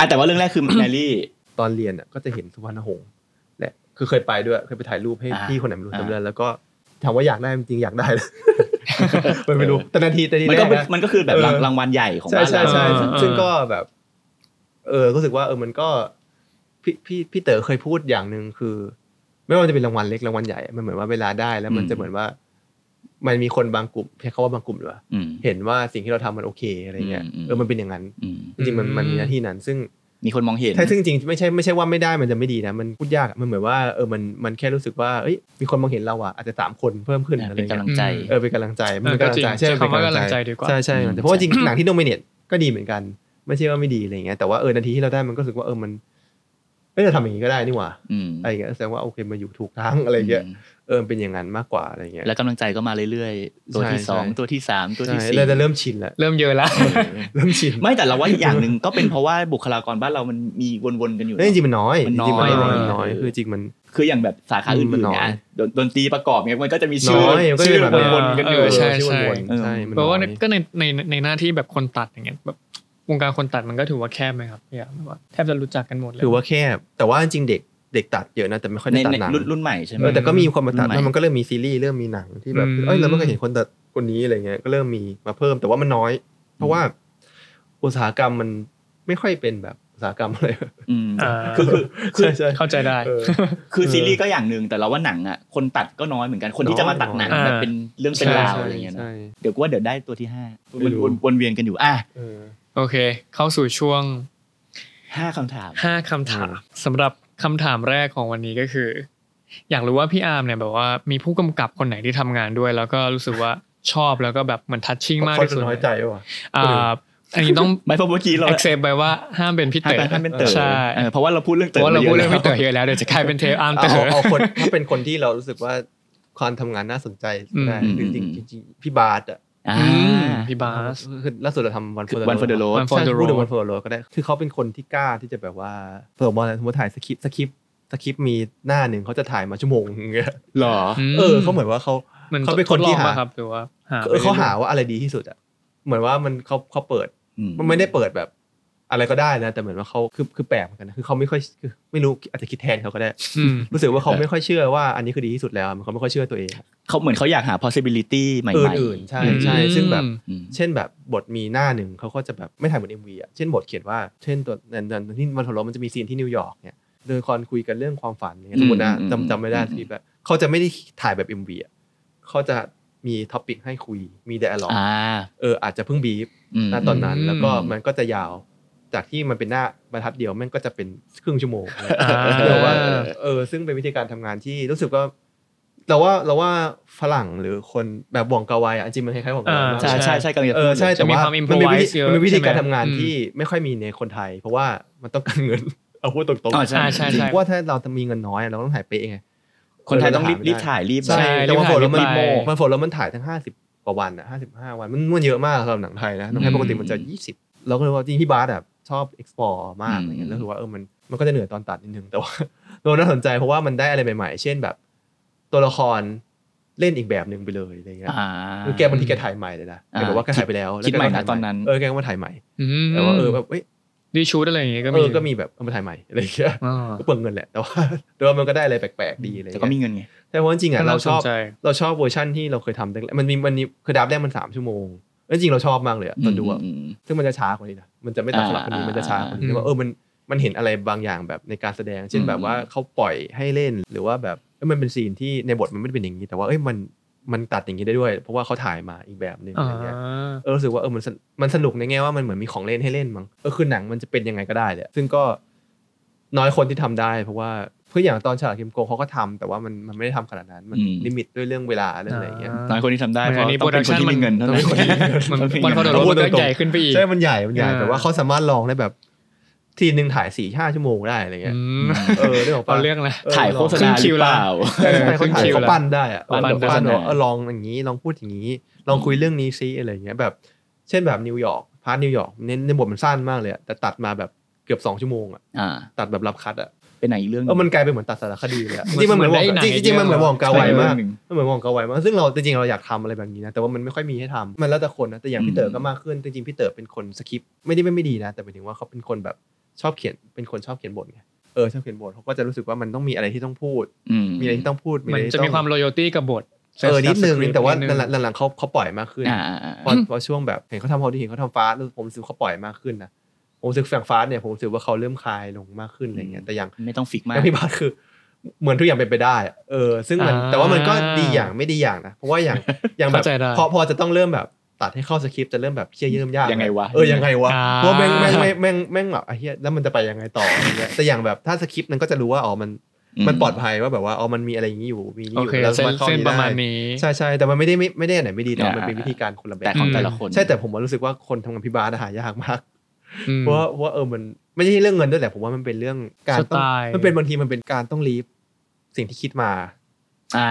[SPEAKER 4] อ่ะแต่ว่าเรื่องแรกคือแมรี่
[SPEAKER 5] ตอนเรียนอ่ะก็จะเห็นสุวรรณหงษ์แหละคือเคยไปด้วยเคยไปถ่ายรูปให้
[SPEAKER 4] อ่า
[SPEAKER 5] พี่คนไหนไม่รู้
[SPEAKER 4] อ่า
[SPEAKER 5] จำไม่ได้แล้วก็ถามว่าอยากได้จริงๆอยากได้ เลย มันไม่รู้แต่นาทีแต่นาที
[SPEAKER 4] มันก็
[SPEAKER 5] แรก
[SPEAKER 4] เป็น
[SPEAKER 5] นะ
[SPEAKER 4] มันก็คือแบบราง
[SPEAKER 5] เออ
[SPEAKER 4] รางวัลใหญ่ของ
[SPEAKER 5] ใช่
[SPEAKER 4] บ้าน
[SPEAKER 5] ใช่
[SPEAKER 4] เรา
[SPEAKER 5] ใช่ซึ่ง
[SPEAKER 3] อ่า
[SPEAKER 5] ซึ่งก็แบบ เออก็รู้สึกว่าเออมันก็พี่พี่พี่เต๋อเคยพูดอย่างหนึ่งคือ ไม่ว่าจะเป็นรางวัลเล็กรางวัลใหญ่มันเหมือนว่าเวลาได้แล้วมัน
[SPEAKER 4] อืม
[SPEAKER 5] จะเหมือนว่า มันมีคนบางกลุ่มใช้คำว่าบางกลุ่มหรือว่า
[SPEAKER 4] อืม
[SPEAKER 5] เห็นว่าสิ่งที่เราทำมันโอเคอะไรเงี้ย
[SPEAKER 4] อืมอืม
[SPEAKER 5] เออมันเป็นอย่างนั้น
[SPEAKER 4] อืม
[SPEAKER 5] จริงๆมันมันมีหน้าที่นั้นซึ่ง
[SPEAKER 4] มีคนมองเห็น
[SPEAKER 5] ใช่ซึ่งจริงๆไม่ใช่ไม่ใช่ว่าไม่ได้มันจะไม่ดีนะ มันพูดยากอะมันเหมือนว่าเออมันมันแค่รู้สึกว่าเอ้ยมีคนมองเห็นเราอ่ะอาจจะสามคนเพิ่มขึ้นอะไร
[SPEAKER 4] เป็น
[SPEAKER 5] เงี้
[SPEAKER 4] กำลั
[SPEAKER 5] ย
[SPEAKER 4] งใจ
[SPEAKER 5] เออเป็นกำลังใจมันเป็
[SPEAKER 3] เออก
[SPEAKER 5] นำลัง
[SPEAKER 3] จริ
[SPEAKER 5] ใจ
[SPEAKER 3] ง
[SPEAKER 5] ใช่
[SPEAKER 3] ใช้
[SPEAKER 5] เป็น
[SPEAKER 3] คำว่ากำลังใจดีกว่า
[SPEAKER 5] ใช่ใช่
[SPEAKER 4] อืม
[SPEAKER 5] แต่เพราะว่าจริง หนังที่โนมิเนตก็ดีเหมือนกัน ไม่ใช่ว่าไม่ดีอะไรเงี้ยแต่ว่าเออนาทีที่เราได้มันก็รู้สึกว่าเออมันเอ้ยเราทำอย่างนี้ก็ได้นี่หว่า
[SPEAKER 4] อืม
[SPEAKER 5] อะไรเงี้ยแสดงว่าโอเคมาอยู่ถูกทางอะไรเงี้ยเออมันเป็นอย่างนั้นมากกว่าอะไรเงี้ย
[SPEAKER 4] แล้วกำลังใจก็มาเรื่อยๆ ตัว
[SPEAKER 5] ใช่
[SPEAKER 4] ที่สอง
[SPEAKER 5] ใช่
[SPEAKER 4] ตัวที่สามตัวที่
[SPEAKER 5] ใช่
[SPEAKER 4] สี่
[SPEAKER 5] เราจะเริ่มชินแล้ว
[SPEAKER 3] เริ่มเยอะแล้ว
[SPEAKER 5] เริ่มชิน
[SPEAKER 4] ไม่แต่เราว่าอีกอย่างหนึ่งก็เป็นเพราะว่าบุคลากรบ้านเรามันมีวนๆกันอยู่
[SPEAKER 5] เอ้ยจริงๆมันน้อย
[SPEAKER 4] มันน้อย
[SPEAKER 5] จริงๆมัน
[SPEAKER 3] เออ
[SPEAKER 5] น้อยมันน้อยคือจริงๆมัน
[SPEAKER 4] คืออย่างแบบสาขาอื่
[SPEAKER 5] มัน
[SPEAKER 4] น
[SPEAKER 5] น้
[SPEAKER 4] ๆ
[SPEAKER 5] อย
[SPEAKER 4] เนะดนดนตรีประกอบเนี่ยมันก็จะมีชื่อ
[SPEAKER 5] น้อยก็
[SPEAKER 4] ชื่อ
[SPEAKER 5] แบบ
[SPEAKER 4] วนๆกันอยู่
[SPEAKER 3] เออใช่
[SPEAKER 5] ชื่วนๆ
[SPEAKER 4] เออ
[SPEAKER 5] ใช่มัน
[SPEAKER 3] เพราะว่าใน
[SPEAKER 5] น้อย
[SPEAKER 3] ก็ในในในหน้าที่แบบคนตัดอย่างเงี้ยแบบวงการคนตัดมันก็ถือว่าแคบไหมครับเนี่ยแบบว่าแทบจะรู้จักกันหมดเลย
[SPEAKER 5] ถือว่าแคบแต่ว่าจริงๆเด็กเด็กตัดเยอะนะแต่ไม่ค่อย
[SPEAKER 4] ใน
[SPEAKER 5] ได้ตัด
[SPEAKER 4] ใน
[SPEAKER 5] หนัง
[SPEAKER 4] รุ่นรุ่นใหม่ใช่ไหม
[SPEAKER 5] เออแต่ก็มีคนมาตัด
[SPEAKER 4] รุ่นใหม่
[SPEAKER 5] แล้วมันก็เริ่มมีซีรีส์เริ่มมีหนังที่แบบ
[SPEAKER 3] อืม
[SPEAKER 5] เอ้ยเราไม่เคยเห็นคนตัดคนนี้อะไรเงี้ยก็เริ่มมีมาเพิ่มแต่ว่ามันน้อย เพราะว่าอุตสาหกรรมมันไม่ค่อยเป็นแบบอุตสาหกรรมอะไร
[SPEAKER 4] อืม
[SPEAKER 3] อ่า
[SPEAKER 4] คือคือคือ
[SPEAKER 5] ใช่ใช่
[SPEAKER 3] เข้าใจได้
[SPEAKER 5] เออ
[SPEAKER 4] คือ
[SPEAKER 5] เออ
[SPEAKER 4] ซีรีส์ก็อย่างหนึ่งแต่เราว่าหนังอ่ะคนตัดก็น้อยเหมือนกันคนที่จะมาตัดหนัง
[SPEAKER 3] น้อย
[SPEAKER 4] แบบเป็นเรื่องเป็น
[SPEAKER 3] ใช่
[SPEAKER 4] ราวอะไรเงี้ย
[SPEAKER 5] ใช่
[SPEAKER 4] เนอะ
[SPEAKER 5] ใช่
[SPEAKER 4] เดี๋ยวกูว่าเดี๋ยวได้ตัวที่ห้า
[SPEAKER 5] ไม่
[SPEAKER 4] มัน
[SPEAKER 5] รู้
[SPEAKER 4] วนวนเวียนกันอยู่อ่ะ
[SPEAKER 5] เออ
[SPEAKER 3] โอเค เข้าสู่ช่วง
[SPEAKER 4] ห้าคำถาม
[SPEAKER 3] ห้าคำถามสำหรับคำถามแรกของวันนี้ก็คือ อยากรู้ว่าพี่อาร์มเนี่ยแบบว่ามีผู้กำกับคนไหนที่ทำงานด้วย แล้วก็รู้สึกว่าชอบแล้วก็แบบเหมือนทัชชิ่งมาก
[SPEAKER 5] คน
[SPEAKER 3] ที่
[SPEAKER 5] จะ
[SPEAKER 3] สุด
[SPEAKER 5] น้อยใจว่ะ
[SPEAKER 3] อ่าอันนี้ต้อง
[SPEAKER 4] ไม่เพราะเมื่อกี้เรา
[SPEAKER 3] accept ไปว่าห้ามเป็นพี่
[SPEAKER 4] ห้าม
[SPEAKER 3] เต๋อ
[SPEAKER 4] เป็นห้ามเป็นเต๋อ
[SPEAKER 3] ใช่
[SPEAKER 4] เออเพราะว่าเราพูดเรื่อง
[SPEAKER 3] เพ
[SPEAKER 4] เต๋อ
[SPEAKER 3] ราะว่าเราพูด
[SPEAKER 4] ม
[SPEAKER 3] เรื่อง
[SPEAKER 4] ยะ
[SPEAKER 3] พี่เต๋อเยอะแล้วเดี๋ยวจะกลายเป็นเทปอาร์มเต๋
[SPEAKER 5] เอา
[SPEAKER 3] อ
[SPEAKER 5] เอาคนถ้าเป็นคนที่เรารู้สึกว่าความทำงานน่าสนใจได้
[SPEAKER 3] อืม
[SPEAKER 5] คือจริงจริงๆพี่บาร์ดอะ
[SPEAKER 4] อ่า
[SPEAKER 3] อืมพี่บาส
[SPEAKER 5] คือล่าสุดเราทำวัน
[SPEAKER 4] One for the Road
[SPEAKER 5] ใช่
[SPEAKER 3] the
[SPEAKER 5] พูด
[SPEAKER 3] road
[SPEAKER 5] ถึงวันฟอร์โลก็ได้ คือเขาเป็นคนที่กล้าที่จะแบบว่าสมมติว่าอะไรสมมติถ่ายสคริปต์สคริปต์สคริปต์มีหน้าหนึ่งเขาจะถ่ายมาชั่วโมงอย่างเงี้ย
[SPEAKER 4] หรอ
[SPEAKER 3] ม
[SPEAKER 5] เออเขาเหมือนว่าเขา
[SPEAKER 3] มัน
[SPEAKER 5] เขาเป็นคนที่
[SPEAKER 3] ทดลอง
[SPEAKER 5] หา
[SPEAKER 3] ปะครับหรือว่าหา
[SPEAKER 5] เออเขาหา
[SPEAKER 3] ไปรื่อย
[SPEAKER 5] ว่าอะไรดีที่สุดอ่ะ เหมือนว่ามันเขาเขาเปิด
[SPEAKER 4] อื
[SPEAKER 5] มันไม่ได้เปิดแบบอะไรก็ได้นะแต่เหมือนว่าเขาคือคือแปลกเหมือนกันนะคือเขาไม่ค่อยคือไม่รู้อาจจะคิดแทนเขาก็ได้
[SPEAKER 3] อืม
[SPEAKER 5] รู้สึกว่าเขาไม่ค่อยเชื่อว่าอันนี้คือดีที่สุดแล้วเขาไม่ค่อยเชื่อตัวเอง
[SPEAKER 4] เขาเหมือนเขาอยากหา possibility ใหม่ๆ
[SPEAKER 5] อื่นๆใช่ใช่ซึ่งแบบ
[SPEAKER 4] อืม
[SPEAKER 5] เช่นแบบบทมีหน้าหนึ่งเขาก็จะแบบไม่ถ่ายเหมือน MV อ่ะ เช่นบทเขียนว่า เช่นตัวในในในที่มันถล่มมันจะมีซีนที่นิวยอร์กเนี่ยเดินคอนคุยกันเรื่องความฝันเนี่ยสมมตินะ
[SPEAKER 4] อืมอืม
[SPEAKER 5] จำจำไม่ได้
[SPEAKER 4] อืม
[SPEAKER 5] ที่แบบเขาจะไม่ได้ถ่ายแบบ MV อ่ะเขาจะมีท็อปิกให้คุยมี d ด a l ล g อ
[SPEAKER 4] อ่า
[SPEAKER 5] เอออาจจะเพิ่งบีฟ
[SPEAKER 4] ม
[SPEAKER 5] หน้าตอนนั้น
[SPEAKER 3] อืม
[SPEAKER 5] แล้วก็มันก็จะยาว จากที่มันเป็นหน้าบรรทัดเดียวแม่งก็จะเป็นครึ่งชั่วโมง
[SPEAKER 3] อ่า
[SPEAKER 5] เดี๋ยวว่าเออซึ่งเป็นวิธีการทำงานที่รู้สึกว่าเราว่าเราว่าฝรั่งหรือคนแบบหว่องกาไวอ่ะจริงๆมันคล้ายๆหว่องกาไวมาก
[SPEAKER 4] ใช่ใช่ใช่กำลังจะ
[SPEAKER 5] เอ
[SPEAKER 4] พูด
[SPEAKER 5] อใช่
[SPEAKER 4] เลย
[SPEAKER 5] แต่
[SPEAKER 3] จะ
[SPEAKER 5] ว่า
[SPEAKER 3] มีความ
[SPEAKER 5] มัมี
[SPEAKER 3] improvise
[SPEAKER 5] วิธี
[SPEAKER 3] เยอะ
[SPEAKER 5] มันมีวิธี
[SPEAKER 3] ใช่ไหม
[SPEAKER 5] การทำงาน
[SPEAKER 3] อืม
[SPEAKER 5] ที่ไม่ค่อยมีในคนไทย เพราะว่ามันต้องการเงิน เอาพูดตรง
[SPEAKER 4] อ๋อ
[SPEAKER 5] ๆ
[SPEAKER 4] ใช่
[SPEAKER 3] อ่าใช่
[SPEAKER 4] ใช่
[SPEAKER 5] จริง
[SPEAKER 3] ใช่
[SPEAKER 5] ๆเพราะว่าถ้าเราจะมีเงินน้อยเราต้องถ่ายเป๊ะไง
[SPEAKER 4] คนไทยต้องรีบรีบถ่ายรีบ
[SPEAKER 5] ใช่
[SPEAKER 3] ใช่
[SPEAKER 5] แต่ว่าฝนแล้วมัน
[SPEAKER 3] รีบถ่ายรีบไป
[SPEAKER 5] มันฝนแล้วมันถ่ายทั้งห้าสิบกว่าวันอ่ะห้าสิบห้าวันมันมันเยอะมากสำหรับหนังไทยนะหนังไทย
[SPEAKER 3] อืม
[SPEAKER 5] ปกติมันจะยี่สิบเราก็เลยว่าจริงๆพี่บาสอะชอบ explore มากอะไรเงี้ย
[SPEAKER 4] อืม
[SPEAKER 5] แล้วคือว่าเออมันมันก็จะเหนื่อยตอนตัดนิดนึงแต่ว่า เราน่าสนใจเพราะว่ามันได้อะไรใหม่ ๆ เช่นแบบ ตัวละครเล่นอีกแบบหนึ่งไปเลยอะไรเงี้ย
[SPEAKER 4] อ่า
[SPEAKER 5] คือแกบางทีแกถ่ายใหม่เลยนะ
[SPEAKER 4] อ่า
[SPEAKER 5] แกบอกว่าแกถ่ายไปแล้ว
[SPEAKER 4] คิดใหม่นะ
[SPEAKER 5] แล้วแกก็ถ่าย
[SPEAKER 4] ตอนนั้น
[SPEAKER 5] เออแกก็มาถ่ายใหม่
[SPEAKER 3] อืม
[SPEAKER 5] แต่ว่าเออแบบเอ้ย
[SPEAKER 3] ดีชูดอะไรอย่างเงี้ยก็
[SPEAKER 5] เอ
[SPEAKER 3] มี
[SPEAKER 5] อก็มีแบบเอามาถ่ายใหม่อะไรอย่างเงี้ย
[SPEAKER 3] อ่า
[SPEAKER 5] ก็เปลืองเงินแหละแต่ว่า แต่ว่ามันก็ได้อะไรแปลกๆดีอะไรอย่าง
[SPEAKER 4] แต่ก็มี
[SPEAKER 5] เงี้ย
[SPEAKER 4] เงินไง
[SPEAKER 5] ใช่เพราะจริงๆอ่ะเราชอบ
[SPEAKER 3] น่สนใจ
[SPEAKER 5] เราชอบเวอร์ชั่นที่เราเคยทำแรกมันมีมันมีคือดับแรกมันสามชั่วโมงแล้วจริงๆเราชอบมากเลยอะตอนดูอะซึ่งมันจะช้ากว่านี้นะมันจะไม่ตัดสลับคนนี้
[SPEAKER 4] อ่ามั
[SPEAKER 5] มันจะช้ากว่านี้
[SPEAKER 3] อืม
[SPEAKER 5] แต่ว่าเออมันมันเห็นอะไรบางอย่างแบบในการแสดง เช่น
[SPEAKER 4] อืม
[SPEAKER 5] แบบว่าเขาปล่อยให้เล่นหรือว่าแบบเอ้ยมันเป็นซีนที่ในบทมันไม่ได้เป็นอย่างนี้ แต่ว่าเอ้ยมันมันตัดอย่างนี้ได้ด้วย เพราะว่าเขาถ่ายมาอีกแบบหนึ่งอะไรเงี้ย
[SPEAKER 3] อ่า
[SPEAKER 5] เออรู้สึกว่าเออมันสนมันสนุกในแง่ว่ามันเหมือนมีของเล่นให้เล่นมั้งเออคือหนังมันจะเป็นยังไงก็ได้เลยซึ่งก็น้อยคนที่ทำได้ เพราะว่าเพื่ออย่างตอนฉลาดคิมโกงเขาก็ทำแต่ว่ามันมันไม่ได้ทำขนาดนั้น มัน
[SPEAKER 4] อืม
[SPEAKER 5] ลิมิตด้วยเรื่องเวลาเรื่องอะไรอย่างเงี้ย
[SPEAKER 4] น้อยคนที่ทำได้
[SPEAKER 3] เหมือน
[SPEAKER 4] เพราะ
[SPEAKER 3] อันนี้
[SPEAKER 4] ต้องเป็นคนที่
[SPEAKER 3] production
[SPEAKER 4] มีเงินเท่านั้น
[SPEAKER 5] มัน
[SPEAKER 3] มัน
[SPEAKER 4] ต้องเป็
[SPEAKER 3] มัน
[SPEAKER 4] เงิ
[SPEAKER 3] พอโดด
[SPEAKER 5] เราพูด
[SPEAKER 3] รถ
[SPEAKER 5] ตร
[SPEAKER 3] ก็
[SPEAKER 5] งๆ
[SPEAKER 3] ใหญ่ขึ้นไปอีก
[SPEAKER 5] ใช่มันใหญ่มันใหญ่
[SPEAKER 3] อ่า
[SPEAKER 5] แต่ว่าเขาสามารถลองได้แบบทีหนึ่งถ่ายสี่ห้าชั่วโมงได้อะไรเงี้ย
[SPEAKER 3] อืม
[SPEAKER 5] เออได้บอก
[SPEAKER 3] เอา
[SPEAKER 5] ปะ
[SPEAKER 3] เรื่องละ
[SPEAKER 5] เออ
[SPEAKER 4] ถ่ายโฆษ
[SPEAKER 5] ล
[SPEAKER 4] ณา
[SPEAKER 5] อง
[SPEAKER 4] หรือเปล่า
[SPEAKER 5] ใช่ใช่เขาถ่าย
[SPEAKER 3] คิวละ
[SPEAKER 5] เขาปั้นได้อะ
[SPEAKER 3] ปั้น
[SPEAKER 5] ปั้น
[SPEAKER 3] ปั้
[SPEAKER 5] ปั้น
[SPEAKER 3] น
[SPEAKER 5] ว่าเออลองอย่างนี้ลองพูดอย่างนี้ ลองคุยเรื่องนี้ซิอะไรอย่างเงี้ยแบบ เช่นแบบนิวยอร์กพาร์ทนิวยอร์กเน้นในบทมันสั้นมากเลยอะแต่ตัดมาแบบเกือบสองชั่วโมงอะ
[SPEAKER 4] อ่า
[SPEAKER 5] ตัดแบบรับคัดอ่ะ
[SPEAKER 4] เป็นไหนอีกเรื่องห
[SPEAKER 5] เอ
[SPEAKER 4] นึ่
[SPEAKER 5] อง มันกลายเป็นเหมือนตัดสารคดีเลยอะ
[SPEAKER 3] มัน
[SPEAKER 5] จริงๆมันเหมือน
[SPEAKER 3] เหมื
[SPEAKER 5] ว
[SPEAKER 3] อ
[SPEAKER 5] อนง
[SPEAKER 3] ได้หนัง
[SPEAKER 5] จริงจริงๆมันเหมือนวองกาไวมาก
[SPEAKER 4] เรื่องหนึ่ง
[SPEAKER 5] มันเหมือนวองกาไวมากซึ่งเราจริงๆเราอยากทำอะไรแบบนี้นะแต่ว่ามันไม่ค่อยมีให้ทำมันแล้วแต่คนนะแต่อย่าง
[SPEAKER 4] อืม
[SPEAKER 5] พี่เต๋อก็มากขึ้นจริงๆพี่เต๋อเป็นคนสคริปต์ไม่ได้ไม่ไม่ดีนะ แต่หมายถึงว่าเขาเป็นคนแบบชอบเขียนเป็นคนชอบเขียนบทไงเออชอบเขียนบทเขาก็จะรู้สึกว่ามันต้องมีอะไรที่ต้องพูด
[SPEAKER 4] อืม
[SPEAKER 5] มีอะไรที่ต้องพูด
[SPEAKER 3] มัน
[SPEAKER 5] ไร
[SPEAKER 3] จะ
[SPEAKER 5] ที่ต้
[SPEAKER 3] มี
[SPEAKER 5] อง
[SPEAKER 3] ความ loyalty กับบท
[SPEAKER 5] เออนิดนึง
[SPEAKER 3] Subscribe
[SPEAKER 5] แต่ว่า
[SPEAKER 3] นิดนึง
[SPEAKER 5] หลังๆเขาเขาปล่อยมากขึ้น
[SPEAKER 4] อ่าอ่าอ่า
[SPEAKER 5] พอพอช่วงแบบเห็นเขาทำพอดีเห็นเขาทำฟาสต์ผมรู้สึกเขาปล่อยมากขึ้นนะผมรู้สึกฝั่งฟาสต์เนี่ยผมรู้สึกว่าเขาเริ่มคลายลงมากขึ้นอะไรเงี้ย
[SPEAKER 4] อืม
[SPEAKER 5] แต่อย่าง
[SPEAKER 4] ไม่ต้องฟิกมาก
[SPEAKER 5] แล้วพี่บาสคือเหมือนทุกอย่างเป็นไปได้อะเออ ซึ่งมัน
[SPEAKER 3] อ่า
[SPEAKER 5] แต่ว่ามันก็ดีอย่างไม่ดีอย่างนะเพราะว่าอย่างอย่างแบบ
[SPEAKER 3] เข้าใจได้
[SPEAKER 5] พอพอจะต้องเริ่มแบบตัดให้เข้าสคริปต์จะเริ่มแบบเชี่ยเริ่มยาก
[SPEAKER 4] ยังไงวะ
[SPEAKER 5] เออยังไงวะ
[SPEAKER 3] อ่า
[SPEAKER 5] เพราะแม่งแม่งแม่งแม่งแม่งแบบไอ้เหี้ยแล้วมันจะไปยังไงต่ออะไรเงี้ยแต่อย่างแบบถ้าสคริปต์นั้นก็จะรู้ว่าอ๋อมันมันปลอดภัยว่าแบบว่าอ๋อมันมีอะไรอย่างนี้อยู่มีนี่
[SPEAKER 3] โอ
[SPEAKER 5] อยู่
[SPEAKER 3] เค
[SPEAKER 5] แล้ว
[SPEAKER 3] เส้น
[SPEAKER 5] มัข้
[SPEAKER 3] เส้น
[SPEAKER 5] ได้
[SPEAKER 3] ประมาณนี้
[SPEAKER 5] ใช่ใช่แต่มันไม่ได้ไม่ไม่ได้อันไหนไม่ดีแต่ว่ามัน
[SPEAKER 4] อ่า
[SPEAKER 5] เป็นวิธีการคนละแบ
[SPEAKER 4] แต่
[SPEAKER 5] บ
[SPEAKER 4] ของแต่ละคน
[SPEAKER 5] ใช่แต่ผมว่ารู้สึกว่าคนทำงานพิบาลหายากมาก
[SPEAKER 3] อืม
[SPEAKER 5] เพราะว่าเพราะว่าเออมันไม่ใช่เรื่องเงินด้วยแหละผมว่ามันเป็นเรื่องการต้อ
[SPEAKER 3] ส
[SPEAKER 5] ง
[SPEAKER 3] ไตล์
[SPEAKER 5] มันเป็นบางทีมันเป็นการต้องรีฟสิ่งที่คิดมา
[SPEAKER 4] อ่า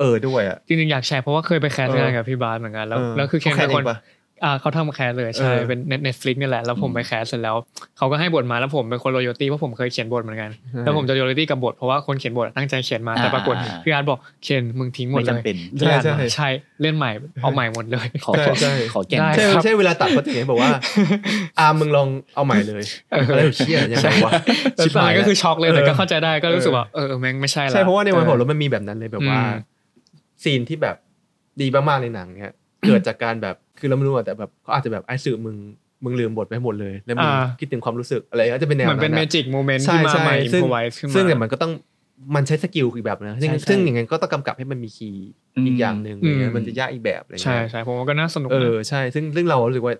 [SPEAKER 5] เออด้วยอ่ะ
[SPEAKER 3] จริงๆอยากแชร์เพราะว่าเคยไปแคส
[SPEAKER 5] เออ
[SPEAKER 3] งานกับพี่บาสเหมือนกันแล้ว
[SPEAKER 5] เออ
[SPEAKER 3] แล้วคือแคน
[SPEAKER 5] ขา
[SPEAKER 3] เป็น
[SPEAKER 5] เอ
[SPEAKER 3] ค
[SPEAKER 5] ง
[SPEAKER 3] น
[SPEAKER 5] ปะ
[SPEAKER 3] อ่าเขาทำแคสเลยใช่
[SPEAKER 5] เออ
[SPEAKER 3] เป็นเน็ตฟลิกนี่แหละแล้วผมไปแคสเสร็จแล้วเขาก็ให้บทมาแล้วผมเป็นคน loyalty เพราะผมเคยเขียนบทเหมือนกันแล้วผมจะ loyalty กับบทเพราะว่าคนเขียนบทตั้งใจเขียนมาแต่ปรากฏ
[SPEAKER 4] อ่า
[SPEAKER 3] พี่อาร์ตบอกเขียนมึงทิ้งหมด
[SPEAKER 4] ไม่
[SPEAKER 3] เล
[SPEAKER 4] จำ
[SPEAKER 3] ย
[SPEAKER 4] เป็น
[SPEAKER 5] ใช่ใช่
[SPEAKER 3] ใช่เล่นใหม่เอาใหม่หมดเลย
[SPEAKER 4] ขอข
[SPEAKER 5] ใช่
[SPEAKER 4] อ
[SPEAKER 5] ใช่
[SPEAKER 4] ขอแก่น
[SPEAKER 3] ได้
[SPEAKER 5] ใช่ใช่เวลาตัดเขาจะไง บอกว่า อามึงลองเอาใหม่เลย
[SPEAKER 3] เออ
[SPEAKER 5] อะไรเชี่ยยังไงวะ
[SPEAKER 3] ชิบหายก็คือช็อกเลยแต่ก็เข้าใจได้ก็รู้สึก
[SPEAKER 5] เออ
[SPEAKER 3] ว่าเออแม่งไม่ใช่ละ
[SPEAKER 5] ใช่เพราะว่าในวันผมรถมันมีแบบนั้นเลยแบบว่า
[SPEAKER 3] อืม
[SPEAKER 5] ซีนที่แบบดีมากๆในหนังเนี่ย เกิดจากการแบบคือเราไม่รู้อะแต่แบบเขาอาจจะแบบไอ้สื่อมึงมึงลืมบทไปหมดเลยแล้วมึงคิดถึงความรู้สึกอะไรก็จะเป็นแนว
[SPEAKER 3] เหมือนเป็น
[SPEAKER 5] อะ
[SPEAKER 3] เมจิกโมเมนต์ที่มาใหม่อิน
[SPEAKER 5] ซึ่ง
[SPEAKER 3] พไวส์ขึ้นมา
[SPEAKER 5] ซึ่งเนี่ยมันก็ต้องมันใช้สกิลอีกแบบนะซึ่ง
[SPEAKER 3] ใช่ใช่
[SPEAKER 5] ซึ่งอย่างนั้นก็ต้องกำกับให้มันมีคีย์อีกอย่างหนึ่ง
[SPEAKER 3] อืม
[SPEAKER 5] อะไรเงี้ยมันจะยากอีกแบบอะไร
[SPEAKER 3] ใช่
[SPEAKER 5] เงี้ย
[SPEAKER 3] ใช่ผมว่าก็น่าสนุก
[SPEAKER 5] เอ
[SPEAKER 3] นะ
[SPEAKER 5] อใช่ซึ่งซึ่งเรารู้สึกว่า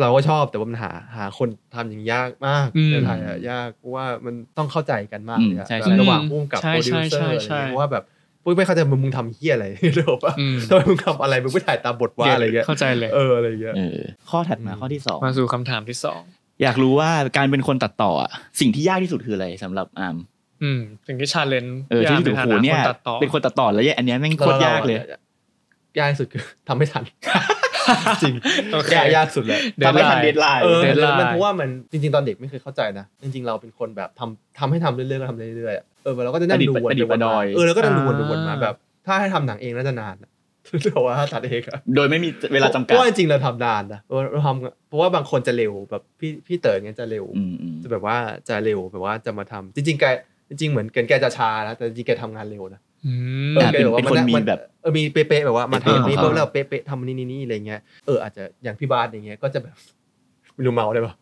[SPEAKER 5] เราก็ชอบแต่ว่ามันหาหาคนทำอย่างยากมาก
[SPEAKER 3] อืม
[SPEAKER 5] ในไทยอะยากเพราะว่ามันต้องเข้าใจกันมากเลยอะ
[SPEAKER 4] อืมใช่ใช่
[SPEAKER 5] แบบระหว่างผู้กำกับ
[SPEAKER 3] ใช่
[SPEAKER 5] โปรดิวเซอ
[SPEAKER 3] ใช่
[SPEAKER 5] ร์อะไร
[SPEAKER 3] ใช่
[SPEAKER 5] เงี้ยเพราะว่าแบบปุ้ยไม่เข้าใจมึงทำเฮี้ยอะไร หรือเปล่า
[SPEAKER 3] อืม
[SPEAKER 5] ทำไมมึงทำอะไรมึงไม่ถ่ายตามบทว่าอะไรเงี้ย
[SPEAKER 3] เข้าใจเลย
[SPEAKER 5] เอออะไรเงี้ย
[SPEAKER 4] เออ ข้อถัดมา
[SPEAKER 5] อืม
[SPEAKER 4] ข้อที่สอง
[SPEAKER 3] มาสู่คำถามที่สอง
[SPEAKER 4] อยากรู้ว่าการเป็นคนตัดต่ออะสิ่งที่ยากที่สุดคืออะไรสำหรับอาร์ม
[SPEAKER 3] อืมถึงที่ชาเลนจ์
[SPEAKER 4] เออที่ถือ
[SPEAKER 3] ในฐา
[SPEAKER 4] โห
[SPEAKER 3] นะ
[SPEAKER 4] เนี่
[SPEAKER 3] ค
[SPEAKER 4] ย
[SPEAKER 3] นตัดต่อ
[SPEAKER 4] เป็นคนตัดต่อแล้วเนี่ยอันเนี้ยแม่งโคตรยากเลย
[SPEAKER 5] ยากที่สุดคือ ทำไม่ทัน จริง
[SPEAKER 3] โอเค
[SPEAKER 5] ยากยากสุดเลย
[SPEAKER 4] ทำให้ทัน
[SPEAKER 3] Deadline
[SPEAKER 4] deadline
[SPEAKER 5] เออ
[SPEAKER 3] Deadline
[SPEAKER 5] มันเพราะว่ามันจริงๆ ตอนเด็กไม่เคยเข้าใจนะ จริงๆ เราเป็นคนแบบทำทำให้ทำเรื่อยๆก็ทำเรื่อยๆอะเออเราก็จะนั่งดู
[SPEAKER 4] ประดิษฐ์ประ
[SPEAKER 5] วน
[SPEAKER 4] ดิษฐ์ป
[SPEAKER 5] ไปวน
[SPEAKER 4] ระด
[SPEAKER 5] มา
[SPEAKER 4] อย
[SPEAKER 5] เออแล้วก็นั่งดูวนไป
[SPEAKER 3] อ่า
[SPEAKER 5] วนมาแบบ ถ้าให้ทำหนังเองน่าจะนานอะ แต่ว่าตัดเองอะ
[SPEAKER 4] โดยไม่มีเวลาจำกัด
[SPEAKER 5] เพราะว่าจริงๆเราทำนานนะเราทำเพราะว่าบางคนจะเร็วแบบพี่พี่เต๋อเงี้ยจะเร็ว
[SPEAKER 4] อืมอืม
[SPEAKER 5] จะแบบว่าจะเร็วแบบว่าจะมาทำจริงๆแกจริงๆเหมือนกันแกจะช้านะแต่จริงๆแกทำงานเร็วนะ
[SPEAKER 3] อืม
[SPEAKER 5] ออ
[SPEAKER 4] อ่ะ
[SPEAKER 5] แก
[SPEAKER 4] เป็น
[SPEAKER 5] บอกว่า
[SPEAKER 4] เป็นคนมีแบบ
[SPEAKER 5] เออมีเป๊ะๆแบบว่ามา
[SPEAKER 4] เป๊ะๆของ
[SPEAKER 5] ทำนี่
[SPEAKER 4] เขา
[SPEAKER 5] เพิ่มแล้วเป๊ะๆทำนี่นี่นี่อะไรเงี้ยเอออาจจะอย่างพี่บาสอย่างเงี้ยก็จะแบบ ไม่รู้เมาได้ปะ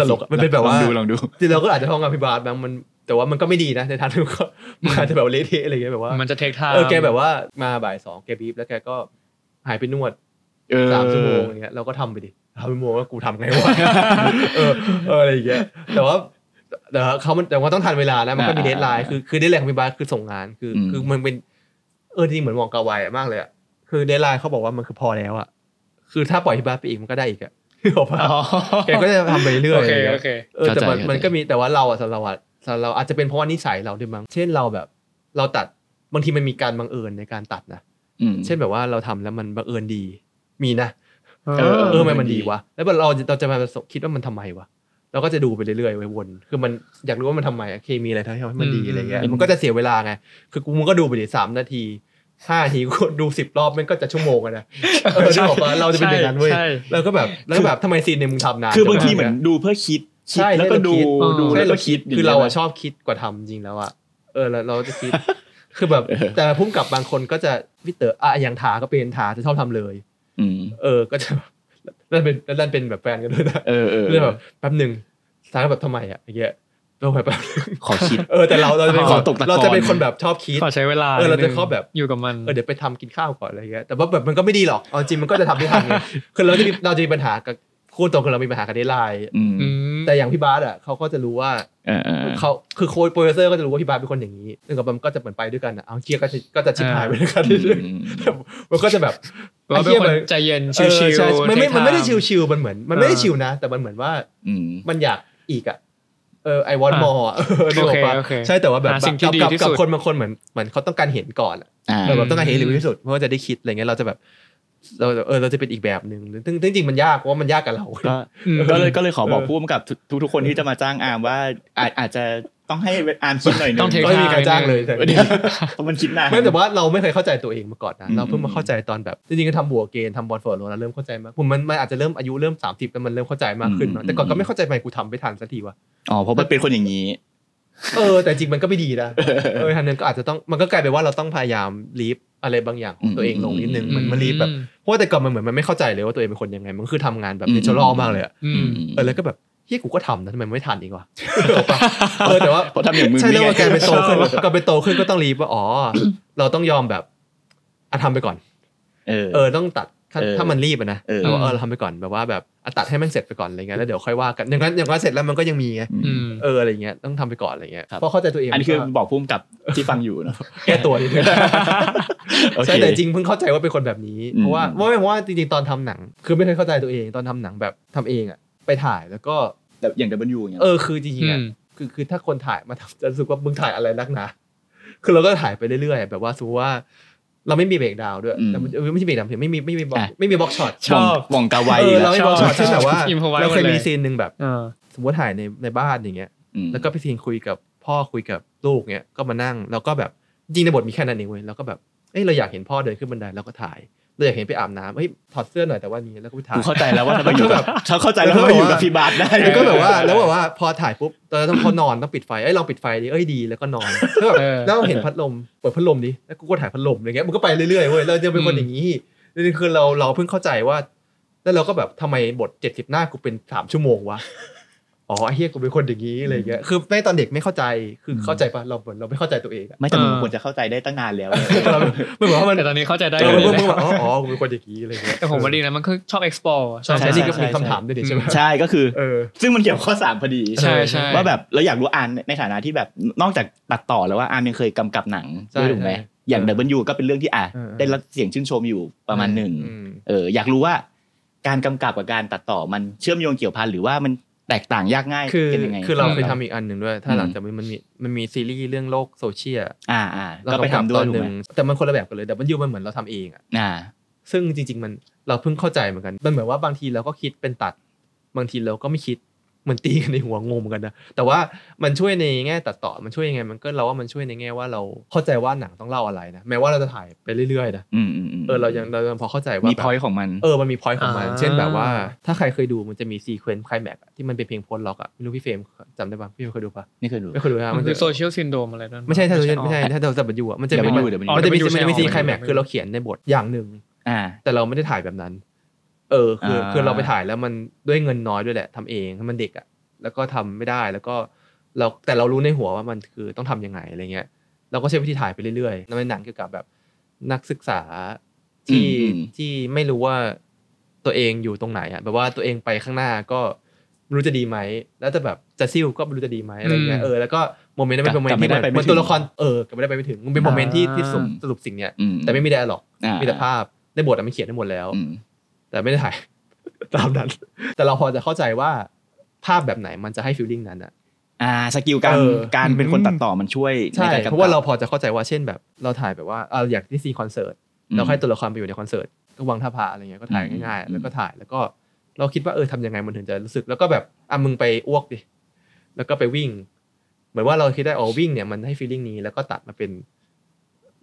[SPEAKER 5] ตลกอะมันเป็นแบบว่า
[SPEAKER 4] ลองดูลองดู
[SPEAKER 5] จริงเราก็อาจจะท่องกับพี่บาสบางมันแต่ว่ามันก็ไม่ดีนะในทางที่ก็
[SPEAKER 3] อืม
[SPEAKER 5] อาจจะแบบเละเทะอะไรเงี้ยแบบว่า
[SPEAKER 3] มันจะเทคท่า
[SPEAKER 5] เออแกแบบว่ามาบ่ายสองแกบีบแล้วแกก็หายไปนวด
[SPEAKER 4] เออ
[SPEAKER 5] สามชั่วโมงอย่างเงี้ยเราก็ทำไปดิสามชั่วโมงแล้วกูทำไงวะ เออเอออะไรอย่างเงี้ยแต่ว่าแต่ว่าเขามันแต่ว่าต้องทันเวลานะมันก็มี
[SPEAKER 4] อ่า
[SPEAKER 5] เดทไลน์คือคือเดทไลน์ของพี่บาสคือส่งงานคืออ
[SPEAKER 4] ม
[SPEAKER 5] คือมันเป็นเออจริงเหมือนมองกาไวอะมากเลยอะคือเดทไลน์เขาบอกว่ามันคือพอแล้วอะคือถ้าปล่อยพี่บาสไปอีกมันก็ได้อีกอะ คืออกปะ
[SPEAKER 3] อ๋อ
[SPEAKER 5] แกก็จะทำไปเรื่อย
[SPEAKER 3] โอ
[SPEAKER 5] ๆอะ
[SPEAKER 3] เค
[SPEAKER 5] ไรอย่างเงี้ย
[SPEAKER 3] โอเค
[SPEAKER 5] เออแต่มัน
[SPEAKER 4] เข้าใจ
[SPEAKER 5] มันก็มีแต่ว่าเราอะสำหรับเราอะสำหรับเราอาจจะเป็นเพราะว่านิสัยเราด้วยมั้งเช่นเราแบบ เราตัดบางทีมันมีการบังเอิญในการตัดนะ
[SPEAKER 4] อืม
[SPEAKER 5] เช่นแบบว่าเราทำแล้วมันบังเอิญดี มีนะ
[SPEAKER 4] เออ
[SPEAKER 5] เออมันมันดีวะแล้วเราเราจะมาคิดว่ามันทำไมวะเราก็จะดูไปเรื่อยๆไว้วน คือมันอยากรู้ว่ามันทำไมอะเคมีอะไรทำให้มันดี
[SPEAKER 3] อืม
[SPEAKER 5] อะไรเงี้ยมันก็จะเสียเวลาไงคือกูมึงก็ดูไปดิสามนาทีห้านาทีกูดูสิบรอบมันก็จะชั่วโมงอะนะเออที่บอกว่าเราจะเป็นอย่างนั้นเว้ย
[SPEAKER 3] ใช่
[SPEAKER 5] แล้วก็แบบแล้วก็แบบทำไมซีนเนี่ยมึงทำนาน
[SPEAKER 4] คือบาง
[SPEAKER 5] จั
[SPEAKER 4] ที
[SPEAKER 5] วะ
[SPEAKER 4] เหมือนดูเพื่อคิดคิด
[SPEAKER 5] ใช่
[SPEAKER 4] แล้วก็ดู
[SPEAKER 5] เออ
[SPEAKER 4] ดูแล้วก็คิด
[SPEAKER 5] คือเราอะ
[SPEAKER 4] ย่งงี้ย
[SPEAKER 5] ชอบคิดกว่าทำจริงแล้วอะเออเราเราจะคิด คือแบบ แต่พุ่มกับบางคนก็จะพี่เต๋ออะอย่างถาก็เป็นถาจะชอบทำเลย
[SPEAKER 4] อืม
[SPEAKER 5] เออ ก็จะ นั่นเป็นนั่นเป็นแบบแฟนกันด้วยนะ
[SPEAKER 4] เออเออ
[SPEAKER 5] เรื่องแบบแป๊บหนึ่งถาก็แบบทำไมอะอย่างเงี้ยเราแบบแป๊บนึง
[SPEAKER 4] ขอคิด
[SPEAKER 5] เออแต่เราเราจะเป็น
[SPEAKER 4] ข
[SPEAKER 5] ค
[SPEAKER 4] อน ตกตะกอน
[SPEAKER 5] เราจะเป็นคนแบบชอบคิด
[SPEAKER 3] ขอใช้เวลา
[SPEAKER 5] เออเราจะ
[SPEAKER 3] นิดนึง
[SPEAKER 5] เข้าแบบ
[SPEAKER 3] อยู่กับมัน
[SPEAKER 5] เออเดี๋ยวไปทำกินข้าวก่อนอะไรเงี้ยแต่ว่าแบบมันก็ไม่ดีหรอกเอาจริงมันก็จะทำไม่ทันไง คือเราจะมีเราจะมีปัญหากับคู่ตรงคือเรามีปัญหากันได้ไลน์
[SPEAKER 4] อืม
[SPEAKER 3] ม
[SPEAKER 5] แต่อย่างพี่บาสอะเขาก็จะรู้ว่า
[SPEAKER 4] เออเออเออ
[SPEAKER 5] เขาคือโค้ชโปรดิวเซอร์ก็จะรู้ว่าพี่บาสเป็นคนอย่างนี้ซึ่งกับมันก็จะเหมือนไปด้วยกันอะเอาเกียร์ก็จะก็จะชิบหายไปด้วยกัน
[SPEAKER 4] อืม
[SPEAKER 5] มันก็จะแบบ
[SPEAKER 3] เราเป็นคนใจเย็นชิ
[SPEAKER 5] เอ
[SPEAKER 3] ว
[SPEAKER 5] อใช่
[SPEAKER 3] ๆ
[SPEAKER 5] มันไม่
[SPEAKER 3] เทค
[SPEAKER 5] มันไม่ได้
[SPEAKER 3] ทา
[SPEAKER 5] ชิวๆมันเหมือนมันไม่ได้
[SPEAKER 3] เออ
[SPEAKER 5] ชิวนะ แต่มันเหมือนว่า
[SPEAKER 4] อืม
[SPEAKER 5] มันอยากอีกอะเออไอวอน
[SPEAKER 3] อ่ะ
[SPEAKER 5] มอนึกออกปะ
[SPEAKER 3] โอเค
[SPEAKER 5] ใช่แต่ว่าแบบ
[SPEAKER 3] หาสิ่งที่ดี
[SPEAKER 5] กับ
[SPEAKER 3] ที่
[SPEAKER 5] กับ
[SPEAKER 3] สุด
[SPEAKER 5] คนบางคนเหมือนเหมือนเขาต้องการเห็นก่อนอะ
[SPEAKER 4] อ่า
[SPEAKER 5] เราแบบต้องการเห็นรีวิวที่สุดเพราะว่าจะได้คิดอะไรเงี้ยเราจะแบบเราเออเราจะเป็นอีกแบบหนึ่งซึ่งซึ่งจริงๆมันยากเพราะว่ามันยากกับ เรา
[SPEAKER 4] ก็
[SPEAKER 3] อืม
[SPEAKER 4] ก็เลยก็เลยขอบอก
[SPEAKER 5] เออ
[SPEAKER 4] ผู้กำกับทุกทุกๆคนที่จะมาจ้างอาร์มว่าอาจอาจจะต้องให้อาร์มคิดหน่อยหนึ
[SPEAKER 3] ต้อง งเทค
[SPEAKER 5] ก็ไม่มีใครจ้างเลยแต่
[SPEAKER 4] เดี๋ยวเพราะมันคิดนาน
[SPEAKER 5] ไม่แต่ว่าเราไม่เคยเข้าใจตัวเองมาก่อนนะ
[SPEAKER 4] อืม
[SPEAKER 5] เราเพิ่งมาเข้าใจตอนแบบจริงๆก็ทำบัวเกณฑ์ทำบอลเฟิร์ดโรนแล้วเริ่มเข้าใจมากผมมันมันอาจจะเริ่มอายุเริ่ม 30แล้วมันเริ่มเข้าใจมากขึ้นเนอะแต่ก่อนก็ไม่เข้าใจทำไปกูทำไม่ทันสักทีวะ
[SPEAKER 4] อ๋อเพราะมันเป็นคนอย่างนี้
[SPEAKER 5] เออแต่จริงมันก็ไม่ดี นะเออทางหนึงก็อาจจะต้องมันก็กลายเป็นว่าเราต้องพยายามลีฟอะไรบางอย่างของตัวเองลงนิดนึงเหมือนมันลีฟแบบเพราะว่าแต่ก่อนมันเหมือนมันไม่เข้าใจเลยว่าตัวเองเป็นคนยังไงมันคือทำงานแบบ
[SPEAKER 4] อืม
[SPEAKER 5] เนเชอรัลมากเลยอะ
[SPEAKER 3] อืม
[SPEAKER 5] เออแล้วก็แบบเฮียกูก็ทำนะทำไมมันไม่ทันอี กวะเอาปะเออแต่ว่า
[SPEAKER 4] เพราะทำอย่างมึง
[SPEAKER 5] ใช่แล้ว
[SPEAKER 4] ไง
[SPEAKER 5] ว่าแกไปโตขึ้นก็ไปโตขึ้นก็ต้องรีบว่าอ๋อ เราต้องยอมแบบอ่ะทำไปก่อน เออต้องตัดถ้า
[SPEAKER 4] เออ
[SPEAKER 5] ถ้ามันรีบอะนะ
[SPEAKER 4] เออ
[SPEAKER 5] เราว่าเออเราทำไปก่อนแบบว่าแบบอ่ะตัดให้มันเสร็จไปก่อนอะไรเงี้ยแล้วเดี๋ยวค่อยว่ากันอย่างนั้นอย่างนั้นเสร็จแล้วมันก็ยังมีไง
[SPEAKER 4] อื
[SPEAKER 3] อื
[SPEAKER 4] ม
[SPEAKER 3] ม
[SPEAKER 5] เอออะไรเงี้ยต้องทำไปก่อนอะไรเงี้ย
[SPEAKER 4] ครับ
[SPEAKER 5] เพราะเข้าใจตัวเอง
[SPEAKER 4] อันนี้คือ
[SPEAKER 5] ก็
[SPEAKER 4] บอกผู้กำกับที่ฟังอยู่เนอะ
[SPEAKER 5] แก้ตัวนิดนึง
[SPEAKER 4] โอเค
[SPEAKER 5] ใช่แต่จริงเพิ่งเข้าใจว่าเป็นคนแบบนี้
[SPEAKER 4] อืม
[SPEAKER 5] เพราะว่าว่าไม่เพราะว่าจริงๆตอนทำหนัง คือไม่เคยเข้าใจตัวเองตอนทำหนังแบบทำเองอะไปถ่ายแล้วก็
[SPEAKER 4] แต่อย่าง W อย่างเงี้ย
[SPEAKER 5] เออคือจริงๆอะ คือคือถ้าคนถ่ายมาทำจะรู้สึกว่ามึงถ่ายอะไรนักหนา คือเราก็ถ่ายไปเรื่อยๆ แบบว่าสมมติว่า เราไม่มีเบรกดาวน์ด้วยแต่มันเออไม่ใช่เบรกดาวน์ไม่มีไม่มีบล็อกไม่มีบล็อกช็อต
[SPEAKER 4] ชอบหว่องกาไว
[SPEAKER 5] เอ
[SPEAKER 4] อี
[SPEAKER 5] อก
[SPEAKER 4] แล้
[SPEAKER 5] เรา
[SPEAKER 4] ว
[SPEAKER 5] ไม่มีบล็อกช็อ
[SPEAKER 3] ช
[SPEAKER 5] ต
[SPEAKER 3] อบ
[SPEAKER 5] เช่นแบบว่า
[SPEAKER 3] improvise
[SPEAKER 5] เราเคย
[SPEAKER 3] หมดเลย
[SPEAKER 5] มีซีนหนึ่งแบบ
[SPEAKER 3] เออ
[SPEAKER 5] สมมติถ่ายในในบ้านอย่างเงี้ย
[SPEAKER 4] อืม
[SPEAKER 5] แล้วก็ไปซีนคุยกับพ่อคุยกับลูกเงี้ยก็มานั่งแล้วก็แบบจริงในบทมีแค่นั้นเองเว้ยแล้วก็แบบเอ้ยเราอยากเห็นพ่อเดินขึ้นบันไดเราก็ถ่ายเราอยากเห็นไปอาบน้ำเฮ้ยถอดเสื้อหน่อยแต่ว่านี้แล้วก็ไปถ่า
[SPEAKER 4] กู
[SPEAKER 5] ย
[SPEAKER 4] เข้าใจแล้วว่าทำไมอยู่กับ เขาเข้าใจแล้ว
[SPEAKER 5] แล้วก็
[SPEAKER 4] ว่าอ
[SPEAKER 5] แบบ
[SPEAKER 4] ยู่กับ
[SPEAKER 5] ว่า
[SPEAKER 4] ฟีบาร์ได้
[SPEAKER 5] แล้วก็แบบว่าแล้วแบบว่าพอถ่ายปุ๊บตอนนั้นต้องพอนอนต้องปิดไฟเอ้ยลองปิดไฟดิเอ้ยดีแล้วก็นอนแล้วแบบ
[SPEAKER 3] เออ
[SPEAKER 5] แล้วเห็นพัดลมเปิดพัดลมดิแล้วกูก็ถ่ายพัดลมอย่างเงี้ยมันก็ไปเรื่อยๆเว้ยเราจะเป็นคน
[SPEAKER 3] อืม
[SPEAKER 5] อย่างนี้นี่คือเราเราเพิ่งเข้าใจว่า แล้วเราก็แบบทำไมบทเจ็ดสิบหน้ากูเป็นสามชั่วโมงวะอ๋อไอ้เฮียกูเป็นคนอย่างนี้อะไรเงี้ยคือไม่ตอนเด็กไม่เข้าใจคือ
[SPEAKER 4] อืม
[SPEAKER 5] เข้าใจปะเราเหมือนเราไม่เข้าใจตัวเองอะ
[SPEAKER 4] ไม่แต่มึง
[SPEAKER 3] เออ
[SPEAKER 4] ควรจะเข้าใจได้ตั้งนานแล้ว
[SPEAKER 5] เราไม่เหมือนว่ามัน
[SPEAKER 3] แต่ตอนนี้เข้าใจได้
[SPEAKER 5] เออ
[SPEAKER 3] เล
[SPEAKER 5] เพิ่ง
[SPEAKER 3] ย
[SPEAKER 5] เพิ่งแบบอ๋ออ๋อกูเป็นคนอย่างนี้อะไรเงี้ย
[SPEAKER 3] แต่ผมว่าดีนะมันคือชอบ explore อะชอ
[SPEAKER 5] ใช่
[SPEAKER 3] บ
[SPEAKER 5] ใช่นี่ก็
[SPEAKER 4] ใช่
[SPEAKER 5] มี
[SPEAKER 4] ใช่
[SPEAKER 5] คำถามด้วยนี่ใช่ไหม
[SPEAKER 4] ใช่ก็คือ
[SPEAKER 5] เออ
[SPEAKER 4] ซึ่งมันเกี่ยวข้อสามพอดี
[SPEAKER 3] ใช่ใช่
[SPEAKER 4] ว่าแบบเราอยากรู้อานในฐานะที่แบบนอกจากตัดต่อแล้วว่าอานยังเคยกำกับหนัง
[SPEAKER 5] ใช่
[SPEAKER 4] ด้วยถูกไหม
[SPEAKER 5] ใช่
[SPEAKER 4] อย่าง W ก็เป็นเรื่องที่อ่ะ
[SPEAKER 5] เออเออ
[SPEAKER 4] ได้รับเสียงชื่นชมอยู่ประมาณหนึ่ง
[SPEAKER 5] อืม
[SPEAKER 4] เอออยากรู้ว่าการกำกับกับการตัดต่อมันเชื่อมโยงเกี่ยวพันหรือว่ามันแตกต่างยากง่าย
[SPEAKER 5] คือ
[SPEAKER 4] กันยังไง
[SPEAKER 5] คือเราเคยทำอีกอันหนึ่งด้วย ถ้า
[SPEAKER 4] อืม
[SPEAKER 5] หลังจากนี้มันมีมันมีซีรีส์เรื่องโลกโซเชียล
[SPEAKER 4] อ่าอ่าก็ไปทำด้ว
[SPEAKER 5] ต
[SPEAKER 4] ย
[SPEAKER 5] อน
[SPEAKER 4] ถูก
[SPEAKER 5] หนึ่
[SPEAKER 4] ไหม
[SPEAKER 5] งแต่มันคนละแบบกันเลยแต่มันยูมันเหมือนเราทำเองอ่ะ
[SPEAKER 4] อ่า
[SPEAKER 5] ซึ่งจริง ๆ มันเราเพิ่งเข้าใจเหมือนกัน มันเหมือนว่าบางทีเราก็คิดเป็นตัด บางทีเราก็ไม่คิด เหมือนตีกันในหัวงงเหมือนกันนะแต่ว่ามันช่วยในแง่ตัดต่อมันช่วยยังไง มันก็เราว่ามันช่วยในแง่ว่าเราเข้าใจว่าหนังต้องเล่าอะไรนะแม้ว่าเราจะถ่ายไปเรื่อยๆนะ
[SPEAKER 4] อืมอืมม
[SPEAKER 5] เออเรายังเรายังพอเข้าใจว่า
[SPEAKER 4] มี
[SPEAKER 5] แบบ
[SPEAKER 4] พอยของมัน
[SPEAKER 5] เออ มันมีพอยต์ของมัน
[SPEAKER 3] อ่า
[SPEAKER 5] เช่นแบบว่า ถ้าใครเคยดูมันจะมีซีเควนต์ไคลแม็กซ์อะที่มันเป็นเพลงโพสต์ล็อกอะไม่รู้พี่เฟรมจำได้ป่ะ พี่เฟรมเคยดูป่ะ
[SPEAKER 4] นี่เคยดู
[SPEAKER 5] ไม่เคยดูฮะ
[SPEAKER 3] มันคือโซ
[SPEAKER 5] จะ
[SPEAKER 3] เชียลซินโดมอะไรนั่น
[SPEAKER 5] ไม่ใช่ถ้าเราไม่ใช่ถ้าเราจะบรรยูอะมันจะเป็น
[SPEAKER 4] W W
[SPEAKER 5] อ๋อมันจะมีมันจะมีซี
[SPEAKER 4] W
[SPEAKER 5] ไคลแม็กซ์คือเราเขียนในบทอย่างหนึ่ง
[SPEAKER 4] อ่า
[SPEAKER 5] แต่เราไม่ได้ถ่ายแบบนั้น เออ คือ
[SPEAKER 4] อ่า
[SPEAKER 5] คือเราไปถ่ายแล้วมันด้วยเงินน้อยด้วยแหละทำเองมันเด็กอะแล้วก็ทำไม่ได้แล้วก็เราแต่เรารู้ในหัวว่ามันคือต้องทำยังไงอะไรเงี้ย เราก็ใช้วิธีถ่ายไปเรื่อยๆนั่นเป็นหนังเกี่ยวกับแบบนักศึกษาที่
[SPEAKER 4] อืมอืม
[SPEAKER 5] ที่ไม่รู้ว่าตัวเองอยู่ตรงไหนอะแบบว่าตัวเองไปข้างหน้าก็ไม่รู้จะดีไหม แล้วจะแบบจะซิ่วก็ไม่รู้จะดีไหมอะไรเงี้ย
[SPEAKER 3] อืม
[SPEAKER 5] เออแล้วก็โมเมนต์นั้นเป็นโมเมน
[SPEAKER 4] กลับ
[SPEAKER 5] ต์ที่
[SPEAKER 4] ไม่ได้
[SPEAKER 5] เห
[SPEAKER 4] ไปไม่
[SPEAKER 5] มัน
[SPEAKER 4] ถึง
[SPEAKER 5] ตัวละครเออกลับไม่ได้ไปไม่ถึงมันเป็นโมเมนต์ที่ที่สรุปสรุปสิ่งเนี้ย
[SPEAKER 4] อืม
[SPEAKER 5] แต่ไม่มีไดอะล็อก
[SPEAKER 4] อ่า
[SPEAKER 5] มีแต่ภาพในบทอะมันเขียนได้หมดแล้ว
[SPEAKER 4] อืม
[SPEAKER 5] แต่ไม่ได้ถ่าย ตามนั้น แต่เราพอจะเข้าใจว่าภาพแบบไหนมันจะให้ฟีลลิ่งนั้นอะ
[SPEAKER 4] อ่าสกิลการ
[SPEAKER 5] เออ
[SPEAKER 4] การเป็นคนตัดต่อมันช่วย
[SPEAKER 5] ใช่
[SPEAKER 4] นกกำกับ
[SPEAKER 5] เพราะว่าเราพอจะเข้าใจว่าเช่นแบบเราถ่ายแบบว่าเอาอย่างที่ซีคอนเสิร์ตเราให้ตัวละครไปอยู่ในคอนเสิร์ตก็วางท่าพระอะไรเงี้ยก็ถ่ายง่ายๆแล้วก็ถ่ายแล้วก็เราคิดว่าเออทำยังไงมันถึงจะรู้สึก แล้วก็แบบอ่ะมึงไปอ้วกดิแล้วก็ไปวิ่ง เหมือนว่าเราคิดได้อ๋อวิ่งเนี่ยมันให้ฟีลลิ่งนี้แล้วก็ตัดมาเป็น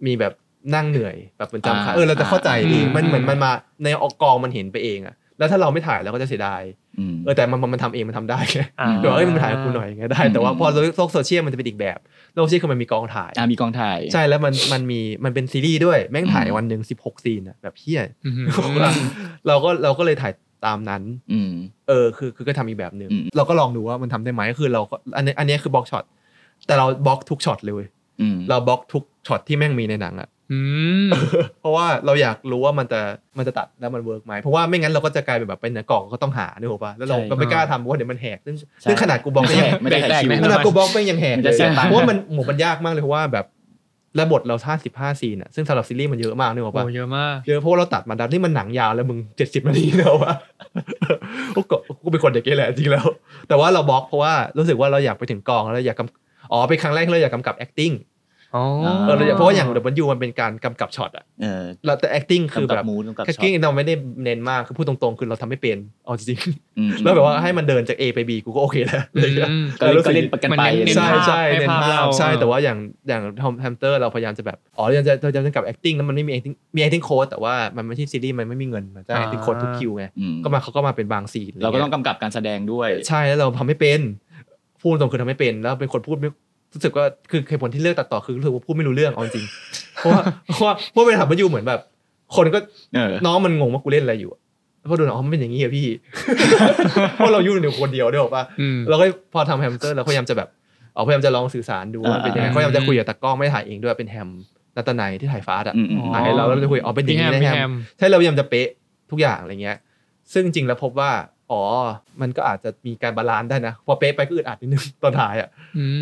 [SPEAKER 5] มีแบบนั่งเหนื่อยแบบเหมือนจำขาเออเราจะเข้าใจดีมันเหมือนมันมาในออกกองมันเห็นไปเองอะแล้วถ้าเราไม่ถ่ายเราก็จะเสียดาย
[SPEAKER 4] อืม
[SPEAKER 5] เออแต่มันมันมันทำเองมันทำได้ไง
[SPEAKER 3] อ่า
[SPEAKER 5] เดี๋ยวเอ้ยมึงถ่ายกับกูหน่อยไงได้
[SPEAKER 4] อืม
[SPEAKER 5] แต่ว่าพอโลกโซเชียลมันจะเป็นอีกแบบโลกโซเชียลคือมันมีกองถ่าย
[SPEAKER 4] อ่ามีกองถ่าย
[SPEAKER 5] ใช่แล้วมันมันมีมันเป็นซีรีส์ด้วยแม่งถ่าย
[SPEAKER 4] อืม
[SPEAKER 5] วันหนึ่งสิบหกซีนอะแบบเฮีย
[SPEAKER 3] อืม
[SPEAKER 5] เราก็เราก็เลยถ่ายตามนั้น
[SPEAKER 4] อืม
[SPEAKER 5] เออคือคือก็ทำอีกแบบหนึ่ง
[SPEAKER 4] อืม
[SPEAKER 5] เราก็ลองดูว่ามันทำได้ไหมคือเราก็อันนี้อันนี้คือบล็อกช็อตแต่เราบล็อกทุกช็อตเลยเว้ย
[SPEAKER 4] อืม
[SPEAKER 5] เราบล็อกทุกช็อตที่แม่งมีในหนังอะ
[SPEAKER 3] อืม
[SPEAKER 5] เพราะว่าเราอยากรู้ว่ามันจะมันจะตัดแล้วมันเวิร์กไหมเพราะว่าไม่งั้นเราก็จะกลายเป็นแบบเป็นเนื้อกล่องก็ต้องหาเนื้ออกปะแล้วเราก็ไม่กล้าทำเพราะว่าเดี๋ยวมันแหกซึ่งซึ่งขนาดกูบล็อก
[SPEAKER 4] ไม่
[SPEAKER 5] ก็ยัง
[SPEAKER 4] ได้ไม่ได้
[SPEAKER 3] แตกแน่
[SPEAKER 4] ถ่ายคิว
[SPEAKER 5] ขนาดกูบล็อกไม่ยังแหก
[SPEAKER 4] มัน
[SPEAKER 5] เล
[SPEAKER 4] จะ
[SPEAKER 5] ย
[SPEAKER 4] เสียตังค์
[SPEAKER 5] เพราะว่ามันโหมันยากมากเลยเพราะว่าแบบระบทเราท่าสิบห้าซีนอ่ะซึ่งสำหรับซีรีส์มันเยอะมากเนื้ออก
[SPEAKER 3] โอ้
[SPEAKER 5] ปะ
[SPEAKER 3] เยอะมาก
[SPEAKER 5] เยอะเพราะว่าเราตัดมาดับนี่มันหนังยาวแล้วมึงเจ็ดสิบนาทีเนอะว ะโอ้ก็กูเป็นคนอย่างนี้แหละจริงแล้ว แต่ว่าเราบล็อกเพราะว่ารู้สึกว่าเราอยากไปถึงกองแล้วเราอยากกำอ๋อเป็นครั้งแรกที่เราอยากกำกับ acting
[SPEAKER 3] อ๋อ
[SPEAKER 5] เออเราอยากเพราะว่าอย่าง W มันเป็นการกำกับช็อตอะ
[SPEAKER 4] เออ
[SPEAKER 5] แล้วแต่ acting คือแบบ
[SPEAKER 4] มูดกับ
[SPEAKER 5] แค
[SPEAKER 4] ช็อต
[SPEAKER 5] กกิ้งเราไม่ได้เน้นมากคือพูดตรงๆ คือเราทำไม่เป็นเอาจริง
[SPEAKER 4] อืม
[SPEAKER 5] ๆแล้วแบบว่าให้มันเดินจาก A ไป B กูก็โอเคแล้วอะไรเงี้ย
[SPEAKER 3] อืม
[SPEAKER 4] ก็เล่นก็เล่นประกันไป
[SPEAKER 3] มันเน้น
[SPEAKER 5] ใช่ใช่
[SPEAKER 3] ให้
[SPEAKER 5] เน้น
[SPEAKER 3] ภาพ
[SPEAKER 5] ภาพ
[SPEAKER 3] เรา
[SPEAKER 5] ใช่แต่ว่าอย่างอย่างทอมแฮมสเตอร์เราพยายามจะแบบ อ๋อเราจะเราจะเล่นกับ acting แล้วมันไม่มี acting มี acting coach แต่ว่ามันไม่ใช่ซีรีส์มันไม่มีเงินมันจะให้ acting coach ทุกคิวไง
[SPEAKER 4] อืม
[SPEAKER 5] ก็มาเขาก็มาเป็นบางซีนะไย
[SPEAKER 4] เราก็ต้องกำกับการแสดงด้วย
[SPEAKER 5] ใช่แล้วเราทำไม่เป็นพูดตรงคือทำไม่เป็นแล้วเป็นคนพูดไม่รู้สึกว่าคือเหตุผลที่เลือกตัดต่อคือรู้สึกว่าพูดไม่รู้เรื่องเอาจริง ๆเพราะว่าเพราะว่าเพราะเวลาทำมันอยู่เหมือนแบบ คนก็
[SPEAKER 4] เออ
[SPEAKER 5] น้องมันงงว่ากูเล่นอะไรอยู่อะแล้วพอดูหนังอ๋อมันเป็นอย่างนี้อะพี่ เพราะเราอยู่ในคนเดียวด้วยหรอกปะ
[SPEAKER 3] อืม
[SPEAKER 5] เราก็พอทำแฮมสเตอร์เราพยายามจะแบบเอาพยายามจะลองสื่อสารดูว่ามันเป็นยังไง
[SPEAKER 4] อ่า
[SPEAKER 5] เขาพยายามจะคุยกับตากล้องไม่ได้ถ่ายเองด้วยเป็นแฮมนัตนายที่ถ่ายฟาสอ่ะ
[SPEAKER 4] อืมอืม
[SPEAKER 5] ถ่ายให้เราแล้วเราจะคุยอ๋อเป็นอย่างนี้
[SPEAKER 3] พี่
[SPEAKER 5] นะ
[SPEAKER 3] แฮ
[SPEAKER 5] แฮ
[SPEAKER 3] ม
[SPEAKER 5] มใช่เราพยายามจะเป๊ะทุกอย่างอะไรเงี้ย ซึ่งจริงแล้วพบว่าอ๋อมันก็อาจจะมีการบาลานซ์ได้นะพอเป๊ะไปก็อึดอัดนิดนึง ตอนถ่ายอ่ะ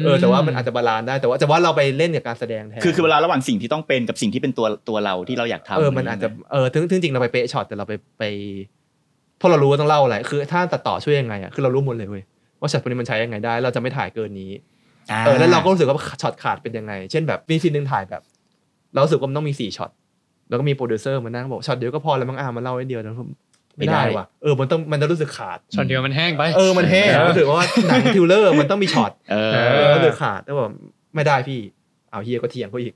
[SPEAKER 5] เออแต่ว่ามันอาจจะบาลานซ์ได้แต่ว่าแต่ว่าเราไปเล่นกับการแสดงแทน
[SPEAKER 4] คือคือเวลาระหว่างสิ่งที่ต้องเป็นกับสิ่งที่เป็นตัวตัวเราที่เราอยากทำ
[SPEAKER 5] เออ มันอาจจะ เออ ถึงถึงจริงเราไปเป๊ะช็อตแต่เราไปไปเพราะเรารู้ว่าต้องเล่าอะไร คือถ้าตัดต่อช่วยยังไงอ่ะ คือเรารู้หมดเลยเว้ย ว่าช็อตพวกนี้มันใช้ยังไงได้ เราจะไม่ถ่ายเกินนี้
[SPEAKER 4] า
[SPEAKER 5] เออ แล้วเราก็รู้สึกว่าช็อตขาดเป็นยังไง เช่นแบบมีซีนหนึ่งถ่ายแบบ เรารู้สึกว่ามันต้องมีสี่ช็อต แล้วก็มีโปรดิวเซอร์มานั่งบอกช็อตเดียวก็พอแล้วมั้งอ่ะมันเล่าไว้เดียวแล้วผมไม่ได้ว่ะ เออ มันต้อง มันจะรู้สึกขาด
[SPEAKER 3] ช็อตเดียวมันแห้งไป
[SPEAKER 5] เออ มันแห้งรู้สึกว่าหนังทิวเลอร์มันต้องมีช็อต
[SPEAKER 4] เออ
[SPEAKER 5] เออเดือดขาดแล้วบอกไม่ได้พี่ เอาเฮียก็เถียงเขา อีก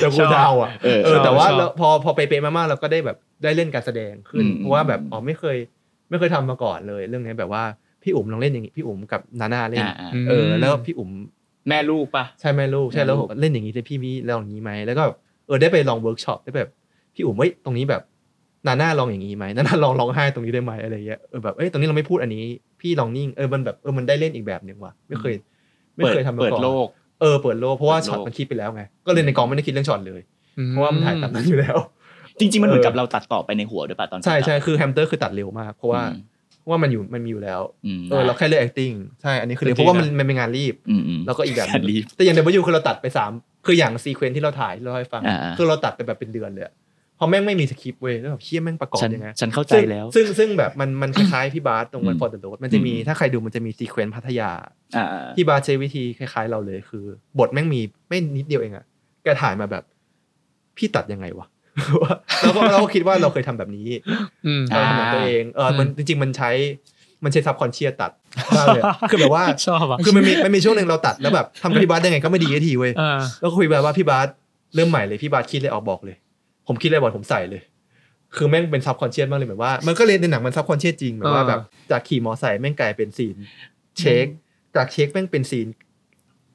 [SPEAKER 5] แต่กูจะเอาอ่ะ
[SPEAKER 4] เออ
[SPEAKER 5] เออแต่ว่า
[SPEAKER 3] ชอบ
[SPEAKER 5] เราพอพอไปเปะมากๆเราก็ได้แบบได้เล่นการแสดงขึ้น
[SPEAKER 4] อืม
[SPEAKER 5] เพราะว่าแบบอ๋อไม่เคย ไม่เคยทำมาก่อนเลย เรื่องนี้แบบว่าพี่อุ๋มลองเล่นอย่างนี้พี่อุ๋มกับนาน่าเล่น
[SPEAKER 4] อ่าอ่า
[SPEAKER 5] เออแล้วพี่อุ๋ม
[SPEAKER 4] แม่ลูกปะ
[SPEAKER 5] ใช่ไหมลูกใช่แล้ว
[SPEAKER 4] แม่ลูก
[SPEAKER 5] เล่นอย่างนี้ได้พี่มีลองอย่างนี้ไหมแล้วก็เออได้ไปลองเวิร์กช็อปได้แบบพี่อุ๋มเฮ้ยตรงนี้แบบนาน่าลองอย่างนี้ไหมนาน่า ลองร้องไห้ตรงนี้ได้ไหมอะไรเงี้ยเออแบบเอ้ยตรงนี้เราไม่พูดอันนี้ พี่ลองนิ่งเออมันแบบเออมันได้เล่นอีกแบบหนึ่งว่ะไม่เคย ไม่เคยทำมาก่อน
[SPEAKER 4] เปิดโลก
[SPEAKER 5] เออเปิดโลกเพราะว่า
[SPEAKER 4] เปิดโลก
[SPEAKER 5] ช็อตมันคิดไปแล้วไงก็เลยในกองไม่ได้คิดเรื่องช็อตเลย เพราะว่ามันถ่ายตามนั้นอยู่แล้ว
[SPEAKER 4] จริง ๆ มันเหมือน
[SPEAKER 5] เออ
[SPEAKER 4] กับเราตัดต่อไปในหัวด้วยป่ะตอน
[SPEAKER 5] ใช่ใช่
[SPEAKER 4] ตัด
[SPEAKER 5] คือแฮมสเตอร์คือตัดเร็วมากเพราะว่า
[SPEAKER 4] อืม
[SPEAKER 5] เพราะว่ามันอยู่มันมีอยู่แล้ว
[SPEAKER 4] อืม
[SPEAKER 5] เออเราแค่เลือก acting ใช่อันนี้คือเร็
[SPEAKER 3] จ
[SPEAKER 5] ว
[SPEAKER 3] ริง
[SPEAKER 5] เพ
[SPEAKER 3] ๆ
[SPEAKER 5] ราะว่ามัน
[SPEAKER 3] นะ
[SPEAKER 5] มันเป็นงานรีบ
[SPEAKER 4] อืมอืม
[SPEAKER 5] แล้วก็อีกแบบห
[SPEAKER 4] งานรี
[SPEAKER 5] นึ่
[SPEAKER 4] บ
[SPEAKER 5] งแต่อย่าง W คือเราตัดไปสามคืออย่างซีเควนซ์ที่เราถ่ายที่เราให้ฟัง
[SPEAKER 4] อ่าๆ
[SPEAKER 5] คือเราตัดไปแบบเป็นเดือนเลยอะเพราะแม่งไม่มีสคริปต์เว้ยแล้วแบบเชี่ยแม่งประกอบ
[SPEAKER 4] ฉัน
[SPEAKER 5] ยังไง
[SPEAKER 4] ฉันเข้าใจ
[SPEAKER 5] ซึ่ง
[SPEAKER 4] แล้ว
[SPEAKER 5] ซึ่งซึ่งแบบมันมันคล้ายๆพี่บาสตรงวัน
[SPEAKER 4] อืม
[SPEAKER 5] ฟอร์ดโรดมันจะมี
[SPEAKER 4] อืม
[SPEAKER 5] ถ้าใครดูมันจะมีซีเควนซ์พัทยา
[SPEAKER 4] อ่า
[SPEAKER 5] พี่บาสใช้วิธีคล้ายๆเราเลยคือ บทแม่งมีไม่นิดเดียวเองอะแกถ่ายมาแบบ พี่ตัดยังไงวะ เราก็เราก็คิดว่าเราเคยทำแบบนี้
[SPEAKER 3] อืม
[SPEAKER 5] เราทำแบบตัวเองเออมัน
[SPEAKER 3] อืม
[SPEAKER 5] จริง ๆ มันใช้ มันใช้ซับคอนเชียตัดมากเล ยอะคือแบบว่า
[SPEAKER 3] ชอบอ่ะ
[SPEAKER 5] คือมันมีมันมีช่วงหนึ่งเราตัดแล้วแบบทำกับพี่บาสยังไงก็ไม่ดีสักทีเว้ย
[SPEAKER 3] อ่า
[SPEAKER 5] แล้วก็คุยแบบว่าพี่บาสเริ่มใหม่เลยพี่บาสคิดเลยออกบอกเลย ผมคิดอะไรบอกผมใส่เลย คือแม่งเป็นซับคอนเชียสมากเลยเหมือนว่ามันก็เลยนในหนังมันซับคอนเชียสจริงแบบว่าแบบจากขี่มอไซค์แม่งกลายเป็นซีนเช็คจากเช็คแม่งเป็นซีน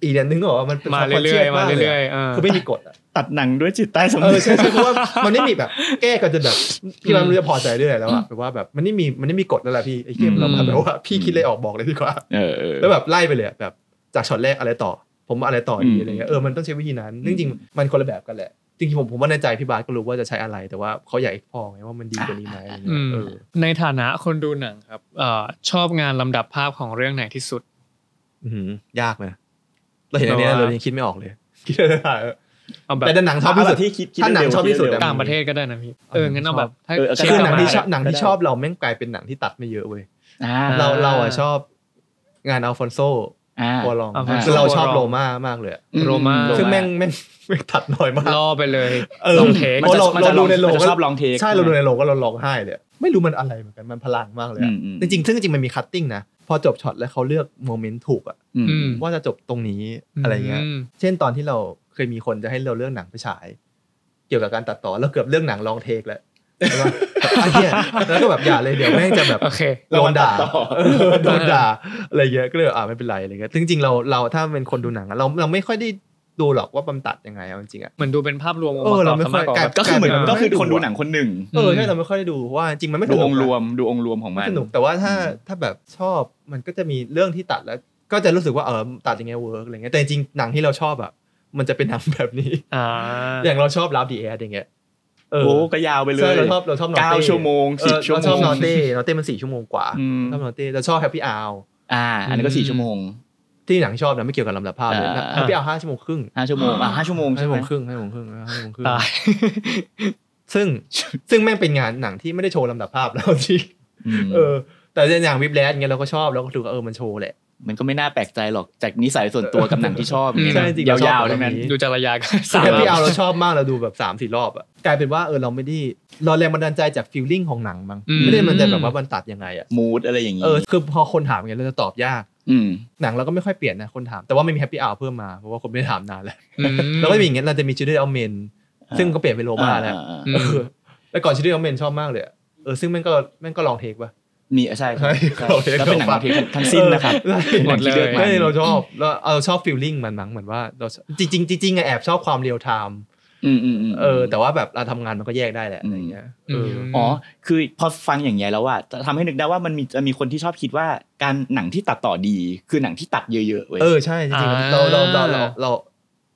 [SPEAKER 5] อีกอย่างหนึงเหรอมันเป็น
[SPEAKER 3] มา
[SPEAKER 5] ซับคอนเชี
[SPEAKER 3] เรื่อ
[SPEAKER 5] ย
[SPEAKER 3] ยๆ มาม
[SPEAKER 5] สากเลย
[SPEAKER 3] เรื่อย
[SPEAKER 5] อะ
[SPEAKER 3] ๆเออ
[SPEAKER 5] คือไม่มีกฎอะ
[SPEAKER 4] ตัดหนังด้วยจิตใต้สำ
[SPEAKER 5] เอ
[SPEAKER 4] นึ
[SPEAKER 5] อก ใช่ใช่เพราะว่ามันไม่มีแบบแก้กันจนแบบพี่บาสไม่รู้จะพอใจเรื่อยแล้วอะแบบว่าแบบมันไม่มีมันไม่มีกฎแล้วล่ะพี่ไอ้เกมเรามาแบบว่าพี่คิดเลยออกบอกเลยดีกว่า
[SPEAKER 4] เออเออ
[SPEAKER 5] แล้วแบบไล่ไปเลยอะแบบจากช็อตแรกอะไรต่อ ผมว่าอะไรต่อดี
[SPEAKER 4] อืม
[SPEAKER 5] อะไรเงี้ยเออมันต้องใช้วิธีนั้น
[SPEAKER 4] อืม
[SPEAKER 5] จริงๆมันคนละแบบกันแหละ จริงๆผมผมว่าในใจพี่บาสก็รู้ว่าจะใช้อะไร แต่ว่าเขาอยากให้พ่อไงว่ามันดีกว่านี้ไหมอะไร
[SPEAKER 3] อื
[SPEAKER 5] เงี้ย
[SPEAKER 3] ม
[SPEAKER 5] เออ
[SPEAKER 3] ในฐานะคนดูหนังครับเอ่อชอบงานลำดับภาพของเรื่องไหนที่สุด
[SPEAKER 5] อื้อหือยากนะเราเห็นอันเนี้ย
[SPEAKER 3] แต่ว่า
[SPEAKER 5] เรายังคิดไม่ออกเลย คิดไม่ได้เออ
[SPEAKER 3] เอาแบบ
[SPEAKER 5] แต่หนังชอบที่สุด
[SPEAKER 4] ที่คิดคิด
[SPEAKER 5] ถ้าหนัง
[SPEAKER 4] เร็ว
[SPEAKER 5] ชอบที่สุด
[SPEAKER 4] คิเว
[SPEAKER 3] ต่างประเทศก็ได้นะพี่ เอองั้นเอาแบบถ้า
[SPEAKER 4] เออ
[SPEAKER 3] เช็ค
[SPEAKER 5] คือก
[SPEAKER 3] ลั
[SPEAKER 5] หนั
[SPEAKER 3] บ
[SPEAKER 5] ง
[SPEAKER 3] มา
[SPEAKER 5] ที่ชอบหนัง
[SPEAKER 4] ก็
[SPEAKER 5] ที่
[SPEAKER 4] ได้
[SPEAKER 5] ชอบเราแม่งกลายเป็นหนังที่ตัดไม่เยอะเว้ย
[SPEAKER 4] อ่า
[SPEAKER 5] เราเราอ่ะชอบงานอัลฟอนโซ
[SPEAKER 4] อ่า
[SPEAKER 5] วอลลอง
[SPEAKER 4] อ่า
[SPEAKER 5] คือเราชอบโรม่ามากเลยอะ
[SPEAKER 4] อื
[SPEAKER 3] โรมา
[SPEAKER 4] โร
[SPEAKER 5] ซึ่งแม่งแม่งแม่งตัดน้อยมาก
[SPEAKER 3] ล่อไปเลย
[SPEAKER 5] เออ
[SPEAKER 3] ลองเทค
[SPEAKER 5] โอ้เรา
[SPEAKER 4] มัน
[SPEAKER 5] เรา
[SPEAKER 4] จะ
[SPEAKER 5] ดู
[SPEAKER 4] ลอง
[SPEAKER 5] ในโรง
[SPEAKER 4] มันจะชอบลองเทค
[SPEAKER 5] ใช่
[SPEAKER 4] ใช่ไหม
[SPEAKER 5] เราดูในโรงก็เราร้องไห้เลยไม่รู้มันอะไรเหมือนกันมันพลังมากเลยอะ
[SPEAKER 4] อืมอืม
[SPEAKER 5] จริงๆซึ่งจริงๆมันมีคัตติ้งนะพอจบช็อตแล้วเขาเลือกโมเมนต์ถูกอะ
[SPEAKER 4] อืม
[SPEAKER 3] อืม
[SPEAKER 5] ว่าจะจบตรงนี้อะไรเงี้ย
[SPEAKER 3] ม
[SPEAKER 5] เช่นตอนที่เราเคยมีคนจะให้เราเลือกหนังไปฉาย เกี่ยวกับการตัดต่อเราเกือบเลือกหนังลองเทคแล้วแต่ว่าแบบไอ้เหี้ยแล้วก็แบบอย่าเลยเดี๋ยวแม่งจะแบบ
[SPEAKER 3] โอเค
[SPEAKER 5] โดนด่า
[SPEAKER 4] เราวันตัดต่อ
[SPEAKER 5] เออโดนด่า อะไรเงี้ยก็เลยแบบอ่าไม่เป็นไรอะไรเงี้ยซึ่งจริงๆเราเราถ้าเป็นคนดูหนังอะเราเราไม่ค่อยได้ดูหรอกว่ามันตัดยังไงเอาจริงๆอะ
[SPEAKER 3] เหมือนดูเป็นภาพรวมองค์
[SPEAKER 5] เอ
[SPEAKER 3] ป
[SPEAKER 5] อ
[SPEAKER 3] ระก
[SPEAKER 5] เรา
[SPEAKER 3] อบ
[SPEAKER 5] ไม่
[SPEAKER 3] ซะ
[SPEAKER 5] ค่
[SPEAKER 3] มา
[SPEAKER 5] อย
[SPEAKER 3] กกว่า
[SPEAKER 5] กลาย
[SPEAKER 4] ก็คือเหมือน
[SPEAKER 5] กลาย
[SPEAKER 4] ก็คือ
[SPEAKER 5] ไม่ดู
[SPEAKER 4] คนดู
[SPEAKER 5] อะ
[SPEAKER 4] หนังคนหนึ่ง
[SPEAKER 5] เออ
[SPEAKER 3] อืม
[SPEAKER 5] ใช่เราไม่ค่อยได้ดูว่าจริงมันไม่
[SPEAKER 4] ดู
[SPEAKER 5] สนุ
[SPEAKER 4] อก งค์รว
[SPEAKER 5] นะ
[SPEAKER 4] มดูองค์รวมของ
[SPEAKER 5] ไม่
[SPEAKER 4] มัน
[SPEAKER 5] สนุกแต่ว่าถ้า
[SPEAKER 4] อืม
[SPEAKER 5] ถ้าแบบชอบมันก็จะมีเรื่องที่ตัดแล้ว ก็จะรู้สึกว่าเออตัดยังไงเวิร์กอะไรเงี้ยแต่จริงๆหนังที่เราชอบอ่ะมันจะเป็นหนังแบบ นี้
[SPEAKER 3] อ่า
[SPEAKER 5] อย่างเราชอบลาบดีแอดอย่างเงี้ยเออ
[SPEAKER 4] โอ้ก็ยาวไปเล
[SPEAKER 5] ใช่
[SPEAKER 4] ย
[SPEAKER 5] เราชอบเราชอบนอเต้
[SPEAKER 4] เก้าชั่วโมง
[SPEAKER 5] เอ
[SPEAKER 4] สิบ
[SPEAKER 5] อ
[SPEAKER 4] ชั่วโม
[SPEAKER 5] เราชอบ
[SPEAKER 4] ง
[SPEAKER 5] นอ เต้นอเต้มันสี่ชั่วโมงกว่า
[SPEAKER 4] อืม
[SPEAKER 5] ชอบนอเต้เราชอบแฮปปี้อาว
[SPEAKER 4] อ่า อันนั้นก็สี่ชั่วโมง
[SPEAKER 5] ที่หนังชอบนะไม่เกี่ยวกับลำดับภาพเลย
[SPEAKER 4] อ่า
[SPEAKER 5] แฮปปี้อาวห้าชั่วโมงครึ่ง
[SPEAKER 4] ห้าชั่วโมงอ่ะห้าชั่วโมง
[SPEAKER 5] ห้า
[SPEAKER 4] ใช่ไห
[SPEAKER 5] ชั่ว
[SPEAKER 4] ม
[SPEAKER 5] โมงครึ่งห้าชั่วโมงครึ่งห้าชั่วโมงครึ่ง
[SPEAKER 3] ตาย
[SPEAKER 5] ซึ่งซึ่งแม่งเป็นงานหนังที่ไม่ได้โชว์ลำดับภาพแล้ว จริง
[SPEAKER 4] ม
[SPEAKER 5] เออแต่อย่างวิบแลสอย่างเงี้ยเราก็ชอบเราก็ถือว่าเออมันโชว์แหละ
[SPEAKER 4] มันก็ไม่น่าแปลกใจหรอกจากนิสัยส่วนตัวกับหนังที่ชอบอย่างเงี้ย
[SPEAKER 5] ใช่จริง
[SPEAKER 4] ย
[SPEAKER 5] ๆเราชอบ
[SPEAKER 4] าวๆ
[SPEAKER 5] แบบ
[SPEAKER 4] ทั้งนั้น
[SPEAKER 5] นี้
[SPEAKER 3] ดูจารยากันสาม
[SPEAKER 5] แต่พี่
[SPEAKER 3] รอ
[SPEAKER 5] เอา
[SPEAKER 3] บ
[SPEAKER 5] เราชอบมากเราดูแบบสามสี่รอบอะกลายเป็นว่าเออเราไม่ได้เราแรงบันดาลใจจากฟีลลิ่งของหนังมั้งไม่ได้มันจะแบบว่ามันตัดยังไงอะ
[SPEAKER 4] มูดอะไรอย่างงี้
[SPEAKER 5] เออคือพอคนถามอย่างเงี้ยเราจะตอบยาก
[SPEAKER 4] อืม
[SPEAKER 5] หนังเราก็ไม่ค่อยเปลี่ยนนะคนถามแต่ว่าไม่มีแฮปปี้อ u วเพิ่มมาเพราะว่าคนไม่ได้ถามนานแล้ว
[SPEAKER 3] อืม
[SPEAKER 5] แล้วก็มีอย่างเงี้ยเราจะมีจูเดียเอาเมนซึ่งก็เปลี่ยนเป็นโรมาแล้ว
[SPEAKER 4] อ่า
[SPEAKER 3] อื
[SPEAKER 5] เอ
[SPEAKER 3] ม
[SPEAKER 5] อแล้วก่อนจูเดียเอาเมนชอบมากเลยอะเออซึ่งแม่งก็แม่งก็ลองเทคป่ะ
[SPEAKER 4] มีใช่ใช่ใช่
[SPEAKER 5] โอเค
[SPEAKER 4] แล้วเป็นหนังประเภททั้งสิ้นนะครับ
[SPEAKER 5] เออ
[SPEAKER 3] หมดเล
[SPEAKER 4] เลื
[SPEAKER 3] ย
[SPEAKER 4] อกมา
[SPEAKER 5] ไม่เราชอบเราเอาเราชอบฟีลลิ่งมันมั้งเหมือนว่าเราชอบจริงๆจริงๆอะแอบชอบความเรียลไทม์
[SPEAKER 4] อืมอืมอืม
[SPEAKER 5] เออแต่ว่าแบบเราทำงานมันก็แยกได้แหละ
[SPEAKER 4] อื
[SPEAKER 5] อะ
[SPEAKER 4] ม
[SPEAKER 5] ไรเงี้ยเอ
[SPEAKER 3] อื
[SPEAKER 5] อ
[SPEAKER 3] ม
[SPEAKER 5] อ
[SPEAKER 4] อ๋อ คือพอฟังอย่างเงี้ยแล้วว่าทำให้นึกได้ว่ามันมีจะมีคนที่ชอบคิดว่าการหนังที่ตัดต่อดี คือหนังที่ตัดเยอะๆเว้ย
[SPEAKER 5] เออใช่จริงๆเราเราเราเราเรา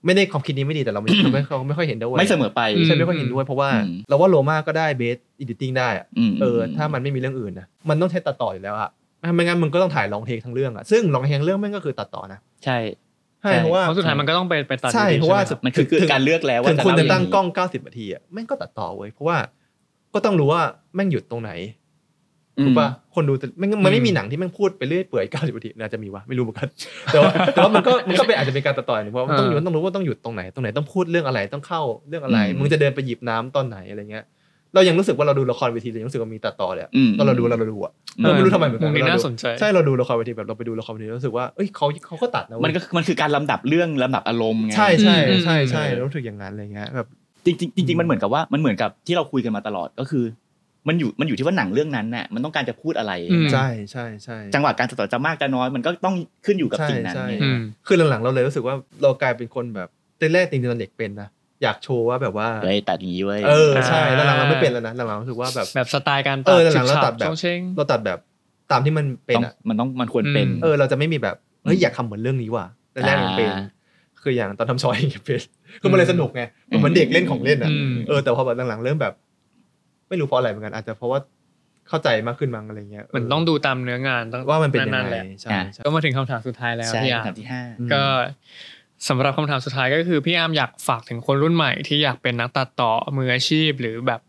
[SPEAKER 5] ไม่ได้ความคิดนี้ไม่ดีแต่ เราไม่ เราไม่เราไม่ค่อยเห็นด้วย
[SPEAKER 4] ไม่เสมอไป
[SPEAKER 5] ใช่ไม่ค่อยเห็นด้วยเพราะว่า
[SPEAKER 4] อืม
[SPEAKER 5] เราว่าโลมาก็ได้เบสอิดิติ้งได้อะ
[SPEAKER 4] ม
[SPEAKER 5] เออถ้ามันไม่มีเรื่องอื่นนะมันต้องใช้ตัดต่ออยู่แล้วอะไม่งั้นมันก็ต้องถ่ายลองเทคทั้งเรื่องอะซึ่งลองเทคทั้งเรื่องแม่งก็คือตัดต่อนะ
[SPEAKER 4] ใช่
[SPEAKER 5] ใช่เพราะว่า
[SPEAKER 3] เพราะสุดท้ายมันก็ต้องไปไปตัด
[SPEAKER 5] ใช่
[SPEAKER 3] อยู่ดี
[SPEAKER 5] เพราะว่า
[SPEAKER 3] ใช่ไหมคบ
[SPEAKER 4] มันคือคือการเลือกแล้วว่า
[SPEAKER 5] ถึง
[SPEAKER 4] จะ
[SPEAKER 5] คุณจะ
[SPEAKER 4] เล่า
[SPEAKER 5] ตั้ง
[SPEAKER 4] ย่านี้
[SPEAKER 5] กล้อง 90นาทีอ่ะแม่งก็ตัดต่อเว้ยเพราะว่าก็ต้องรู้ว่าแม่งหยุดตรงไหน
[SPEAKER 4] อืม
[SPEAKER 5] ถูกป่ะคนดูแต่แม่งมันไม่มีหนังที่แม่งพูดไปเรื่อยเปื่อย90นาทีน่าจะมีวะไม่รู้เหมือน กัน แต่ว่าแต่ว่ามันก็มันก็เป็นอาจจะเป็นการตัดต่อหนึ่งเพราะว่ามันต้องอยู่ต้องรู้ว่าต้องหยุดตรงไหนตรงไหนต้องพูดเรื่องอะไรต้องเข้าเรื่องอะไรมึงจะเดินไปหยิบน้ำตอนไหนอะไรเงี้ย เรายังรู้สึกว่าเราดูละครเวทีเรายังรู้สึกว่ามีตัดต่อเลยอะ
[SPEAKER 4] อืม
[SPEAKER 5] ตอนเราดูเราดูอ่ะ เอไม่รู้ทำไมเหมือนกัน
[SPEAKER 3] มุมนี้น่าสนใจ
[SPEAKER 5] ใช่เราดูละครเวทีแบบเราไปดูละครเวทีเรารู้สึกว่าเอ้ยเขาเขาก็ตัดนะเว้ย
[SPEAKER 4] มันก็มันคือการลำดับเรื่องลำดับอารมณ์ไง
[SPEAKER 5] ใช่ใช่ใช่ใช่
[SPEAKER 3] อืม
[SPEAKER 5] เรารู้สึกอย่างนั้นอะไรเงี้ยแบบ
[SPEAKER 4] จริงๆจริงๆมันเหมือนกับว่ามันเหมือนกับที่เราคุยกันมาตลอดก็คือ มันอยู่มันอยู่ที่ว่าหนังเรื่องนั้นน่ะมันต้องการจะพูดอะไร
[SPEAKER 3] อืม
[SPEAKER 5] ใช่ใช่ใช่
[SPEAKER 4] จังหวะการตัดต่อจะมากจะน้อย มันก็ต้องขึ้นอยู่กับสิ่งนั้น
[SPEAKER 5] ใช่ใช่
[SPEAKER 4] เนี่ย
[SPEAKER 3] อืม
[SPEAKER 5] คือหลังๆเราเลยรู้สึกว่าเรากลายเป็นคนแบบตอนแรกจริงๆตอนเด็กเป็นนะอยากโชว์ว่าแบบว่า
[SPEAKER 4] เฮ้ยตัดอย่างนี้เว้ย
[SPEAKER 5] เออใช่
[SPEAKER 3] อ่า
[SPEAKER 5] หลังๆเราไม่เป็นแล้วนะหลังๆเรารู้สึกว่าแบบ
[SPEAKER 3] แบบสไตล์การตั
[SPEAKER 5] เอ
[SPEAKER 3] ด
[SPEAKER 5] อหลังๆเรา
[SPEAKER 3] ฉับ
[SPEAKER 5] ตัดแบบ
[SPEAKER 3] ช่องเช้ง
[SPEAKER 5] เราตัดแบบตามที่มันเป็น
[SPEAKER 4] ต้อง
[SPEAKER 5] อ่ะ
[SPEAKER 4] มันต้องมันควรเป็น
[SPEAKER 3] อืม
[SPEAKER 5] เออเราจะไม่มีแบบเฮ้ยอยากทำเหมือนเรื่องนี้ว่ะตอนแรกมันเป็น
[SPEAKER 4] อ่า
[SPEAKER 5] คืออย่างตอนทำชอยอย่างเงี้ยเป็นคือมันเลยสนุกไงมันเหมือนเด็กเล่นของเล่นอ่ะ
[SPEAKER 3] อืม
[SPEAKER 5] เออแต่พอแบบหลังๆเริ่มแบบ ไม่รู้เพราะอะไรเหมือนกันอาจจะเพราะว่าเข้าใจมากขึ้นมั้งอะไรเงี้ย
[SPEAKER 3] มันต้องดูตามเนื้องานต้อง
[SPEAKER 5] ว่ามันเป็นยัง
[SPEAKER 3] ๆ
[SPEAKER 5] ไง
[SPEAKER 3] แหละ
[SPEAKER 5] ใช่ใช่
[SPEAKER 3] ก็มาถึงคำถามสุดท้ายแล้ว
[SPEAKER 4] ใช่
[SPEAKER 3] พี่อาร์ม
[SPEAKER 4] คำถามที่ห้า
[SPEAKER 5] อืม
[SPEAKER 3] ก็สำหรับคำถามสุดท้ายก็คือพี่อาร์มอยากฝากถึงคนรุ่นใหม่ที่อยากเป็นนักตัดต่อมืออาชีพ หรือแบบ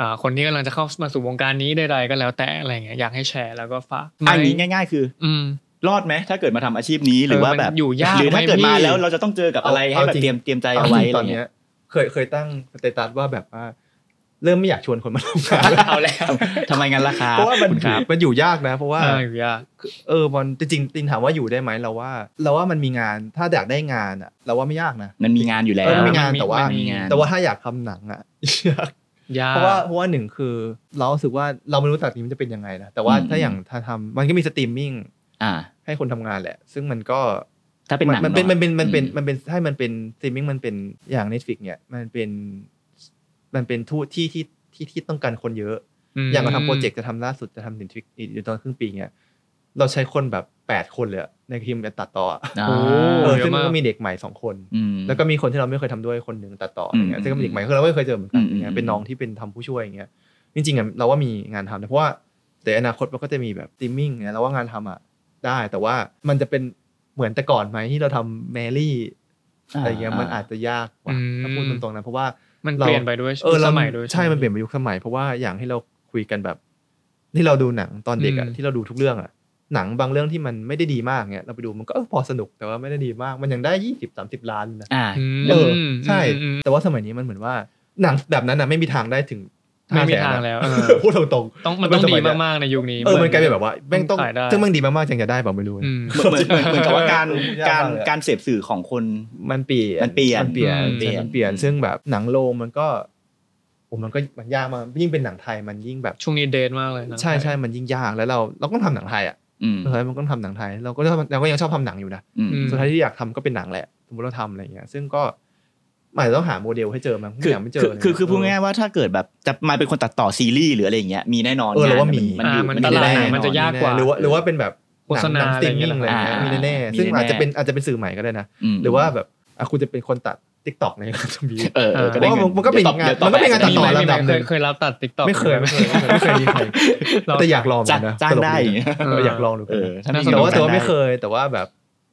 [SPEAKER 3] อ่าคนที่กำลังจะเข้ามาสู่วงการนี้ใดๆก็แล้วแต่อะไรเงี้ยอยากให้แชร์แล้วก็ฝาก
[SPEAKER 4] อันนี้ง่าย ๆ คือ
[SPEAKER 3] อืม
[SPEAKER 4] รอดไหมถ้าเกิดมาทำอาชีพนี้หรือ
[SPEAKER 3] เออ
[SPEAKER 4] ว่าแบบ
[SPEAKER 3] มันอยู่ยาก
[SPEAKER 4] หรือถ้าเกิด
[SPEAKER 3] ไหมพี่
[SPEAKER 4] มาแล้วเราจะต้องเจอกับอะไรให้
[SPEAKER 5] เอา
[SPEAKER 4] แบบ
[SPEAKER 5] จริง
[SPEAKER 4] เตรียมเตรียมใจเอาไว้
[SPEAKER 5] จริ
[SPEAKER 4] อะ
[SPEAKER 5] งๆ
[SPEAKER 4] ไร
[SPEAKER 5] ตอน
[SPEAKER 4] เงี้
[SPEAKER 5] เนี้
[SPEAKER 4] ย
[SPEAKER 5] ยเคยเคยตั้งสเตตัสว่าแบบว่า เริ่มไม่อยากชวนคนมาทำงานแล้ว
[SPEAKER 3] เอาแล้ว
[SPEAKER 4] ทำไมงั้นล่ะครับ
[SPEAKER 5] เพราะว่ามัน
[SPEAKER 4] คุณครับ
[SPEAKER 5] มันอยู่ยากนะ เพราะว่า
[SPEAKER 3] อ่าอยู่ยาก
[SPEAKER 5] เออมันจริงๆตินถามว่าอยู่ได้ไหมเราว่า เราว่ามันมีงานถ้าอยากได้งานอ่ะ เราว่าไม่ยากนะ
[SPEAKER 4] มันมีงานอยู่แล้ว
[SPEAKER 5] เออมันมีงานแต่ว่า
[SPEAKER 4] นมีงาน
[SPEAKER 5] แต่ว่าถ้าอยากทำหนังอ่ะ
[SPEAKER 3] ยาก
[SPEAKER 5] เพราะว่าเพราะว่าหนึ่งคือเรารู้สึกว่าเราไม่รู้จากนี้มันจะเป็นยังไงนะแต่ว่า
[SPEAKER 4] อืม
[SPEAKER 5] ถ้าอย่างถ้าทำมันก็มีสตรีมมิ่ง
[SPEAKER 4] อ่า
[SPEAKER 5] ให้คนทำงานแหละ ซึ่งมันก็
[SPEAKER 4] ถ้าเป็นหนัง
[SPEAKER 5] มัเป็น
[SPEAKER 4] อะ
[SPEAKER 5] มันเป็นมันเป็น
[SPEAKER 4] อื
[SPEAKER 5] มันเป็นถ้ามันเป็นสตรีมมิ่งมันเป็นอย่าง Netflix เนี่ยมันเป็นมันเป็นทูตที่ที่ที่ที่ต้องการคนเยอะ
[SPEAKER 3] ม
[SPEAKER 5] อย่างเราทำโปรเจกต์จะทำล่าสุดจะทำถึงทวิกอยู่ตอนครึ่งปีเนี่ยเราใช้คนแบบแปดคนเลยอะในทีมตัดต่ออะ
[SPEAKER 4] อ่า
[SPEAKER 3] โอ้
[SPEAKER 5] เออ
[SPEAKER 3] เย
[SPEAKER 5] ซึ่ง
[SPEAKER 3] อะ
[SPEAKER 5] มั
[SPEAKER 3] มาน ก
[SPEAKER 5] ก็มีเด็กใหม่สองคน
[SPEAKER 4] อืม
[SPEAKER 5] แล้วก็มีคนที่เราไม่เคยทำด้วยคนหนึ่งตัดต่ออะไร
[SPEAKER 4] อื
[SPEAKER 5] เงี้ย
[SPEAKER 4] ม
[SPEAKER 5] ซึ่งก็เป็นเด็กใหม่คือเราไม่เคยเจอเหมือนกัน
[SPEAKER 4] อืม
[SPEAKER 5] อย่างเงี้
[SPEAKER 4] อื
[SPEAKER 5] ย
[SPEAKER 4] ม
[SPEAKER 5] เป็นน้องที่เป็นทำผู้ช่วยอย่างเงี้ยจริงๆอะเราว่ามีงานทำนะเพราะว่าแต่อนาคตมันก็จะมีแบบสตรีมมิ่งเนี่ยเราว่างานทำอ่ะได้แต่ว่ามันจะเป็นเหมือนแต่ก่อนไหมที่เราทำแมรี่อะไรเงี้ยมันอาจจะยากกว่า
[SPEAKER 3] อืม
[SPEAKER 5] ถ้าพูดตรงๆนะเพราะว่า
[SPEAKER 3] มัน
[SPEAKER 5] เรา
[SPEAKER 3] เปลี่ยนไปด้วย
[SPEAKER 5] เออ
[SPEAKER 3] ส
[SPEAKER 5] เรา
[SPEAKER 3] มัยด้วย
[SPEAKER 5] ใช่
[SPEAKER 3] ไห
[SPEAKER 5] มันเปลี่ยนไปยุคสมัย เพราะว่าอย่างที่เราคุยกันแบบ ที่เราดูหนังตอนเด็กอะ
[SPEAKER 3] อืม
[SPEAKER 5] ที่เราดูทุกเรื่องอะหนังบางเรื่องที่มันไม่ได้ดีมากเนี่ยเราไปดูมันก็เออพอสนุกแต่ว่าไม่ได้ดีมากมันยังได้ยี่สิบสามสิบล้านเลยนะ
[SPEAKER 4] อ่า
[SPEAKER 3] อืม
[SPEAKER 5] เออใช่
[SPEAKER 3] อืม
[SPEAKER 5] แต่ว่าสมัยนี้มันเหมือนว่าหนังแบบนั้นน่ะไม่มีทางได้ถึง
[SPEAKER 3] ไม่มี
[SPEAKER 5] 500,000
[SPEAKER 3] ทางแล้วเออ
[SPEAKER 5] พูดตรงๆ
[SPEAKER 3] ต้องมันต้อง
[SPEAKER 5] เป็
[SPEAKER 3] ดี
[SPEAKER 5] สยเย
[SPEAKER 3] มากๆในยุคนี้
[SPEAKER 5] เออมันกลายเป็นแบบว่าแม่งต้อง
[SPEAKER 3] ขายได้
[SPEAKER 5] ซึ่งแม่งดีมากๆจังจะได้เปล่าไม่รู้นะ
[SPEAKER 3] อืม
[SPEAKER 4] เหมือนเหมือนเหมือนเหมือนกับว่าการ
[SPEAKER 5] ยาก
[SPEAKER 4] การ
[SPEAKER 5] มากเลยอะ
[SPEAKER 4] การเสพสื่อของคน
[SPEAKER 5] มันเปลี่ยน
[SPEAKER 4] มันเปลี่ยน
[SPEAKER 5] มันเปลี่ยน
[SPEAKER 3] อืม
[SPEAKER 5] ใช่มันเปลี่ยนซึ่งแบบหนังโลงมันก็โอ้มันก็มันยากมากยิ่งเป็นหนังไทยมันยิ่งแบบ
[SPEAKER 3] ช่วงนี้เดทมากเลยนะ
[SPEAKER 5] ใช่ใช่มันยิ่งยากแล้วเราเราก็ต้องทำหนังไทยอ่ะ
[SPEAKER 4] อืม
[SPEAKER 5] สุดท้ายมันก็ต้องทำหนังไทย เราก็เราก็ยังชอบทำหนังอยู่นะ
[SPEAKER 4] อืม
[SPEAKER 3] อืม
[SPEAKER 5] สุดท้ายที่อยากทำก็เป็นหนังแหละสมมติเราทำอะไรอย่างเงี้ย ซึ่งก็อาจจะต้องหาโมเดลให้เจอมั้งผม
[SPEAKER 4] คือ
[SPEAKER 5] ยังไม่เจ
[SPEAKER 4] คือ
[SPEAKER 5] อเลย
[SPEAKER 4] คือคือพูด
[SPEAKER 5] เ
[SPEAKER 4] ง่ายๆว่าถ้าเกิดแบบจะมาเป็นคนตัดต่อซีรีส์หรืออะไรอย่างเงี้ยมีแน่นอน
[SPEAKER 5] เออเราว่าน มี
[SPEAKER 4] นอยู่
[SPEAKER 3] อ่ามัน
[SPEAKER 4] อ
[SPEAKER 3] ต
[SPEAKER 4] ยู่
[SPEAKER 3] ลาด
[SPEAKER 4] แน่นอน
[SPEAKER 3] มันจะยาก กว่
[SPEAKER 5] หรือว่าหรือว่าเป็นแบบ
[SPEAKER 3] โฆษณา
[SPEAKER 5] สตรีมมิ่งอะไรอย่างเงี้ย
[SPEAKER 4] อะไร
[SPEAKER 5] มี
[SPEAKER 4] อย่างเงี้ย
[SPEAKER 5] แน่
[SPEAKER 4] มี
[SPEAKER 5] ๆซึ่งอาจ
[SPEAKER 4] แน่ๆ
[SPEAKER 5] จะเป็นอาจจะเป็นสื่อใหม่ก็ได้นะ
[SPEAKER 4] อืม
[SPEAKER 5] หรือว่าแบบอ่ะคุณจะเป็นคนตัดทิกตอกในการทำวี
[SPEAKER 4] เออเออก็ได้
[SPEAKER 5] เพราะว่ามันก็เป็น
[SPEAKER 4] ดี๋ยวตอบ
[SPEAKER 5] งาน
[SPEAKER 4] ดี๋ยวตอบ
[SPEAKER 5] มั
[SPEAKER 4] แบบ
[SPEAKER 5] นก็เป็นงานต่อ
[SPEAKER 3] มีไหม
[SPEAKER 5] ระดับ
[SPEAKER 3] มีไหม
[SPEAKER 5] ห
[SPEAKER 3] เค
[SPEAKER 5] นึ่
[SPEAKER 3] ย
[SPEAKER 5] ง
[SPEAKER 3] เคยรับตัดติ๊กต็อก
[SPEAKER 5] ไม่เคยไม่เคยไม่เคยมีใคร
[SPEAKER 3] เรา
[SPEAKER 5] แต่อยากลองเหมือ
[SPEAKER 4] จ้างจ้า
[SPEAKER 5] นกันนะ
[SPEAKER 4] ง
[SPEAKER 5] ตลก
[SPEAKER 4] ได้อย่างเงี้ย
[SPEAKER 5] เอออยากลองดู
[SPEAKER 4] เออถ้า
[SPEAKER 3] น่าสนุก
[SPEAKER 5] แต่ว่าแต่
[SPEAKER 4] จ้ง
[SPEAKER 5] ว่า
[SPEAKER 4] ด้
[SPEAKER 5] ไม่เคยแต่ว่าแบบ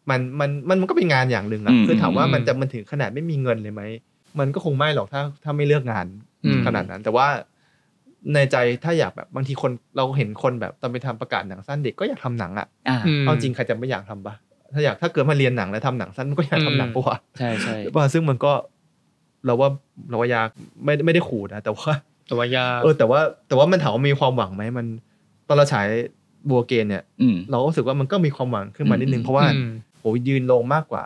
[SPEAKER 5] มันมันมันมันก็เป็นงานอย่างหนึ่งอะ
[SPEAKER 4] อืม
[SPEAKER 5] คือถามว่า
[SPEAKER 3] อืม
[SPEAKER 5] มันจะมันถึงขนาดไม่มีเงินเลยไหมมันก็คงไม่หรอกถ้าถ้าไม่เลือกงาน
[SPEAKER 3] อืม
[SPEAKER 5] ขนาดนั้น แต่ว่าในใจถ้าอยากแบบบางทีคนเราเห็นคนแบบตอนไปทำประกาศหนังสั้นเด็กก็อยากทำหนังอ่ะ
[SPEAKER 4] อ่า
[SPEAKER 3] อืม
[SPEAKER 5] เอาจริงใครจะไม่อยากทำปะถ้าอยากถ้าเกิดมาเรียนหนังแล้วทำหนังสั้นมันก็อยาก
[SPEAKER 3] อืม
[SPEAKER 5] ทำหนังปะวะ
[SPEAKER 4] ใช่ใช่
[SPEAKER 5] ว่าซึ่งมันก็เราว่าเราว่ายากไม่ไม่ได้ขู่นะแต่ว่า
[SPEAKER 3] แต่ว่ายาก
[SPEAKER 5] เออแต่ว่าแต่ว่ามันถามว่ามีความหวังไหมมันตอนเราฉายบัวเกนเนี่ย
[SPEAKER 4] อืม
[SPEAKER 5] เราก็รู้สึกว่ามันก็มีความหวังขึ้นมานิดนึง
[SPEAKER 4] อืม
[SPEAKER 5] เพราะว่า
[SPEAKER 3] อืม
[SPEAKER 5] โหยืนลงมากกว่า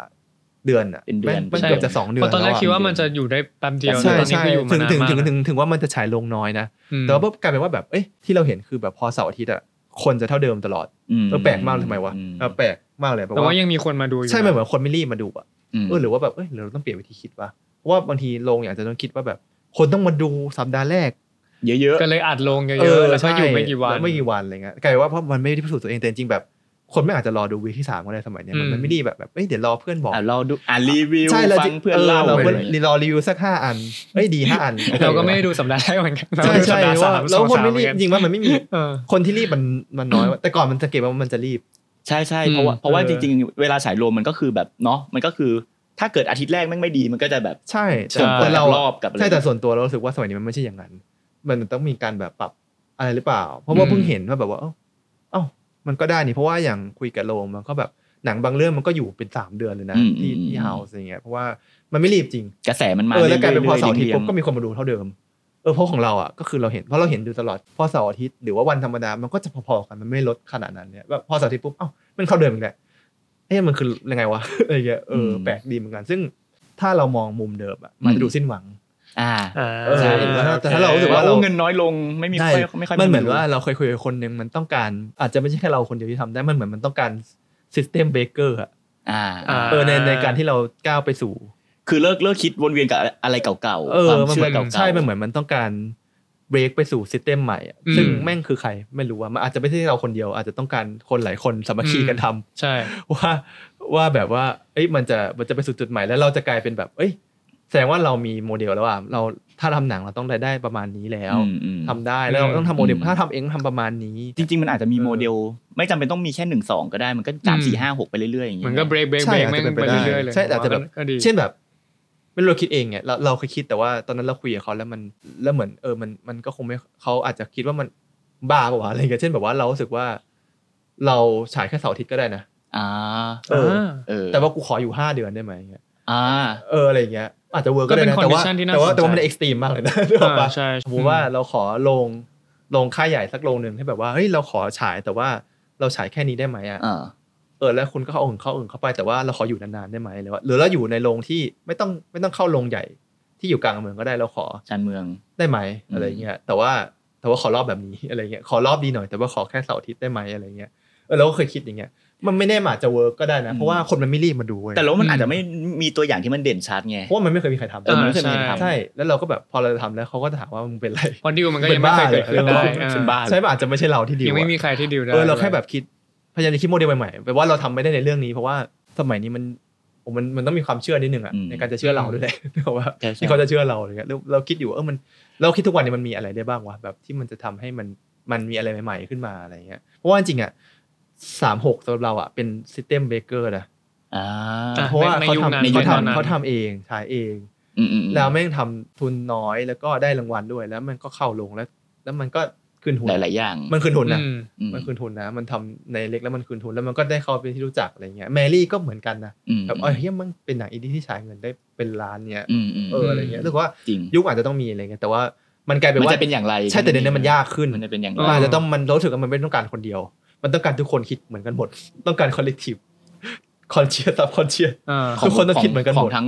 [SPEAKER 5] เดือนอ่ะ
[SPEAKER 4] เป็นเดือน
[SPEAKER 5] แม่งมันเกือบจะสองเดือ
[SPEAKER 3] เพ
[SPEAKER 5] น
[SPEAKER 3] ราะตอนแรก
[SPEAKER 5] ล้วะ
[SPEAKER 3] คิดว่ามันจะอยู่ได้แป๊บเดียว
[SPEAKER 5] ใช่
[SPEAKER 3] ตอนนี้
[SPEAKER 5] ใช่
[SPEAKER 3] ก็อยู่มา
[SPEAKER 5] ถึง
[SPEAKER 3] นาน
[SPEAKER 5] ถึง
[SPEAKER 3] มาก
[SPEAKER 5] ถึงถึงถึงว่ามันจะฉายลงน้อยนะ
[SPEAKER 3] อืม
[SPEAKER 5] แต่ว่าปุ๊บกลายเป็นว่าแบบเอ้ยที่เราเห็นคือแบบพอเสาร์อาทิตย์อ่ะคนจะเท่าเดิมตลอดเออแปลกมากเลยทำไมวะเออแปลกมากเลยบบ
[SPEAKER 3] แต่ว่ายังมีคนมาดูอยู่
[SPEAKER 5] ใช่มันเหมื
[SPEAKER 3] นะ
[SPEAKER 5] อนคนไม่รีบมาดูอ่ะ เออหรือว่าแบบเอ้ยหรือเราต้องเปลี่ยนวิธีคิดวะเพราะว่าบางทีโรงเนี่ยอาจจะต้องคิดว่าแบบ คนต้องมาดูสัปดาห์แรก
[SPEAKER 4] เยอะ
[SPEAKER 3] ก็เลยอัดลงเยอะๆแล้วก็อยู่ไม่กี่วัน
[SPEAKER 5] แล้วไม่กี่วันอะไรเงี้ยกลายเป็นว่าเพราะมันไม่ได้พิสูจน์ตัวเองแต่จริงๆแบบ คนไม่อาจจะรอดูวีคที่สามก็ได้สมัยเนี้ยมัน
[SPEAKER 3] อืม
[SPEAKER 5] มันไม่ได้แบบแบบเอ้ยเดี๋ยวรอเพื่อนบ
[SPEAKER 4] ๆ
[SPEAKER 5] อก
[SPEAKER 4] อ่ะเราดูอ่ะรีวิว
[SPEAKER 5] ใช่เรา
[SPEAKER 4] ฟั
[SPEAKER 5] จะ
[SPEAKER 4] งเพื่อนเล่า
[SPEAKER 5] เรา
[SPEAKER 4] อะไร
[SPEAKER 5] เพื่อน
[SPEAKER 4] อย่างเงี้ย
[SPEAKER 5] รอรีวิวสักห้าอันเอ้ยดีห้าอัน
[SPEAKER 3] เราก็ไม่ได้ดูสัปดาห์แรกเหมือนกัน
[SPEAKER 5] ใช่ใช่
[SPEAKER 3] เรดูสัปดห์ส
[SPEAKER 5] ว่าแล้ว
[SPEAKER 3] อง
[SPEAKER 5] คน
[SPEAKER 3] สาม
[SPEAKER 5] ไม่
[SPEAKER 3] เหมื
[SPEAKER 5] รี
[SPEAKER 3] อบ นกัน
[SPEAKER 5] จริงๆว่ามันไม่มี
[SPEAKER 3] เออ
[SPEAKER 5] คนที่รีบมันมันน้อยแต่ก่อนมันจะเก็บว่ามันจะรีบ
[SPEAKER 4] ใช่ใช่เพราะว่า
[SPEAKER 3] อืม
[SPEAKER 4] เพราะว่า
[SPEAKER 5] เออ
[SPEAKER 4] จริงๆ เวลาฉายรวมมันก็คือแบบเนาะมันก็คือถ้าเกิดอาทิตย์แรกแม่งไม่ดีมันก็จะแบบ
[SPEAKER 5] ใช่
[SPEAKER 4] ส่งผล
[SPEAKER 5] แต่เรา
[SPEAKER 4] รอบกับ
[SPEAKER 5] ใช่
[SPEAKER 4] อะไร
[SPEAKER 5] แต่ส่วนตัวเรารู้สึกว่าสมัยนี้มันไม่ใช่อย่างนั้น มันต้องมีการแบบปรับอะไรหรือเปล่า เพราะว่า
[SPEAKER 3] อืม
[SPEAKER 5] เพิ่งเห็นว่าแบบว่าเอ้าเอ้ามันก็ได้นี่เพราะว่าอย่างคุยกับโรมมันก็แบบหนังบางเรื่องมันก็อยู่เป็นสามเดือนเลยนะ
[SPEAKER 4] อืม
[SPEAKER 5] ที่
[SPEAKER 4] อืม
[SPEAKER 5] ที่เฮาส์อะไรเงี้ยเพราะว่ามันไม่รีบจริง
[SPEAKER 4] กระแสมันมา
[SPEAKER 5] เออแล้วกลายเป็นพอเสาร์อาทิตย์
[SPEAKER 4] รื่
[SPEAKER 5] ปุ๊
[SPEAKER 4] ย
[SPEAKER 5] บ
[SPEAKER 4] ๆ
[SPEAKER 5] ก็มีคนมาดูเท่าเดิมเออเพราะของเราอ่ะก็คือเราเห็นเพราะเราเห็นดูตลอดพอเสาร์อาทิตย์หรือว่าวันธรรมดามันก็จะพอๆกันมันไม่ลดขนาดนั้นเนี่ยแบบพอเสาร์อาทิตย์ปุ๊บเอ้ามันเท่าเดิมอีกแหละเอ้ยมันคือยังไงวะ อะไรเงี้ยเออ
[SPEAKER 4] อืม
[SPEAKER 5] แปลกดีเหมือนกัน ซึ่งถ้าเรามองมุมเดิมอ่ะมันจะดูสิ้นหวัง
[SPEAKER 4] อ่า
[SPEAKER 3] อ่า
[SPEAKER 5] เออ
[SPEAKER 3] ใช่
[SPEAKER 5] แล้วถ้าแต่ถ้าเรา
[SPEAKER 3] โอค
[SPEAKER 5] รู้สึกว่า
[SPEAKER 4] โอ้เงินน้อยลงไม่มี
[SPEAKER 5] ใช่
[SPEAKER 4] ค่อยไม่ค่อย
[SPEAKER 5] มันเหมือน
[SPEAKER 4] ดู
[SPEAKER 5] ว่าเราเคยคุยกับคนหนึ่งมันต้องการ อาจจะไม่ใช่แค่เราคนเดียวที่ทำได้ มันเหมือนมันต้องการ system breaker อะ
[SPEAKER 4] อ่า
[SPEAKER 3] า
[SPEAKER 5] เออในในการที่เราก้าวไปสู่
[SPEAKER 4] คือเลิกเลิกคิดวนเวียนกับอะไรเก่า
[SPEAKER 5] เอ
[SPEAKER 4] ๆ
[SPEAKER 5] อ
[SPEAKER 4] ความ
[SPEAKER 5] มัน
[SPEAKER 4] เชื่
[SPEAKER 5] เหมื
[SPEAKER 4] อ
[SPEAKER 5] อน
[SPEAKER 4] เก่าๆ
[SPEAKER 5] ใช่ มันเหมือนมันต้องการ break ไปสู่ system ใหม่อะ
[SPEAKER 3] อืม
[SPEAKER 5] ซึ่งแม่งคือใครไม่รู้ว่ามันอาจจะไม่ใช่เราคนเดียว อาจจะต้องการคนหลายคนสามัคคีกันทำ
[SPEAKER 3] ใช่
[SPEAKER 5] ว่าว่าแบบว่า เอ้ยมันจะมันจะไปสู่จุดใหม่แล้วเราจะกลายเป็นแบบ เอ้ย แสดงว่าเรามีโมเดลแล้วอ่ะเราถ้าทำหนังเราต้องรายได้ประมาณนี้แล้ว
[SPEAKER 4] อืมอืม
[SPEAKER 5] ทำได้แล้วเราต้องทำโมเดล
[SPEAKER 4] อืม
[SPEAKER 5] ถ้าทำเองต้องทำประมาณนี้
[SPEAKER 4] จริงๆ มันอาจจะมี
[SPEAKER 5] เออ
[SPEAKER 4] โมเดล ไม่จำเป็นต้องมีแค่หนึ่งสองก็ได้มันก็สามสี่ห้าหกไปเรื่อยๆอย่าง
[SPEAKER 3] เห
[SPEAKER 4] เงี้
[SPEAKER 3] มือย นก็เบรกเบรก
[SPEAKER 5] ใช่
[SPEAKER 3] เบรก
[SPEAKER 5] อาจ
[SPEAKER 3] แม่ง
[SPEAKER 5] จะเป็น
[SPEAKER 3] ไป
[SPEAKER 5] ไปได้
[SPEAKER 3] เรื่อยๆเลย
[SPEAKER 5] ใช่อาจจะแบบ
[SPEAKER 3] ก็ดี
[SPEAKER 5] เช่นแบบไม่รู้เราคิดเองเนี่ยเราเราเคยคิดแต่ว่าตอนนั้นเราคุยกับเขาแล้วมันแล้วเหมือนเออมันมันก็คงไม่เขาอาจจะคิดว่ามันบ้าเปล่าวะอะไรเงี้ยเช่นแบบว่าเรารู้สึกว่า เราฉายแค่เสาร์อาทิตย์ก็ได้นะ
[SPEAKER 4] อ่า
[SPEAKER 5] เออ
[SPEAKER 3] า
[SPEAKER 4] เออ
[SPEAKER 5] แต่ว่ากูขออยู่ห้าเดือนได้ไหมเงี้ย
[SPEAKER 4] อ่า
[SPEAKER 5] เอออะไรเงี้ย อาจจะเวิร์กก็ได้นะ
[SPEAKER 3] ก็เป็น
[SPEAKER 5] แต่ว่า
[SPEAKER 3] condition ที่น่า
[SPEAKER 5] แต่ว่าแต่ว่า
[SPEAKER 3] สนใจ
[SPEAKER 5] มันเอ็กซ์ตรีมมากเลยนะ นึกออกปะ
[SPEAKER 3] อ่าใช่
[SPEAKER 5] สมมติว่าเราขอลงลงค่ายใหญ่สักลงหนึ่งให้แบบว่าเฮ้ยเราขอฉายแต่ว่าเราฉายแค่นี้ได้ไหมอ่ะ
[SPEAKER 4] อ่า
[SPEAKER 5] เออแล้วคุณก็เอาอื่นเข้าอื่นเข้าไปแต่ว่าเราขออยู่นานๆได้ไหมหรือว่าหรือเราอยู่ในโรงที่ไม่ต้องไม่ต้องเข้าโรงใหญ่ที่อยู่กลางเมืองก็ได้เราขอ
[SPEAKER 4] ชานเมือง
[SPEAKER 5] ได้ไหม
[SPEAKER 4] อืม
[SPEAKER 5] อะไรเงี้ยแต่ว่าแต่ว่าขอรอบแบบนี้ อะไรเงี้ยขอรอบดีหน่อยแต่ว่าขอแค่เสาร์อาทิตย์ได้ไหมอะไรเงี้ยเออเราก็เคยคิดอย่างเงี้ยมันไม่แน่มันอาจจะเวิร์กก็ได้นะ เพราะว่าคนมันไม่รีบมาดูเว้ย
[SPEAKER 4] แต่แล้วมัน
[SPEAKER 3] อืม
[SPEAKER 4] อาจจะไม่มีตัวอย่างที่มันเด่นชัดไง
[SPEAKER 5] เพราะว่ามันไม่เคยมีใครทำ
[SPEAKER 4] เออมันไม่เคยมีใครทำ
[SPEAKER 5] ใช่แล้วเราก็แบบพอเราทำแล้วเขาก็จะถามว่ามึงเป็นไร
[SPEAKER 3] เพอดิวมันก็ยังไม่เคยเกิดขึ้นได้
[SPEAKER 5] เป็นบ้าล
[SPEAKER 3] เออ
[SPEAKER 5] ย
[SPEAKER 4] เป็นบ้า
[SPEAKER 5] ใช่มันอาจจะไม่ใช่เราที่ดีล
[SPEAKER 3] ยังไม่มี
[SPEAKER 5] อะ
[SPEAKER 3] ใครที่ดิวได้
[SPEAKER 5] เออเราแค่แบบคิดพยายามจะคิดโมเดลใหม่ๆแปลว่าเราทำไม่ได้ในเรื่องนี้เพราะว่าสมัยนี้มันโอ้มันมันต้องมีความเชื่อนิดนึงอะ
[SPEAKER 4] อืม
[SPEAKER 5] ในการจะเชื่อเราด้วยแหละ เพราะว่า
[SPEAKER 4] ใช่ใช่
[SPEAKER 5] ที่เขาจะเชื่อเราอะไรเงี้ยแล้วเราคิดอยู่ว่าเออมันเราคิดทุกวันเนี่ยมันมีอะไรได้บ้างวะแบบที่มันจะทำให้มันมันมีอะไรใหม่ ๆ ขึ้นมาอะไรเงี้ยเพราะว่าจริงๆอ่ะสามหกสำหรับเราอ่ะเป็นซิสเต็มเบเกอร์นะ
[SPEAKER 4] อ่า
[SPEAKER 3] อ่ะ
[SPEAKER 5] เพราะว่า
[SPEAKER 3] ใน
[SPEAKER 5] เขา
[SPEAKER 3] ยุคนั้น
[SPEAKER 5] ทำเขา
[SPEAKER 3] ในยุคนั้น
[SPEAKER 5] ทำเขาทำเองฉายเอง
[SPEAKER 4] อืมอืมอืม
[SPEAKER 5] แล้วแม่งทำทุนน้อยแล้วก็ได้รางวัลด้วยแล้วมันก็เข้าลงแล้ว แล้วมันก็คืนทุน
[SPEAKER 4] หลาย ๆ อย่าง
[SPEAKER 5] มันคืนทุนนะ
[SPEAKER 3] อืม
[SPEAKER 4] อื
[SPEAKER 5] มันคืนทุนนะ มันทำในเล็กแล้วมันคืนทุนแล้วมันก็ได้เข้าเป็นที่รู้จักอะไรเงี้ยแมรี่ก็เหมือนกันนะ
[SPEAKER 4] อืม
[SPEAKER 5] แบบเออเฮียมันเป็นหนังอินดี้ที่ฉายเงินได้เป็นล้านเนี่ย
[SPEAKER 4] อืมอืม
[SPEAKER 5] เอออะไรเงี้ยรู้สึกว่า
[SPEAKER 4] จริง
[SPEAKER 5] ยุคอาจจะต้องมีอะไรเงี้ยแต่ว่ามันกลายเป็น
[SPEAKER 4] มัน
[SPEAKER 5] ว่า
[SPEAKER 4] จะเป็นอย่างไร
[SPEAKER 5] ใช่แต่เดี๋ยวนี้มันยากขึ้น
[SPEAKER 4] มันจะเป็นอย่าง
[SPEAKER 3] เ
[SPEAKER 4] ไร
[SPEAKER 5] มันอาจจะต้องมันรู้สึกว่ามันไม่ต้องการคนเดียว มันต้องการทุกคนคิดเหมือนกันหมด ต้องการ collective conscious subconscious
[SPEAKER 3] เออ
[SPEAKER 5] ทุกคนต้องคิดเหมือนกันหมด
[SPEAKER 4] ของทั้ง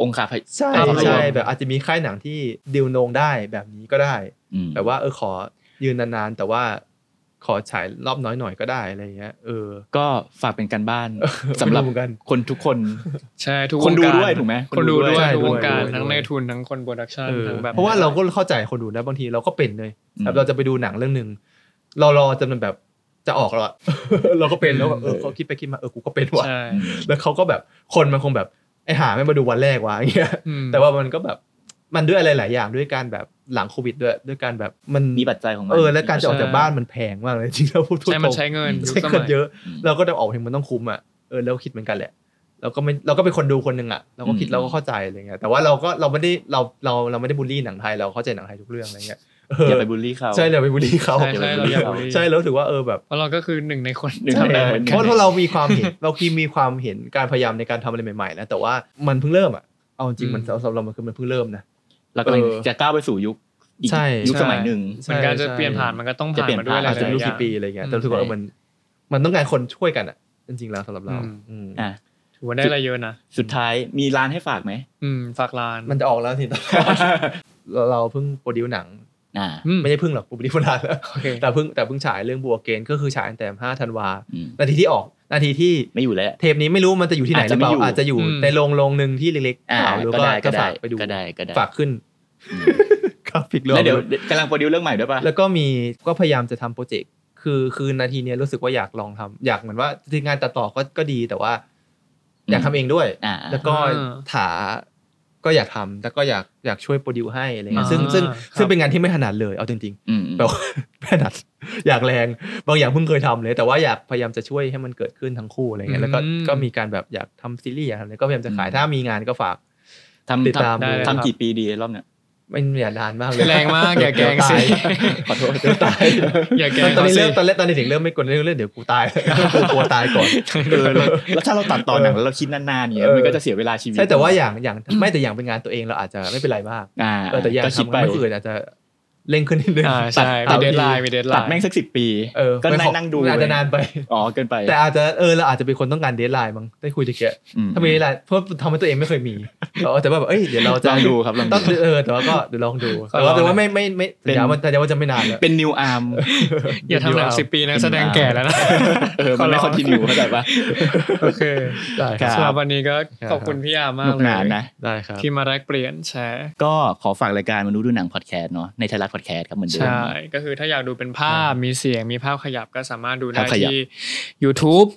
[SPEAKER 4] องค์คาพย
[SPEAKER 5] ใช่
[SPEAKER 4] ภาพยนตร์
[SPEAKER 5] ใช่แบบอาจจะมีค่ายหนังที่ดิวโนงได้แบบนี้ก็ได้
[SPEAKER 4] อืม
[SPEAKER 5] แบบว่าเออขอยืนนานๆ แต่ว่าขอฉายรอบน้อยหน่อยก็ได้อะไรเงี้ยเออ
[SPEAKER 4] ก็ฝากเป็นการบ้านสำหรับ
[SPEAKER 5] ไม่รู้เหมือนกัน
[SPEAKER 4] คนทุกคน
[SPEAKER 3] ใช่ทุก
[SPEAKER 4] คนดู
[SPEAKER 3] วงการ
[SPEAKER 4] ด้วยถูกไหม
[SPEAKER 3] คนดูด้วย
[SPEAKER 5] ใช่
[SPEAKER 3] ทุกวงการ
[SPEAKER 5] ด้วย
[SPEAKER 3] ทั้ง
[SPEAKER 5] ด้วย
[SPEAKER 3] ในทุนทั้งคนโปรดักชัน
[SPEAKER 5] เออ
[SPEAKER 3] ทั้งแบบ
[SPEAKER 5] เพราะว่าเราก็เข้าใจคนดูนะบางทีเราก็เป็นเลย
[SPEAKER 4] อืม
[SPEAKER 5] แบบเราจะไปดูหนังเรื่องหนึ่งเรารอจนมันแบบจะออกแล้วอะ เราก็เป็นแล้วแบบเออเขาคิดไปคิดมาเออกูก็เป็นว่ะ
[SPEAKER 3] ใช่
[SPEAKER 4] อืม
[SPEAKER 5] แล้วเขาก็แบบคนมันคงแบบไอหาไม่มาดูวันแรกวะ อย่างเงี้ย
[SPEAKER 3] อืม
[SPEAKER 5] แต่ว่ามันก็แบบมันด้วยอะไรหลายอย่างด้วยการแบบหลังโควิดด้วยด้วยการแบบมัน
[SPEAKER 4] มีปัจจัยของมัน
[SPEAKER 5] เออและการจะออกจาก
[SPEAKER 3] ใช่
[SPEAKER 5] บ้านมันแพงมากเลยจริงๆแล้วพูดพูด
[SPEAKER 3] ใช่
[SPEAKER 5] ต
[SPEAKER 3] มั
[SPEAKER 5] ร
[SPEAKER 3] น
[SPEAKER 5] ง
[SPEAKER 3] ใช้เงินยุค
[SPEAKER 5] ใช้
[SPEAKER 3] ส
[SPEAKER 5] เงิ
[SPEAKER 3] มัน ย
[SPEAKER 5] เยอะ
[SPEAKER 4] อืม
[SPEAKER 5] เราก็จะออกเพลงมันต้องคุ้มอ่ะเออแล้วคิดเหมือนกันแหละเราก็ไม่เราก็เป็นคนดูคนหนึ่งอ่ะเราก็คิด
[SPEAKER 4] อืม
[SPEAKER 5] เราก็เข้าใจอะไรเงี้ยแต่ว่าเราก็เราไม่ได้เราเราเราไม่ได้บูลลี่หนังไทยเราเข้าใจหนังไทยทุกเรื่องอะไรเงี้ยเออ
[SPEAKER 4] อย่าไปบูลลี่เขา
[SPEAKER 5] ใช่เลยาไปบูลลี่เขา
[SPEAKER 3] ใช่ใช่เราอยากรู้
[SPEAKER 5] ใช่แล้วถือว่าเออแบบ
[SPEAKER 3] เพราะเราก็คือหนึ่งในคน
[SPEAKER 4] หนึ่ง
[SPEAKER 5] ใช่
[SPEAKER 4] ทำได้เหมือนกัน
[SPEAKER 5] เพราะเรามีความเห็น เราคีมีความเห็นการพยายามในการทำอะไรใหม่ๆนะแต่ว่ามันเพิ่งเริ่มอ่ะเอาจริงๆมันสำหรับเรามันคือมันเพิ่งเริ่มนะ
[SPEAKER 4] เรากำลัง
[SPEAKER 5] เออ
[SPEAKER 4] จะก้าวไปสู่ยุคอีก
[SPEAKER 5] ใช่
[SPEAKER 4] ยุคสมัยหนึ่ง
[SPEAKER 3] เหมือนการจะ
[SPEAKER 5] ใช่
[SPEAKER 3] เปลี่ยนผ่านมันก็ต้อง
[SPEAKER 4] จะ
[SPEAKER 3] ผ่าน
[SPEAKER 4] เปลี่ยน
[SPEAKER 3] มาด้วย
[SPEAKER 4] ผ่าน
[SPEAKER 3] หลาย
[SPEAKER 5] อาจจะไม่รู้
[SPEAKER 3] ๆอย่า
[SPEAKER 5] กี่ปี
[SPEAKER 3] ง
[SPEAKER 5] อะไรเงี้ย
[SPEAKER 3] อืม
[SPEAKER 5] แต่รู้สึกว่าเออมันมันต้องการคนช่วยกันอ่ะจริงๆแล้วสำหรับเรา
[SPEAKER 3] อืม
[SPEAKER 5] อืม
[SPEAKER 4] อ่ะ
[SPEAKER 3] ถือว่าได้อะไรเยอะนะ
[SPEAKER 4] สุดท้ายมีร้านให้ฝากไหม
[SPEAKER 3] อืมฝากร้าน
[SPEAKER 5] มันจะออกแล้วสิ เราเราเพิ่งโปรดิวหนัง
[SPEAKER 4] อ่า
[SPEAKER 3] อืม
[SPEAKER 5] ไม่ใช่เพิ่งหรอกโปรดิวมานานแล้ว
[SPEAKER 3] โอเค
[SPEAKER 5] แต่เพิ่งแต่เพิ่งฉายเรื่องบัวเกนก็คือฉายตั้งแต่5ธันวา
[SPEAKER 4] อืม
[SPEAKER 5] นาทีที่ออกนาทีที่
[SPEAKER 4] ไม่อยู่แล้ว
[SPEAKER 5] เทปนี้ไม่รู้มันจะอยู่ที่ไหนหรือเปล่าอาจจะอยู่ในโรงโรงหนึ่งที่เล็กๆ
[SPEAKER 4] อ่า
[SPEAKER 5] เปล่าหรือ
[SPEAKER 4] ก็ได้ก็
[SPEAKER 5] ก็
[SPEAKER 4] ได้
[SPEAKER 5] ฝากไปดู
[SPEAKER 4] ก็ได้ก็ได้
[SPEAKER 5] ฝากขึ้น
[SPEAKER 4] อืม
[SPEAKER 5] ครับผิด
[SPEAKER 4] แล้วเดี๋ยวกำลังโปรดิวเรื่องใหม่ด้วยป่ะ
[SPEAKER 5] แล้วก็มีก็พยายามจะทำโปรเจกต์คือคือนาทีเนี้ยรู้สึกว่าอยากลองทำอยากเหมือนว่าจริงๆงานตัดต่อก็ก็ดีแต่ว่า อยากทำเองด้วย
[SPEAKER 4] อ่า
[SPEAKER 5] แล้วก็ถาก็อยากทำแล้วก็อยากอยากช่วยโปรดิวให้อะไรเงี้ยซึ่ง
[SPEAKER 3] อ่า
[SPEAKER 5] ซึ่ง
[SPEAKER 3] ครับ
[SPEAKER 5] ซึ่งเป็นงานที่ไม่ถนัดเลยเอาจริง
[SPEAKER 4] อืม
[SPEAKER 5] ๆแปลว่า ไม่ถนัดอยากแรง บางอย่างเพิ่งเคยทำเลย แต่ว่าอยากพยายามจะช่วยให้มันเกิดขึ้นทั้งคู่อะไรเงี้ยแล้วก็
[SPEAKER 3] อืม
[SPEAKER 5] ก็มีการแบบอยากทำซีรีส์อยากทำอะไรก็พยายามจะขายถ้ามีงานก็ฝาก
[SPEAKER 4] ทำ
[SPEAKER 5] ติดตาม
[SPEAKER 4] ทำ
[SPEAKER 3] ได้เลยครับ
[SPEAKER 4] ทำกี่ปีดีรอบเนี้ย
[SPEAKER 5] ไม่อย่านานมากเลย
[SPEAKER 3] แรงมากอย่าแกล้งสิ
[SPEAKER 5] เดี๋ยวตายขอโทษเดี๋ยวตาย
[SPEAKER 3] อย่าแก
[SPEAKER 5] ตอน
[SPEAKER 3] ล้งขาสิ
[SPEAKER 5] ตอนนี้เริ่มตอนแรกตอนเด็กๆเริ่มไม่กลัวเรื่องเรื่องเดี๋ยวกูตาย กูกลัวตายก่อน
[SPEAKER 4] เออแล้วแล้วถ้าเราตัดต่อหนังแล้วเราคิดนานๆเนี่ย
[SPEAKER 5] เออ
[SPEAKER 4] มันก็จะเสียเวลาชีวิต
[SPEAKER 5] ใช่แต่ว่าอย่างอย่างไม่แต่อย่างเป็นงานตัวเองเราอาจจะไม่เป็นไรมาก
[SPEAKER 4] อ่า
[SPEAKER 5] เออแต่อย่าง
[SPEAKER 4] ก็คิด
[SPEAKER 5] ทำ
[SPEAKER 4] ไป
[SPEAKER 5] งานคนอื่นอาจจะเร่งขึ้นนิดนึง
[SPEAKER 3] อ่าใช่มี
[SPEAKER 5] ตัด
[SPEAKER 3] เดทไลน์มีเดทไล
[SPEAKER 4] ตัด
[SPEAKER 3] น์
[SPEAKER 4] แม่งสักสิบปี
[SPEAKER 5] เออ
[SPEAKER 4] ก็นั่ง
[SPEAKER 5] ไม่
[SPEAKER 4] นั่งดู
[SPEAKER 5] อาจจะนานไป
[SPEAKER 4] อ๋อเกินไป
[SPEAKER 5] แต่อาจจะเออเราอาจจะเป็นคนต้องการเดทไลน์มั้งได้คุยตะเกีย
[SPEAKER 4] อืม
[SPEAKER 5] ถ้ามีเดทไลน์เพราะทำให้ตัวเองไม่เคยมีเออแต่ว่าแบบเอ้ยเดี๋ยวเรา
[SPEAKER 4] ล
[SPEAKER 5] จะ
[SPEAKER 4] องดูครับลอง
[SPEAKER 5] ต้
[SPEAKER 4] ดู
[SPEAKER 5] องเออแต่ว่าก็เดี๋ยวลองดูแต่ว่าแต่ว่าไม่ไม่ไม่สัญญาว่าสัญญาว่าจะไม่นานแล้ว
[SPEAKER 4] เป็นนิวอาร์ม
[SPEAKER 3] อย่าทำหนังสิบปีนะแสดงแก่แล้วนะ
[SPEAKER 4] เออ มันไม่
[SPEAKER 3] ขอร้อง
[SPEAKER 4] คอนติเนียเข้าใจปะ
[SPEAKER 3] โอเค
[SPEAKER 5] ได้
[SPEAKER 4] ครับ
[SPEAKER 3] สำหรับวันนี้ก็ขอบคุณพี่ยาม
[SPEAKER 4] ห
[SPEAKER 3] มาก
[SPEAKER 4] นุก
[SPEAKER 3] เล
[SPEAKER 4] หนาน
[SPEAKER 3] ย
[SPEAKER 4] นะ
[SPEAKER 5] ได้ครับ
[SPEAKER 3] ที่มาแลกเปลี่ยนแชร์
[SPEAKER 4] ก็ขอฝากรายการมนุษย์ดูหนังพอดแคสต์เนาะในไทยรัฐพอดแคสต์ครับเหมือนเดิม
[SPEAKER 3] ใช่ก็คือถ้าอยากดูเป็นภาพมีเสียงมีภาพขยับก็สามารถดูได้
[SPEAKER 4] ภาพขยับ
[SPEAKER 3] ที่ YouTube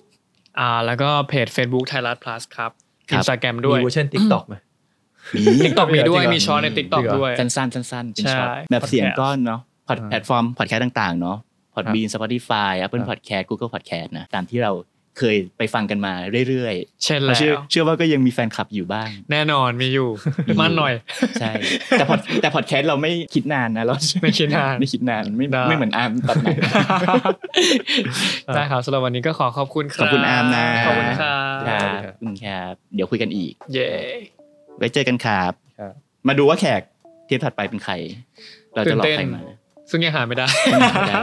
[SPEAKER 3] อ่าแล้วก็เพจ Facebook ไทยรัฐ plus ครับ
[SPEAKER 4] ครั
[SPEAKER 3] อิ
[SPEAKER 4] บ
[SPEAKER 3] นสตาแกรม
[SPEAKER 5] ด้
[SPEAKER 3] ด้
[SPEAKER 5] ว
[SPEAKER 3] วย ย
[SPEAKER 5] มีเวอร์ชัน TikTok ไหม
[SPEAKER 4] มี
[SPEAKER 3] ติ๊กต็อกมีด้วย
[SPEAKER 5] จริงเหรอ
[SPEAKER 3] มีช้อนในติ๊กต็อก
[SPEAKER 5] จริงเหรอ
[SPEAKER 3] ด้วย
[SPEAKER 4] สั้นๆสั้นๆเป็นช็อต
[SPEAKER 3] ใช่
[SPEAKER 4] แบบเสียง
[SPEAKER 3] podcast
[SPEAKER 4] ก็เนาะพอด
[SPEAKER 5] อ่า
[SPEAKER 4] แพลตฟอร์มพอดแคสต์ต่างๆเนาะพอด
[SPEAKER 5] ครับ
[SPEAKER 4] บีนสปอติฟายแอปเปิล
[SPEAKER 5] ครับ
[SPEAKER 4] พอดแคสต์กูเกิลพอดแคสต์นะตามที่เราเคยไปฟังกันมาเรื่อย
[SPEAKER 3] เช่น
[SPEAKER 4] ๆ
[SPEAKER 3] แล้
[SPEAKER 4] เชื่อ
[SPEAKER 3] ว
[SPEAKER 4] เชื่อว่าก็ยังมีแฟนคลับอยู่บ้าง
[SPEAKER 3] แน่นอนมีอยู่
[SPEAKER 4] มีอยู่
[SPEAKER 3] มั่นหน่อย
[SPEAKER 4] ใช่ แต่พอดแต่พอดแคสต์เราไม่คิดนานนะเรา
[SPEAKER 3] ไม่คิดนาน
[SPEAKER 4] ไม่คิดนานไม่
[SPEAKER 3] ได้
[SPEAKER 4] ไม่เหมือนอาร์มตัดหนัง
[SPEAKER 3] ได้ครับสำหรับวันนี้ก็ขอขอบคุณค
[SPEAKER 4] ข
[SPEAKER 3] รับ
[SPEAKER 4] อบคุณอาร์มนะ
[SPEAKER 3] ขอบคุณครั
[SPEAKER 4] ครับ บขอบคุณครับเดี๋ยวคุยกันอีก
[SPEAKER 3] เย้
[SPEAKER 4] ไว้เจอกันครับ
[SPEAKER 5] ครับ
[SPEAKER 4] มาดูว่าแขกเทปถัดไปเป็นใคร เราจะรอใครมา
[SPEAKER 3] ซึ่งยังหาไม่ได้
[SPEAKER 4] ยังหาไม่ได้